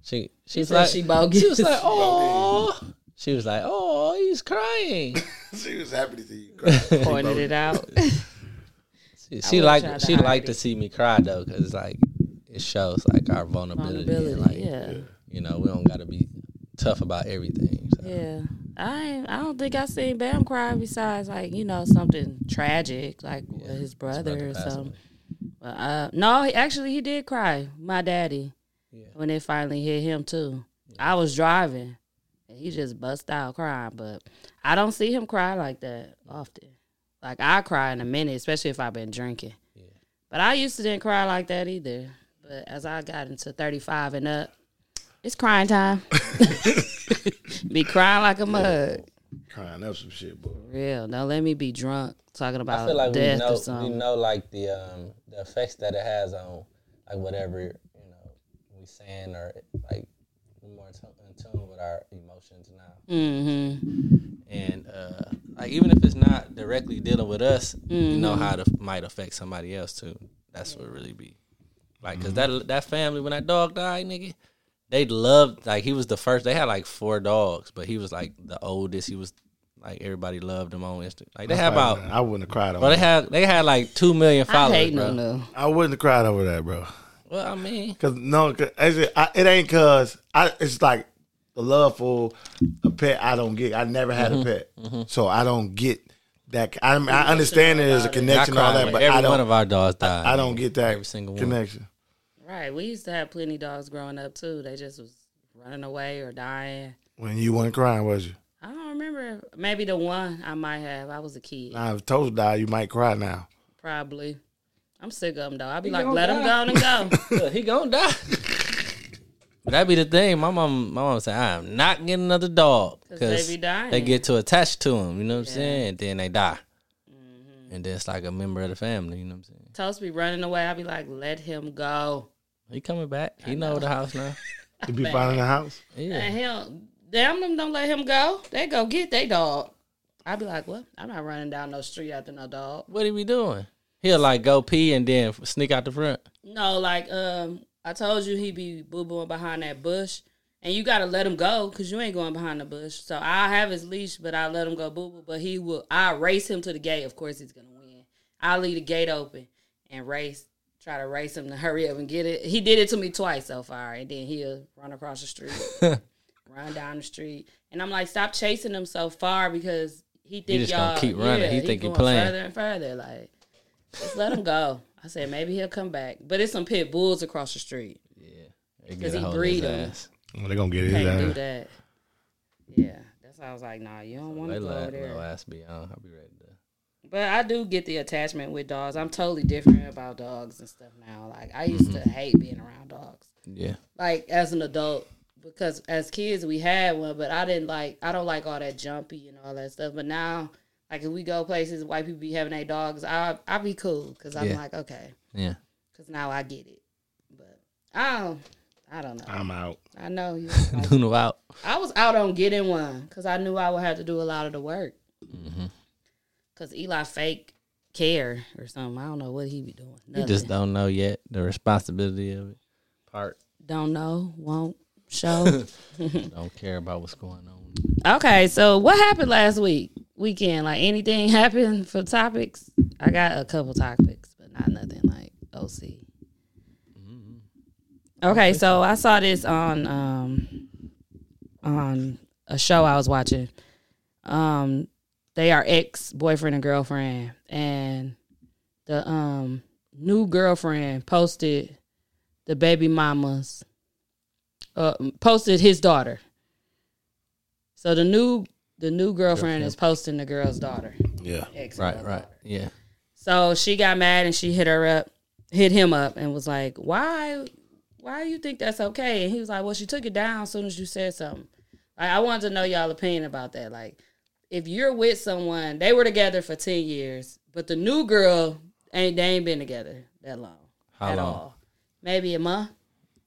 Speaker 1: she she was
Speaker 6: said
Speaker 1: like
Speaker 6: she bogus.
Speaker 1: She was like,
Speaker 6: <laughs>
Speaker 1: oh. She was like, oh, he's crying.
Speaker 5: she was happy to see you cry.
Speaker 6: Pointed it out.
Speaker 1: She, she
Speaker 6: will try
Speaker 1: liked
Speaker 6: to
Speaker 1: she
Speaker 6: hide
Speaker 1: liked to
Speaker 6: it.
Speaker 1: see me cry though, cause like it shows like our vulnerability. and,
Speaker 6: Vulnerability.
Speaker 1: like,
Speaker 6: Yeah.
Speaker 1: You know, we don't gotta be tough about everything. So.
Speaker 6: Yeah. I ain't, I don't think I seen Bam cry besides like you know something tragic like with his brother or
Speaker 1: passed
Speaker 6: something. But, uh, no, he, actually he did cry. My daddy when it finally hit him too. I was driving and he just bust out crying. But I don't see him cry like that often. Like I cry in a minute, especially if I've been drinking. But I used to didn't cry like that either. But as I got into thirty five and up, it's crying time. <laughs> be crying like a mug.
Speaker 5: crying up some shit, boy.
Speaker 6: Real. Don't let me be drunk talking about
Speaker 1: I feel like we
Speaker 6: death or
Speaker 1: know we
Speaker 6: something.
Speaker 1: know like the um the effects that it has on like whatever you know we saying or like we're more in tune- in tune with our emotions now
Speaker 6: Mm-hmm.
Speaker 1: and uh like even if it's not directly dealing with us you
Speaker 6: Mm-hmm.
Speaker 1: know how it might affect somebody else too that's what really be like because
Speaker 6: Mm-hmm.
Speaker 1: that that family when that dog died nigga they loved like he was the first they had like four dogs but he was like the oldest he was like everybody loved him on Instagram like they had about
Speaker 5: I wouldn't have cried
Speaker 1: Bro,
Speaker 5: over
Speaker 1: they
Speaker 5: that.
Speaker 1: had they had like two million
Speaker 6: I
Speaker 1: followers.
Speaker 6: hate
Speaker 1: bro.
Speaker 6: no no.
Speaker 5: I wouldn't have cried over that, bro.
Speaker 1: Well, I mean,
Speaker 5: Cause no, cause it's just- I, it ain't cause I. It's like the love for a pet. I don't get. I never had a pet, so I don't get that. I, mean, I understand there's a
Speaker 1: I
Speaker 5: connection and all
Speaker 1: cried
Speaker 5: that,
Speaker 1: when
Speaker 5: but
Speaker 1: every
Speaker 5: I
Speaker 1: one
Speaker 5: don't.
Speaker 1: of our dogs died.
Speaker 5: I don't get that
Speaker 1: Every single one.
Speaker 5: connection.
Speaker 6: Right. We used to have plenty dogs growing up too. They just was running away or dying.
Speaker 5: When you weren't crying, was you?
Speaker 6: I don't remember. Maybe the one I might have. I was a kid.
Speaker 5: Now if Toast died, you might cry now.
Speaker 6: Probably. I'm sick of them though. I'd be like, let them go and
Speaker 1: <laughs>
Speaker 6: go.
Speaker 1: Look, he gonna die. but that be the thing. My mom, my mom said, I am not getting another dog
Speaker 6: 'Cause they be dying.
Speaker 1: they get too attached to him. You know what I'm saying? And then they die,
Speaker 6: Mm-hmm.
Speaker 1: and then it's like a member of the family. You know what I'm saying?
Speaker 6: Toast be running away. I'd be like, let him go.
Speaker 1: He coming back. He know the house
Speaker 6: <laughs>
Speaker 1: now.
Speaker 5: To be finding the house.
Speaker 1: Yeah.
Speaker 6: And hell, damn them don't let him go. They go get their dog. I'd be like, what? I'm not running down no street after no dog.
Speaker 1: What he be doing? He'll like go pee and then sneak out the front.
Speaker 6: No, like um, I told you he be boo booing behind that bush, and you gotta let him go because you ain't going behind the bush. So I have his leash, but I let him go boo boo. But he will. I race him to the gate. Of course, he's gonna win. I leave the gate open and race, try to race him to hurry up and get it. He did it to me twice so far, and then he'll run across the
Speaker 1: <laughs>
Speaker 6: street, run down the street, and I'm like, stop chasing him so far because he think
Speaker 1: just gonna
Speaker 6: y'all
Speaker 1: keep running.
Speaker 6: yeah,
Speaker 1: He think he
Speaker 6: going
Speaker 1: playing.
Speaker 6: further and further. Like, just let him go. I said maybe he'll come back, but it's some pit bulls across the street.
Speaker 1: They get
Speaker 6: 'Cause
Speaker 1: a
Speaker 6: he
Speaker 1: hold of
Speaker 6: breed
Speaker 1: his
Speaker 6: 'em.
Speaker 1: ass.
Speaker 5: Well, they gonna get
Speaker 6: Can't
Speaker 5: his
Speaker 6: do
Speaker 5: ass.
Speaker 6: that. Yeah, that's why I was like, nah, you don't want
Speaker 1: They
Speaker 6: to go over
Speaker 1: let
Speaker 6: there.
Speaker 1: little ass be on. I'll be ready to.
Speaker 6: But I do get the attachment with dogs. I'm totally different about dogs and stuff now. Like I used to hate being around dogs.
Speaker 1: Yeah.
Speaker 6: Like as an adult, because as kids we had one, but I didn't like. I don't like all that jumpy and all that stuff. But now, like if we go places, white people be having their dogs. I I be cool because I'm
Speaker 1: Yeah.
Speaker 6: like okay,
Speaker 1: Yeah.
Speaker 6: because now I get it. But I don't. I don't know.
Speaker 5: I'm out.
Speaker 6: I know you. don't <laughs> like
Speaker 1: Nuno out.
Speaker 6: I was out on getting one because I knew I would have to do a lot of the work. Because Eli fake care or something. I don't know what he be doing.
Speaker 1: You
Speaker 6: Nothing.
Speaker 1: just don't know yet the responsibility of it. Part
Speaker 6: don't know, won't show.
Speaker 1: don't care about what's going on.
Speaker 6: okay, so what happened last week weekend? Like anything <laughs> happened for topics? I got a couple topics, but not nothing like OC. Okay, so I saw this on um on a show I was watching. Um they are ex boyfriend and girlfriend and the um new girlfriend posted the baby mama's uh posted his daughter So the new the new girlfriend is posting the girl's daughter.
Speaker 5: Yeah.
Speaker 6: Ex-
Speaker 1: Right, right. Yeah.
Speaker 6: So she got mad and she hit her up, hit him up, and was like, "Why, why you think that's okay?" And he was like, "Well, she took it down as soon as you said something." Like, I wanted to know y'all opinion about that. Like, if you're with someone, they were together for ten years, but the new girl ain't they ain't been together that long
Speaker 1: How
Speaker 6: at
Speaker 1: long?
Speaker 6: all. Maybe a month.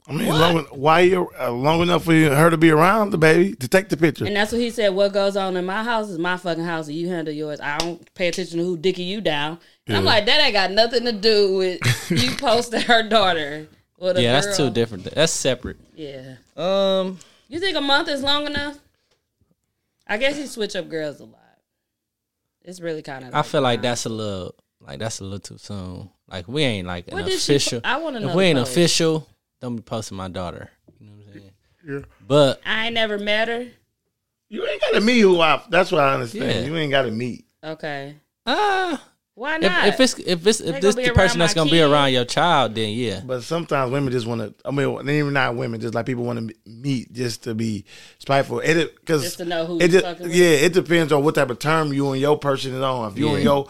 Speaker 5: I mean, long, why you uh, long enough for you, her to be around the baby to take the picture?
Speaker 6: And that's what he said. What goes on in my house is my fucking house, and you handle yours. I don't pay attention to who dicky you down. And I'm
Speaker 5: Yeah.
Speaker 6: like, that ain't got nothing to do
Speaker 5: <laughs>
Speaker 6: with you posting her daughter. Or the
Speaker 1: Yeah, that's
Speaker 6: girl.
Speaker 1: two different. That's separate.
Speaker 6: Yeah,
Speaker 1: Um,
Speaker 6: you think a month is long enough? I guess he switch up girls a lot. It's really kind of.
Speaker 1: I feel like that's a little like that's a little too soon. Like we ain't like an
Speaker 6: What did she po-
Speaker 1: official.
Speaker 6: I wanna know
Speaker 1: If we
Speaker 6: the
Speaker 1: ain't
Speaker 6: post.
Speaker 1: official, don't be posting my daughter. You know what I'm saying? But
Speaker 6: I ain't never met her.
Speaker 5: you ain't got to meet who I. That's what I understand.
Speaker 1: Yeah.
Speaker 5: You ain't got to meet.
Speaker 6: Okay,
Speaker 1: uh
Speaker 6: why not?
Speaker 1: if, if it's if it's if
Speaker 6: They
Speaker 1: this
Speaker 6: gonna be
Speaker 1: the
Speaker 6: around
Speaker 1: person that's
Speaker 6: my
Speaker 1: gonna be
Speaker 6: kid.
Speaker 1: around your child, then yeah.
Speaker 5: But sometimes women just want to. I mean, they even not women, just like people want to meet just to be spiteful. It because
Speaker 6: Just to know who
Speaker 5: It
Speaker 6: you
Speaker 5: just,
Speaker 6: fucking with.
Speaker 5: yeah, it depends on what type of term you and your person is on. If you and
Speaker 1: Yeah.
Speaker 5: your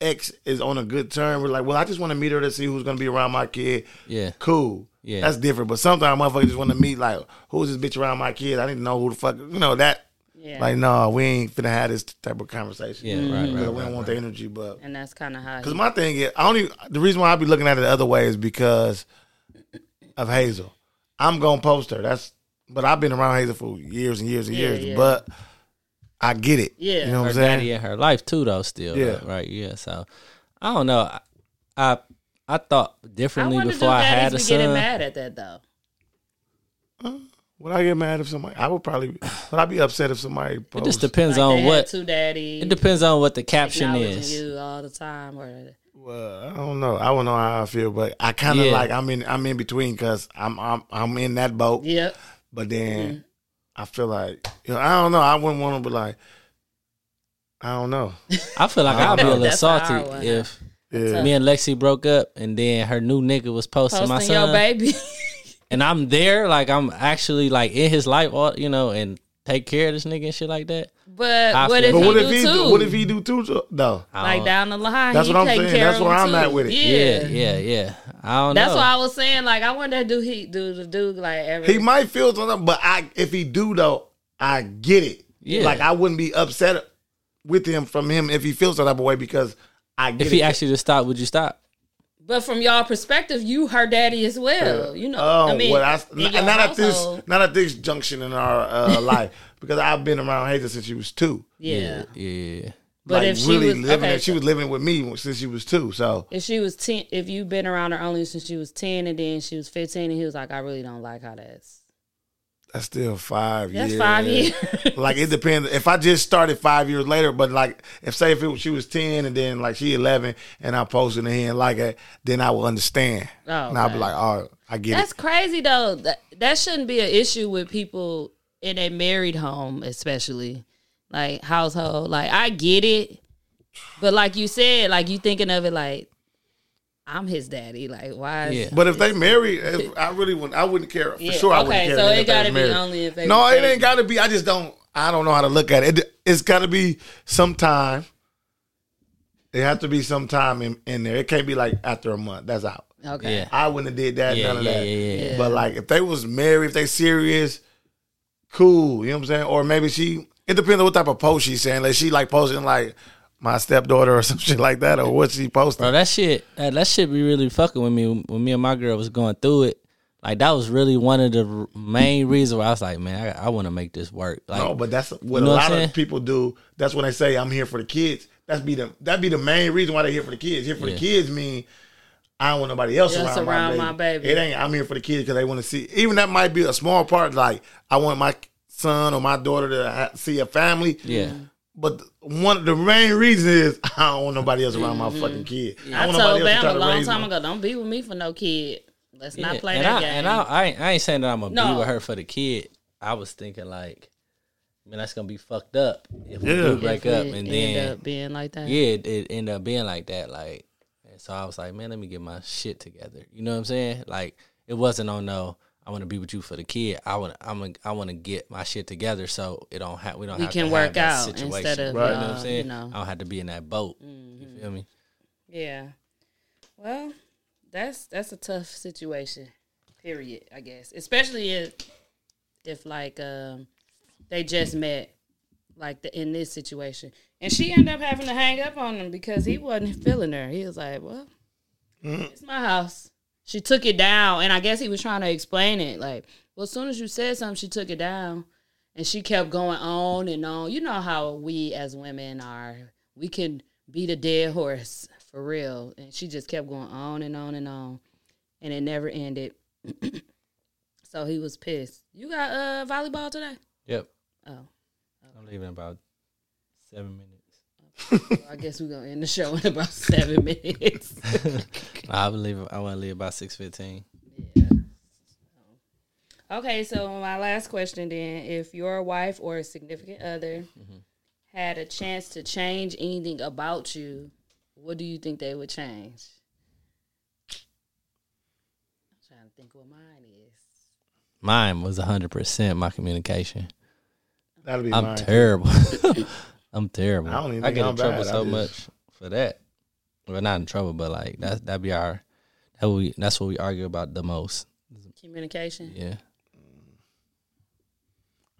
Speaker 5: ex is on a good term, we're like, well, I just want to meet her to see who's gonna be around my kid.
Speaker 1: Yeah.
Speaker 5: cool.
Speaker 1: Yeah.
Speaker 5: that's different. But sometimes motherfuckers just want to meet like, who's this bitch around my kid? I need to know who the fuck. You know that.
Speaker 6: yeah,
Speaker 5: Like, no, we ain't finna have this type of conversation.
Speaker 1: Yeah, right, right,
Speaker 5: Because we
Speaker 1: right,
Speaker 5: don't want
Speaker 1: right.
Speaker 5: the energy, but.
Speaker 6: and that's kind of how.
Speaker 5: Because
Speaker 6: he-
Speaker 5: my thing is, I only the reason why I be looking at it the other way is because of Hazel. I'm gonna post her. That's but I've been around Hazel for years and years and
Speaker 6: Yeah,
Speaker 5: years.
Speaker 6: yeah.
Speaker 5: But I get it.
Speaker 6: Yeah.
Speaker 5: you know what
Speaker 1: her
Speaker 5: I'm saying.
Speaker 1: daddy in her life too, though. Still,
Speaker 5: Yeah.
Speaker 1: right, right, yeah. So I don't know. I I, I thought
Speaker 6: I
Speaker 1: differently
Speaker 6: wonder do
Speaker 1: before I had a
Speaker 6: daddies be getting
Speaker 1: son.
Speaker 6: mad at that though.
Speaker 5: Would I get mad if somebody? I would probably. Would I be upset if somebody?
Speaker 1: It
Speaker 5: Posts,
Speaker 1: just depends
Speaker 6: Like, they
Speaker 1: on
Speaker 6: had
Speaker 1: what.
Speaker 6: two daddies.
Speaker 1: It depends on what the caption
Speaker 6: acknowledging
Speaker 1: is.
Speaker 6: you all the time or
Speaker 5: Well, I don't know. I don't know how I feel, but I kind of
Speaker 1: Yeah.
Speaker 5: like I'm in. I'm in between because I'm I'm I'm in that boat.
Speaker 6: yep
Speaker 5: But
Speaker 6: Mm-hmm.
Speaker 5: then I feel like you know, I don't know. I wouldn't want to be like. I
Speaker 6: <laughs>
Speaker 5: don't know.
Speaker 1: I feel like I'll be a little
Speaker 6: Oh, That's our
Speaker 1: salty
Speaker 6: one.
Speaker 1: if
Speaker 5: Yeah.
Speaker 1: me and Lexi broke up and then her new nigga was posting,
Speaker 6: posting
Speaker 1: my
Speaker 6: your
Speaker 1: son <laughs>
Speaker 6: baby
Speaker 1: and I'm there, like I'm actually like in his life, all you know, and take care of this nigga and shit like that.
Speaker 6: but
Speaker 1: I
Speaker 6: what if
Speaker 1: feel
Speaker 5: But
Speaker 1: it.
Speaker 6: he
Speaker 5: what
Speaker 6: do
Speaker 5: if he?
Speaker 6: too
Speaker 5: Do, what if he do too? though? No.
Speaker 1: I
Speaker 6: like
Speaker 1: don't-
Speaker 6: down the line
Speaker 5: That's
Speaker 6: he
Speaker 5: what I'm
Speaker 6: taking
Speaker 5: saying.
Speaker 6: care
Speaker 5: That's
Speaker 6: of
Speaker 5: where
Speaker 6: him
Speaker 5: I'm at
Speaker 6: too.
Speaker 5: with it.
Speaker 6: yeah,
Speaker 1: Yeah, yeah, yeah. I don't
Speaker 6: that's
Speaker 1: know.
Speaker 6: why I was saying like I wonder do he do the dude like ever
Speaker 5: He might feel something, but I if he do though, I get it.
Speaker 1: Yeah.
Speaker 5: Like I wouldn't be upset with him from him if he feels that type of way because I get
Speaker 1: if
Speaker 5: it.
Speaker 1: he actually just stopped, would you stop?
Speaker 6: but from y'all perspective you her daddy as well you know
Speaker 5: Oh,
Speaker 6: I mean
Speaker 5: well, I,
Speaker 6: in your
Speaker 5: n- not at this,
Speaker 6: household.
Speaker 5: not at this junction in our
Speaker 6: <laughs>
Speaker 5: uh, life because I've been around Hazel since she was two.
Speaker 6: yeah.
Speaker 1: Yeah.
Speaker 6: but
Speaker 5: like,
Speaker 6: if she
Speaker 5: really
Speaker 6: was
Speaker 5: living,
Speaker 6: okay,
Speaker 5: it. she was living with me since she was two. So
Speaker 6: if she was ten if you've been around her only since she was ten and then she was fifteen and he was like I really don't like how that's
Speaker 5: that's still five
Speaker 6: that's
Speaker 5: years.
Speaker 6: five years <laughs>
Speaker 5: like it depends. If I just started five years later, but like if say if it, was- she was ten and then like she eleven and I posted it and like it, then I will understand.
Speaker 6: Oh,
Speaker 5: and I'll be
Speaker 6: okay.
Speaker 5: like, oh, I get
Speaker 6: That's
Speaker 5: it.
Speaker 6: crazy though. That, that shouldn't be an issue with people in a married home, especially like household. Like I get it, but like you said, like you thinking of it like I'm his daddy. Like why? Is,
Speaker 1: Yeah.
Speaker 5: But if they marry, if I really wouldn't. I wouldn't care for
Speaker 6: Yeah,
Speaker 5: sure. I wouldn't
Speaker 6: okay,
Speaker 5: care.
Speaker 6: so
Speaker 5: if
Speaker 6: it
Speaker 5: they
Speaker 6: gotta
Speaker 5: was
Speaker 6: be
Speaker 5: married.
Speaker 6: only if they
Speaker 5: No,
Speaker 6: was
Speaker 5: it
Speaker 6: married.
Speaker 5: ain't gotta be. I just don't. I don't know how to look at it. it it's gotta be sometime. It has to be some time in, in there. It can't be like after a month. That's out.
Speaker 6: Okay.
Speaker 1: Yeah.
Speaker 5: I wouldn't have did that.
Speaker 1: Yeah,
Speaker 5: none of
Speaker 1: yeah,
Speaker 5: that.
Speaker 1: yeah, yeah,
Speaker 6: yeah.
Speaker 5: But like, if they was married, if they serious, cool. You know what I'm saying? Or maybe she. It depends on what type of post she's saying. Like she like posting like my stepdaughter or <laughs> some shit like that, or what she posting.
Speaker 1: Bro, that shit that, that shit be really fucking with me when me and my girl was going through it. Like that was really one of the r- main reasons why I was like, man, I, I want to make this work. Like,
Speaker 5: no, but that's what
Speaker 1: You know
Speaker 5: a
Speaker 1: what
Speaker 5: lot
Speaker 1: I'm saying?
Speaker 5: of people do. That's when they say I'm here for the kids. That's be the that be the main reason why they here for the kids. Here for
Speaker 1: Yeah.
Speaker 5: the kids mean I don't want nobody else
Speaker 6: Else
Speaker 5: around,
Speaker 6: around
Speaker 5: my,
Speaker 6: my
Speaker 5: baby.
Speaker 6: baby.
Speaker 5: It ain't I'm here for the kids because they want to see. Even that might be a small part. Like I want my son or my daughter to ha- see a family.
Speaker 1: yeah,
Speaker 5: But th- one of the main reason is <laughs> I don't want nobody else around my fucking kid.
Speaker 6: Mm-hmm. I,
Speaker 5: want
Speaker 6: told Bam a long
Speaker 5: raise
Speaker 6: time
Speaker 5: them.
Speaker 6: ago, don't be with me for no kid. Let's
Speaker 1: Yeah.
Speaker 6: not play
Speaker 1: and
Speaker 6: that
Speaker 1: I,
Speaker 6: game.
Speaker 1: And I, I, ain't, I ain't saying that I'm gonna be
Speaker 6: No.
Speaker 1: with her for the kid. I was thinking like, man, that's gonna be fucked up if we
Speaker 5: Yeah.
Speaker 1: do
Speaker 5: If
Speaker 1: break
Speaker 6: If
Speaker 1: up,
Speaker 6: it
Speaker 1: and
Speaker 6: end
Speaker 1: then
Speaker 6: up being like that.
Speaker 1: yeah, it, it ended up being like that. Like, and so I was like, man, let me get my shit together. You know what I'm saying? Like, it wasn't on no. I want to be with you for the kid. I want I'm a, I want to get my shit together so it don't have we don't
Speaker 6: We
Speaker 1: have
Speaker 6: can
Speaker 1: to
Speaker 6: work
Speaker 1: have that
Speaker 6: out
Speaker 1: situation.
Speaker 6: instead of,
Speaker 1: you know what
Speaker 6: uh,
Speaker 1: I'm saying?
Speaker 6: you know. Mm-hmm.
Speaker 1: I don't have to be in that boat. You feel me?
Speaker 6: Yeah. Well, that's that's a tough situation. Period, I guess. Especially if if like um they just met like the, in this situation. And she ended up having to hang up on him because he wasn't feeling her. He was like, Well, it's my house. She took it down and I guess he was trying to explain it. Like, well, as soon as you said something, she took it down. And she kept going on and on. You know how we as women are. We can beat a dead horse for real. And she just kept going on and on and on. And it never ended. <clears throat> so he was pissed. You got uh volleyball today?
Speaker 1: Yep.
Speaker 6: Oh.
Speaker 1: I'm leaving in about seven minutes.
Speaker 6: Well, I guess we're gonna end the show in about seven <laughs> minutes.
Speaker 1: I believe I want to leave about six fifteen.
Speaker 6: Okay, so my last question then: If your wife or a significant other
Speaker 5: Mm-hmm.
Speaker 6: had a chance to change anything about you, what do you think they would change? I'm trying to think what mine is.
Speaker 1: Mine was hundred percent my communication.
Speaker 5: That'll be
Speaker 1: I'm
Speaker 5: mine. <laughs>
Speaker 1: terrible. <laughs> I'm terrible.
Speaker 5: I don't even
Speaker 1: I
Speaker 5: think
Speaker 1: get
Speaker 5: I'm
Speaker 1: in trouble
Speaker 5: bad. I
Speaker 1: so
Speaker 5: just-
Speaker 1: much for that. Well, not in trouble, but like that that be our that we that's what we argue about the most.
Speaker 6: Communication.
Speaker 1: Yeah.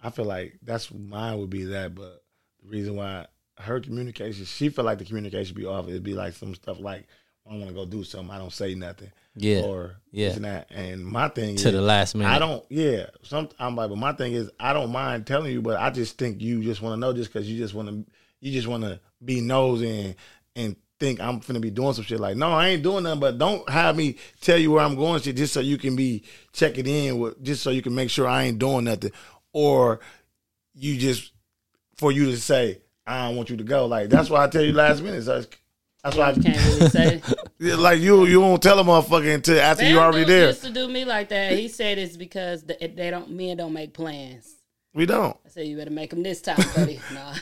Speaker 5: I feel like that's mine would be that, but the reason why her communication, she feel like the communication be off. It'd be like some stuff like I want to go do something, I don't say nothing,
Speaker 1: Yeah.
Speaker 5: or
Speaker 1: Yeah.
Speaker 5: this and that. And my thing
Speaker 1: To
Speaker 5: is,
Speaker 1: the last minute.
Speaker 5: I don't. Yeah, some I'm like, but my thing is, I don't mind telling you, but I just think you just want to know, just because you just want to, you just want to be nosy and and think I'm finna be doing some shit. Like, no, I ain't doing nothing, but don't have me tell you where I'm going, shit, just so you can be checking in with, just so you can make sure I ain't doing nothing, or you just for you to say I don't want you to go. Like that's why I tell you last minute. So it's, that's why, I,
Speaker 6: Can't really
Speaker 5: <laughs>
Speaker 6: say.
Speaker 5: like you you won't tell a motherfucker until after you
Speaker 6: Bam
Speaker 5: already
Speaker 6: dudes
Speaker 5: there.
Speaker 6: Used to do me like that. He said it's because the, they don't men don't make plans.
Speaker 5: We don't.
Speaker 6: I said you better make them this time,
Speaker 5: <laughs>
Speaker 6: buddy. <laughs> no.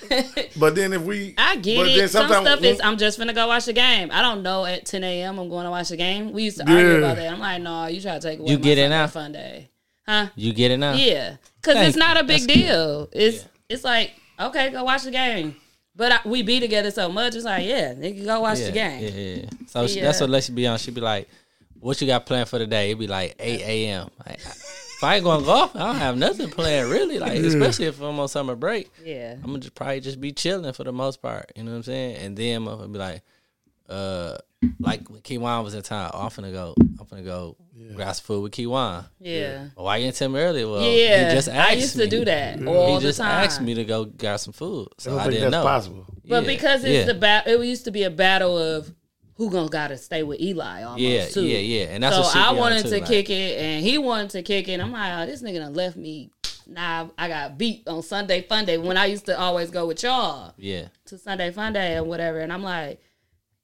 Speaker 5: But then if we,
Speaker 6: I get
Speaker 5: but
Speaker 6: it. Some
Speaker 5: sometimes
Speaker 6: stuff
Speaker 5: when-
Speaker 6: is I'm just gonna go watch the game. I don't know at 10 a.m. I'm going to watch the game. We used to argue
Speaker 5: Yeah.
Speaker 6: about that. I'm like, no, you try to take away
Speaker 1: You
Speaker 6: my
Speaker 1: get it
Speaker 6: Sunday
Speaker 1: now?
Speaker 6: fun day, huh?
Speaker 1: You get it now?
Speaker 6: Yeah, because
Speaker 1: Thank
Speaker 6: it's not
Speaker 1: you.
Speaker 6: a big
Speaker 1: That's good.
Speaker 6: deal. It's it's like okay, go watch the game. But I, we be together so much. It's like yeah, nigga, go watch
Speaker 1: yeah,
Speaker 6: the game.
Speaker 1: Yeah, yeah. So she-
Speaker 6: Yeah.
Speaker 1: that's what Lexi be on. She be like, "What you got planned for today?" It'd be like eight a.m. Like, if I ain't going golf, I don't have nothing planned really. Like especially if I'm on summer break,
Speaker 6: Yeah,
Speaker 1: I'm gonna just probably just be chilling for the most part. You know what I'm saying? And then motherfucker be like, uh, like when Kiwan was in town, oh, I'm finna go, I'm finna go grab some food with Kiwan.
Speaker 6: yeah,
Speaker 1: Well, why you didn't tell me earlier? Well,
Speaker 6: yeah.
Speaker 1: he just asked
Speaker 6: I used
Speaker 1: me.
Speaker 6: to do that
Speaker 1: He
Speaker 6: all the
Speaker 1: just
Speaker 6: time.
Speaker 1: asked me to go grab some food,
Speaker 5: I
Speaker 1: so
Speaker 5: don't
Speaker 1: I,
Speaker 5: think
Speaker 1: didn't know.
Speaker 5: that's possible.
Speaker 6: But
Speaker 1: Yeah,
Speaker 6: because it's
Speaker 1: yeah.
Speaker 6: the battle, it used to be a battle of who gonna gotta stay with Eli almost
Speaker 1: Yeah,
Speaker 6: too.
Speaker 1: yeah, yeah. And that's
Speaker 6: so
Speaker 1: what she
Speaker 6: I
Speaker 1: be on,
Speaker 6: wanted
Speaker 1: too,
Speaker 6: to
Speaker 1: like-
Speaker 6: kick it, and he wanted to kick it. and I'm like, oh, this nigga done left me. Nah, I got beat on Sunday Fun Day when I used to always go with y'all
Speaker 1: Yeah,
Speaker 6: to Sunday Fun Day or whatever. And I'm like,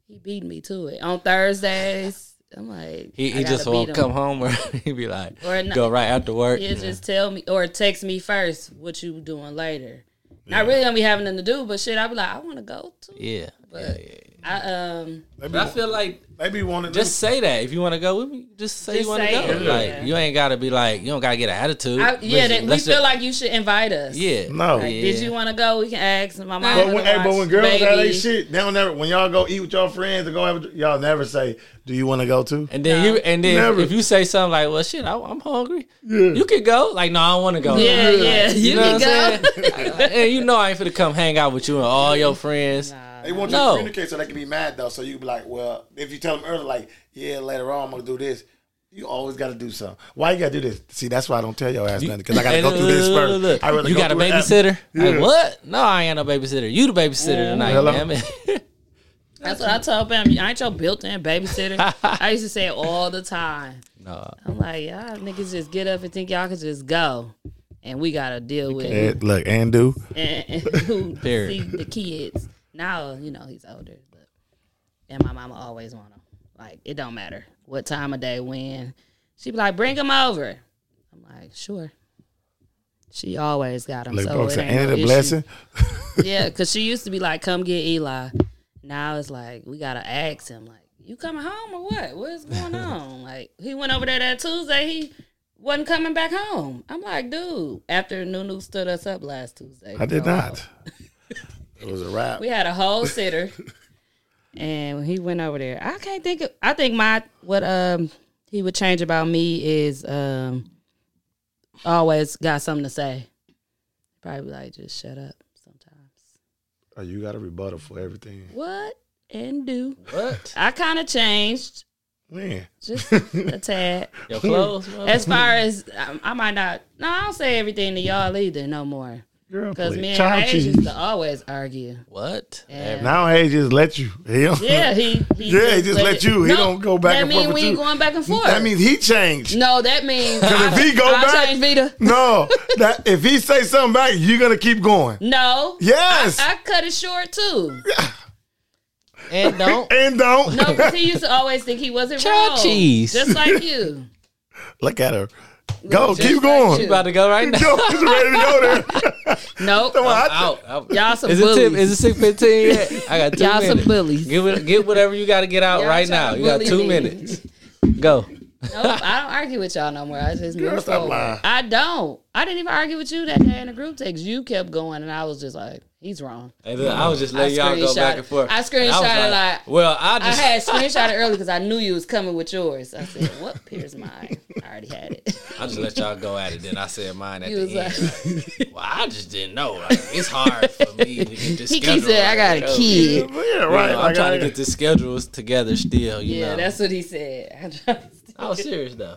Speaker 6: he beat me to it on Thursdays. I'm like,
Speaker 1: he,
Speaker 6: I
Speaker 1: he
Speaker 6: gotta
Speaker 1: just won't
Speaker 6: beat him.
Speaker 1: come home <laughs> or he be like,
Speaker 6: Or not-
Speaker 1: go right after work.
Speaker 6: Yeah, just tell me or text me first what you doing later. Not really gonna be having nothing to do, but shit, I be like, I want to go too.
Speaker 1: Yeah. yeah, yeah, yeah.
Speaker 6: I um.
Speaker 5: Maybe,
Speaker 1: But I feel like
Speaker 5: maybe you wanted
Speaker 1: just say that if you want to go with me, just say
Speaker 6: Just
Speaker 1: you want to
Speaker 6: say
Speaker 1: go.
Speaker 6: it,
Speaker 1: Like
Speaker 6: yeah.
Speaker 1: you ain't gotta be like you don't gotta get an attitude.
Speaker 6: I, yeah,
Speaker 1: Listen,
Speaker 6: that, we
Speaker 1: let's
Speaker 6: feel
Speaker 1: just-
Speaker 6: like you should invite us.
Speaker 1: yeah,
Speaker 5: no.
Speaker 6: Like,
Speaker 1: Yeah.
Speaker 6: Did you want to go? We can ask my mom.
Speaker 5: But when, hey, but when girls have they shit, they don't never. When y'all go eat with y'all friends or go, have, y'all never say, "Do you want to go to?"
Speaker 1: And then you and then
Speaker 5: Never.
Speaker 1: if you say something like, "Well, shit, I, I'm hungry," you could go. Like, no, I don't want to go.
Speaker 6: Yeah, yeah, you,
Speaker 1: You know
Speaker 6: can
Speaker 1: what I'm
Speaker 6: go.
Speaker 1: saying? and you know I ain't finna come hang out with you and all your friends.
Speaker 5: They want
Speaker 1: No.
Speaker 5: you to communicate so they can be mad though. So you can be like, "Well, if you tell them early, like, yeah, later on I'm gonna do this." You always got to do something. Why you got to do this? See, that's why I don't tell your ass nothing because I got to
Speaker 1: Hey,
Speaker 5: go
Speaker 1: look,
Speaker 5: through this
Speaker 1: look,
Speaker 5: first.
Speaker 1: look, look.
Speaker 5: I rather
Speaker 1: you
Speaker 5: go
Speaker 1: got a
Speaker 5: through it after.
Speaker 1: babysitter? Like, what? No, I ain't got no babysitter. You the babysitter tonight,
Speaker 5: Hello?
Speaker 1: damn it. <laughs>
Speaker 6: That's what I told Bam. I ain't your built-in babysitter. I used to say it all the time.
Speaker 1: no,
Speaker 6: I'm like, y'all niggas just get up and think y'all can just go, and we gotta deal with it.
Speaker 5: And- look, and do.
Speaker 6: and, and who
Speaker 1: Fair.
Speaker 6: see the kids. Now, you know, he's older, but and my mama always want him. Like, it don't matter what time of day, when. She be like, bring him over. I'm like, sure. She always got him.
Speaker 5: Look,
Speaker 6: so
Speaker 5: folks,
Speaker 6: it ain't
Speaker 5: ain't
Speaker 6: no
Speaker 5: it a
Speaker 6: issue.
Speaker 5: blessing?
Speaker 6: Yeah, because she used to be like, come get Eli. Now it's like, we got to
Speaker 5: <laughs>
Speaker 6: ask him, like, you coming home or what? What's going on? like, he went over there that Tuesday. He wasn't coming back home. I'm like, dude, after Nunu stood us up last Tuesday.
Speaker 5: I did
Speaker 6: So,
Speaker 5: not. It was a wrap.
Speaker 6: We had a
Speaker 5: <laughs>
Speaker 6: whole sitter. and he went over there. I can't think of I think my what um he would change about me is um always got something to say. Probably like just shut up sometimes.
Speaker 5: Oh, you got a rebuttal for everything.
Speaker 6: What and do.
Speaker 1: What?
Speaker 6: I kinda changed.
Speaker 5: Man. <laughs>
Speaker 6: Just a tad.
Speaker 1: Your clothes, bro?
Speaker 6: As far as um, I, I might not, no, I don't say everything to y'all either no more.
Speaker 5: Girl,
Speaker 6: Because
Speaker 5: please.
Speaker 6: me
Speaker 5: Child
Speaker 6: and Hayes
Speaker 5: cheese.
Speaker 6: used to always argue.
Speaker 1: What?
Speaker 6: Yeah.
Speaker 5: Now Hayes just let you. <laughs> He don't-
Speaker 6: Yeah, he. he
Speaker 5: <laughs> Yeah, he just let you. He don't go back
Speaker 6: that
Speaker 5: and
Speaker 6: mean
Speaker 5: forth
Speaker 6: we
Speaker 5: with
Speaker 6: ain't
Speaker 5: you.
Speaker 6: going back and forth.
Speaker 5: That means he changed.
Speaker 6: no, that
Speaker 5: <laughs>
Speaker 6: means
Speaker 5: Because if he go
Speaker 6: I
Speaker 5: back,
Speaker 6: change Vita.
Speaker 5: no, that if he say something back, you're gonna keep going.
Speaker 6: No,
Speaker 5: Yes,
Speaker 6: I cut it short too.
Speaker 1: And
Speaker 5: <laughs>
Speaker 1: don't.
Speaker 5: and don't
Speaker 6: No, because he used to always think he wasn't
Speaker 1: Chow
Speaker 6: wrong,
Speaker 1: cheese.
Speaker 6: just like you.
Speaker 5: <laughs> look at her. Go, keep
Speaker 6: like
Speaker 5: going.
Speaker 6: you.
Speaker 1: about to go right now.
Speaker 5: <laughs> Go, she's ready to go there. <laughs>
Speaker 6: Nope,
Speaker 5: I-
Speaker 1: Out. out.
Speaker 6: y'all some
Speaker 1: Is it, tip,
Speaker 6: bullies.
Speaker 1: is it six fifteen yet? I got two
Speaker 6: Y'all some
Speaker 1: minutes.
Speaker 6: bullies.
Speaker 1: Get, what- get whatever you got to get out
Speaker 6: Y'all
Speaker 1: right
Speaker 6: trying
Speaker 1: now.
Speaker 6: to
Speaker 1: You got
Speaker 6: bully
Speaker 1: two
Speaker 6: me.
Speaker 1: minutes. Go.
Speaker 6: Nope, Oh, I don't argue with y'all no more. I just
Speaker 5: Girl,
Speaker 6: move
Speaker 5: stop
Speaker 6: forward.
Speaker 5: lying.
Speaker 6: I don't. I didn't even argue with you that day in the group text. You kept going, and I was just like, "He's wrong."
Speaker 1: And then I was just letting
Speaker 6: I
Speaker 1: y'all go back
Speaker 6: screenshot-
Speaker 1: and forth.
Speaker 6: I screenshotted
Speaker 1: And was
Speaker 6: like-
Speaker 1: well, I
Speaker 6: I
Speaker 1: <laughs> just
Speaker 6: had screenshot it early because I knew you was coming with yours. I said, "What Here's mine?" I already had it.
Speaker 1: I just let y'all go at it. Then I said mine at
Speaker 6: He
Speaker 1: the
Speaker 6: was
Speaker 1: end.
Speaker 6: like, <laughs>
Speaker 1: Like, <laughs> well, I just didn't know. Like, it's hard for me to get this.
Speaker 6: "He
Speaker 1: schedule
Speaker 6: keeps saying I got
Speaker 1: right.
Speaker 6: a
Speaker 1: Oh,
Speaker 5: yeah,
Speaker 6: kid."
Speaker 5: right.
Speaker 1: I'm
Speaker 5: like,
Speaker 1: trying
Speaker 5: I-
Speaker 1: to get the schedules together still. You
Speaker 6: Yeah,
Speaker 1: know,
Speaker 6: that's what he said. <laughs>
Speaker 1: I was serious though.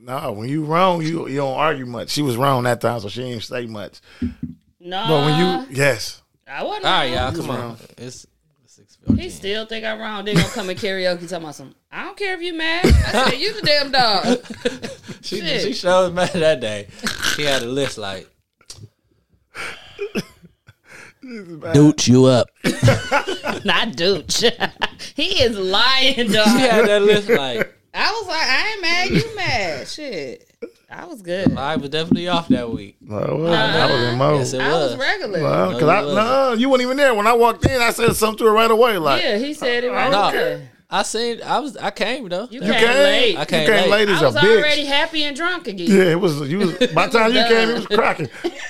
Speaker 5: No, when you wrong, you you don't argue much. She was wrong that time, so she didn't say much.
Speaker 6: no,
Speaker 5: But when you yes,
Speaker 6: I wasn't.
Speaker 1: All right,
Speaker 6: wrong.
Speaker 1: y'all, come on. It's six fifteen.
Speaker 6: He still think I'm wrong. They gonna come in karaoke talking about some. I don't care if you mad. I said you the damn dog.
Speaker 1: She
Speaker 6: Shit.
Speaker 1: she showed mad that day. She had a list like. Dooch you up.
Speaker 6: Not Dooch. <laughs> he is lying,
Speaker 1: She
Speaker 6: dog.
Speaker 1: had that list like
Speaker 6: I was like, I ain't mad.
Speaker 5: <laughs>
Speaker 6: You mad? Shit. I was good.
Speaker 1: I was definitely off that week.
Speaker 5: no, it
Speaker 6: Uh-huh.
Speaker 5: wasn't. I was in mode.
Speaker 1: Yes, it
Speaker 6: I was
Speaker 1: was.
Speaker 6: regular.
Speaker 5: Well,
Speaker 1: No,
Speaker 5: cause I
Speaker 1: you wasn't.
Speaker 5: no, you weren't even there when I walked in. I said something to her right away. Like
Speaker 6: yeah, he said it right.
Speaker 1: No.
Speaker 6: there.
Speaker 1: I seen. I was. I came though.
Speaker 6: You
Speaker 5: you
Speaker 6: came,
Speaker 5: came,
Speaker 6: late.
Speaker 1: I
Speaker 5: you
Speaker 1: came late.
Speaker 5: came late
Speaker 6: I
Speaker 5: as a
Speaker 6: was already
Speaker 5: bitch.
Speaker 6: happy and drunk again.
Speaker 5: Yeah, it was. You was by the time you came, it was cracking.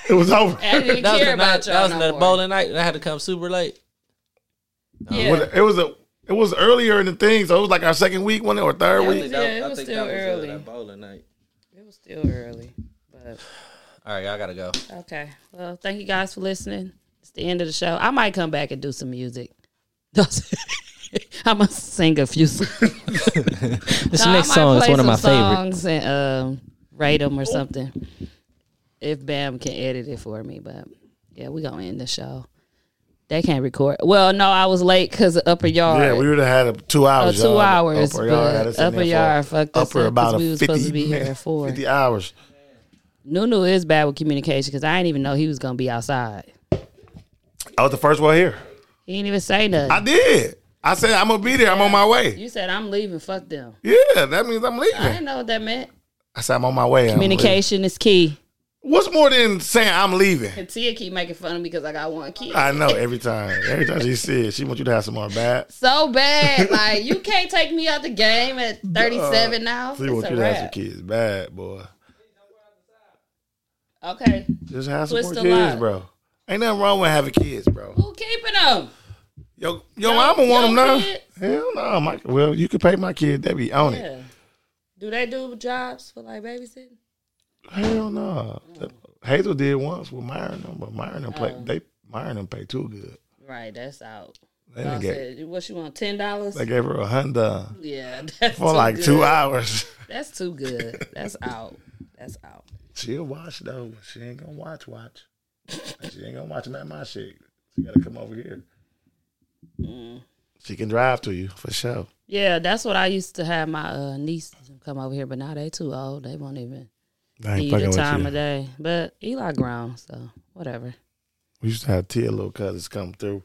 Speaker 5: It was over.
Speaker 6: I didn't
Speaker 1: That was
Speaker 6: care
Speaker 1: the night.
Speaker 6: about y'all
Speaker 1: That was
Speaker 6: no
Speaker 1: the
Speaker 6: more.
Speaker 1: bowling night, and I had to come super late.
Speaker 6: Yeah.
Speaker 5: Was- It was a. It was earlier in the thing, so it was like our second week, one or third
Speaker 6: Yeah,
Speaker 5: week.
Speaker 6: it was still early.
Speaker 1: bowling night.
Speaker 6: It was still early, but
Speaker 1: All right, y'all gotta go.
Speaker 6: okay. Well, thank you guys for listening. It's the end of the show. I might come back and do some music. <laughs> I'm gonna sing a few. Songs.
Speaker 1: <laughs> This
Speaker 6: No, I
Speaker 1: next
Speaker 6: might
Speaker 1: song is
Speaker 6: play
Speaker 1: one of my
Speaker 6: some
Speaker 1: favorites.
Speaker 6: songs and um, rate them or something. If Bam can edit it for me, but yeah, we gonna end the show. They can't record. Well, no, I was late because of Upper Yard.
Speaker 5: Yeah, we would have had a two
Speaker 6: Oh,
Speaker 5: hours.
Speaker 6: two hours,
Speaker 5: had us
Speaker 6: but
Speaker 5: in
Speaker 6: upper
Speaker 5: there for-
Speaker 6: yard fucked us
Speaker 5: upper
Speaker 6: up
Speaker 5: about
Speaker 6: because
Speaker 5: a
Speaker 6: we was
Speaker 5: 50
Speaker 6: supposed to be here at
Speaker 5: minutes,
Speaker 6: four.
Speaker 5: Fifty hours.
Speaker 6: Nunu is bad with communication because I didn't even know he was gonna be outside.
Speaker 5: I was the first one here.
Speaker 6: He didn't even say nothing.
Speaker 5: I did. I said I'm gonna be there. I'm on my way.
Speaker 6: you said I'm leaving. Fuck them.
Speaker 5: Yeah, that means I'm
Speaker 6: I
Speaker 5: leaving.
Speaker 6: didn't know what that meant.
Speaker 5: I said I'm on my way. I'm
Speaker 6: Communication is key.
Speaker 5: leaving. What's more than saying I'm leaving?
Speaker 6: And Tia keep making fun of me because I got one kid.
Speaker 5: I know every time. Every time she says she wants you to have some more bad.
Speaker 6: so bad. Like you can't take me out the game
Speaker 5: <laughs>
Speaker 6: at 37 now.
Speaker 5: She
Speaker 6: It's
Speaker 5: wants
Speaker 6: a
Speaker 5: you to have some
Speaker 6: wrap.
Speaker 5: kids. Bad boy.
Speaker 6: Okay,
Speaker 5: Just have some
Speaker 6: Twist
Speaker 5: more
Speaker 6: a
Speaker 5: kids,
Speaker 6: lot.
Speaker 5: bro. Ain't nothing wrong with having kids, bro.
Speaker 6: who keeping them?
Speaker 5: Yo, yo, mama want them
Speaker 6: yo,
Speaker 5: now.
Speaker 6: kids.
Speaker 5: Hell no, my well, you can pay my kid. They be on it.
Speaker 6: Yeah. Do they do jobs for like babysitting?
Speaker 5: Hell no. Hazel did once with Myron them, but Myron them play.
Speaker 6: Oh.
Speaker 5: They Myron them pay too good.
Speaker 6: Right, that's out.
Speaker 5: They
Speaker 6: I
Speaker 5: done gave,
Speaker 6: said, what you want, ten dollars?
Speaker 5: they gave her a Honda
Speaker 6: Yeah, <laughs> that's
Speaker 5: for
Speaker 6: too
Speaker 5: like
Speaker 6: good.
Speaker 5: two hours. <laughs>
Speaker 6: That's too good. That's out. That's out.
Speaker 5: She'll watch though, but she ain't gonna watch. Watch. she ain't gonna watch none of my shit. She gotta come over here.
Speaker 6: Mm.
Speaker 5: She can drive to you for sure.
Speaker 6: Yeah, that's what I used to have my uh, nieces come over here, but now they too old. They won't even
Speaker 5: I
Speaker 6: need the time of day. But Eli grown, so whatever.
Speaker 5: We used to have Tia little cousins come through.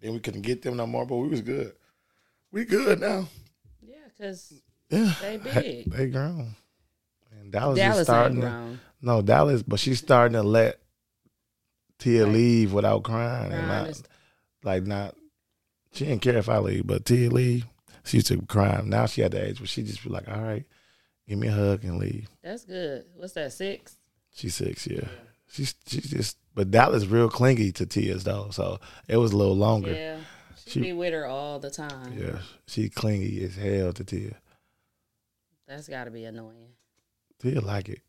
Speaker 5: Then we couldn't get them no more, but we was good. We good now.
Speaker 6: Yeah, because
Speaker 5: Yeah,
Speaker 6: they big.
Speaker 5: they grown. And Dallas, is
Speaker 6: Dallas ain't
Speaker 5: starting. to-
Speaker 6: grown.
Speaker 5: no, Dallas, but she's starting to let Tia leave without crying and
Speaker 6: Grown
Speaker 5: not
Speaker 6: is-
Speaker 5: like not she didn't care if I leave, but Tia leave, she used to cry. Now she at the age where she just be like, All right, give me a hug and leave.
Speaker 6: That's good. What's that? Six?
Speaker 5: She's six, yeah. She's she's just but Dallas real clingy to Tia's though, so it was a little longer. Yeah,
Speaker 6: Yeah. She,
Speaker 5: She-
Speaker 6: be with her all the time.
Speaker 5: she clingy as hell to Tia.
Speaker 6: That's got to be annoying.
Speaker 5: Tia like it.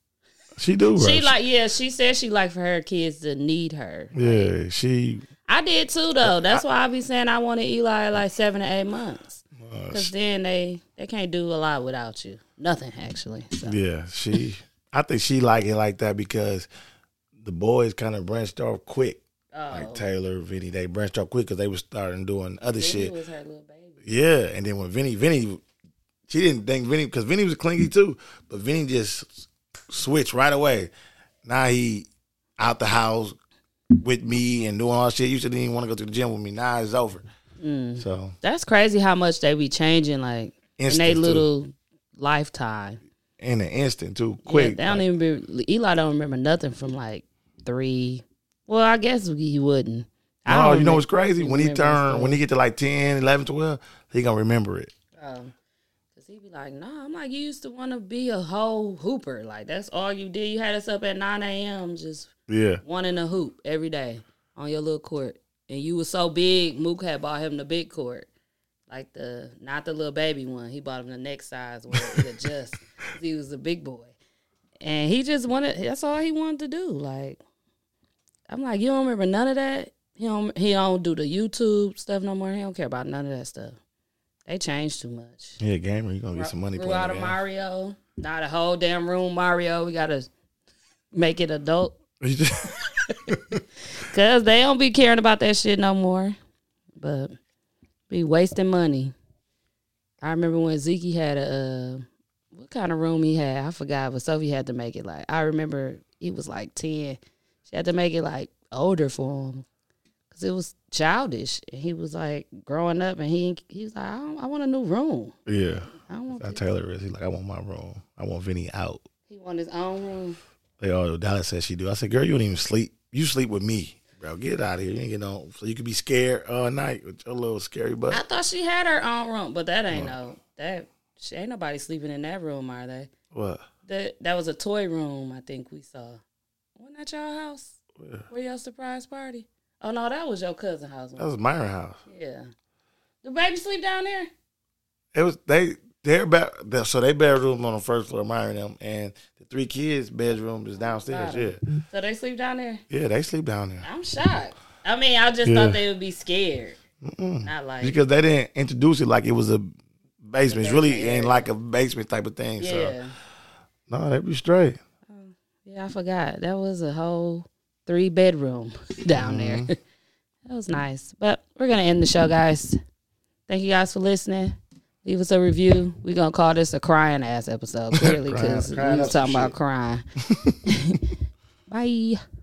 Speaker 5: She do. Right?
Speaker 6: She like yeah. She said she like for her kids to need her.
Speaker 5: Yeah, she.
Speaker 6: I did too though. That's why I be saying I wanted Eli like seven to eight months. Cause then they they can't do a lot without you. Nothing actually. So.
Speaker 5: Yeah, she. I think she like it like that because the boys kind of branched off quick.
Speaker 6: oh,
Speaker 5: Like Taylor, Vinny, they branched off quick because they was starting doing other
Speaker 6: He
Speaker 5: shit.
Speaker 6: was her little baby.
Speaker 5: Yeah, and then when Vinny, Vinny, she didn't think Vinny because Vinny was clingy too, but Vinny just switched right away. Now he out the house with me and doing all shit. You should even want to go to the gym with me. Now it's over.
Speaker 6: Mm.
Speaker 5: So
Speaker 6: That's crazy how much they be changing like in
Speaker 5: Instant,
Speaker 6: their
Speaker 5: too.
Speaker 6: little lifetime.
Speaker 5: in an instant too,
Speaker 6: Quick,
Speaker 5: quick.
Speaker 6: they don't
Speaker 5: like,
Speaker 6: even be, Eli don't remember nothing from like three. Well, I guess he wouldn't. I don't
Speaker 5: no, oh, you know
Speaker 6: remember-
Speaker 5: what's crazy? When he
Speaker 6: remember
Speaker 5: turn,
Speaker 6: stuff.
Speaker 5: when he get to like 10, 11, 12, he gonna remember it.
Speaker 6: Um, Cause he be like, nah, I'm like, you used to want to be a whole hooper. Like that's all you did. You had us up at 9 a.m. just
Speaker 5: Yeah,
Speaker 6: wanting a hoop every day on your little court. And you was so big, Mook had bought him the big court. Like the not the little baby one. He bought him the next size where it adjusts. <laughs> 'Cause he was a big boy. And he just wanted that's all he wanted to do. Like I'm like, you don't remember none of that? He don't he don't do the YouTube stuff no more. He don't care about none of that stuff. They changed too much.
Speaker 5: yeah, gamer, you gonna get some money.
Speaker 6: Grew
Speaker 5: playing
Speaker 6: out
Speaker 5: the
Speaker 6: of
Speaker 5: game.
Speaker 6: Mario. Not a whole damn room, Mario. We gotta make it adult.
Speaker 5: <laughs>
Speaker 6: Cause they don't be caring about that shit no more. But be wasting money. I remember when Zeke had a uh, what kind of room he had? I forgot, but Sophie had to make it like I remember he was like ten. She had to make it like older for him. Cause it was childish. And he was like growing up and he he was like, I, don't, I want a new room.
Speaker 5: yeah,
Speaker 6: I don't want
Speaker 5: <laughs> I Taylor is. He like, I want my room. I want Vinny out.
Speaker 6: he want his own room.
Speaker 5: They all Dallas said she do. I said, girl, you don't even sleep. You sleep with me, bro. Get out of here. You ain't get on. So you could be scared all night with your little scary butt.
Speaker 6: I thought she had her own room, but that ain't no that she ain't nobody sleeping in that room, are they?
Speaker 5: what?
Speaker 6: That that was a toy room. I think we saw. Wasn't that y'all house? Where your surprise party? Oh no, that was your cousin house.
Speaker 5: That was Myron house.
Speaker 6: Yeah. The baby sleep down there.
Speaker 5: It was they. Their bed, so they bedroom on the first floor, Myron them, and the three kids' bedroom is downstairs. Yeah,
Speaker 6: So they sleep down there.
Speaker 5: yeah, they sleep down there
Speaker 6: I'm shocked. I mean, I just
Speaker 5: Yeah.
Speaker 6: thought they would be scared. Not like
Speaker 5: because they didn't introduce it like it was a basement. It's really ain't like a basement type of thing.
Speaker 6: yeah,
Speaker 5: So no, they be straight.
Speaker 6: yeah. I forgot that was a whole three bedroom <laughs> down there. that was nice. But we're gonna end the show, guys. Thank you guys for listening. Leave us a review. We're gonna call this a crying ass episode, clearly, because we
Speaker 5: crying
Speaker 6: was
Speaker 5: up some
Speaker 6: talking about crying. <laughs> Bye.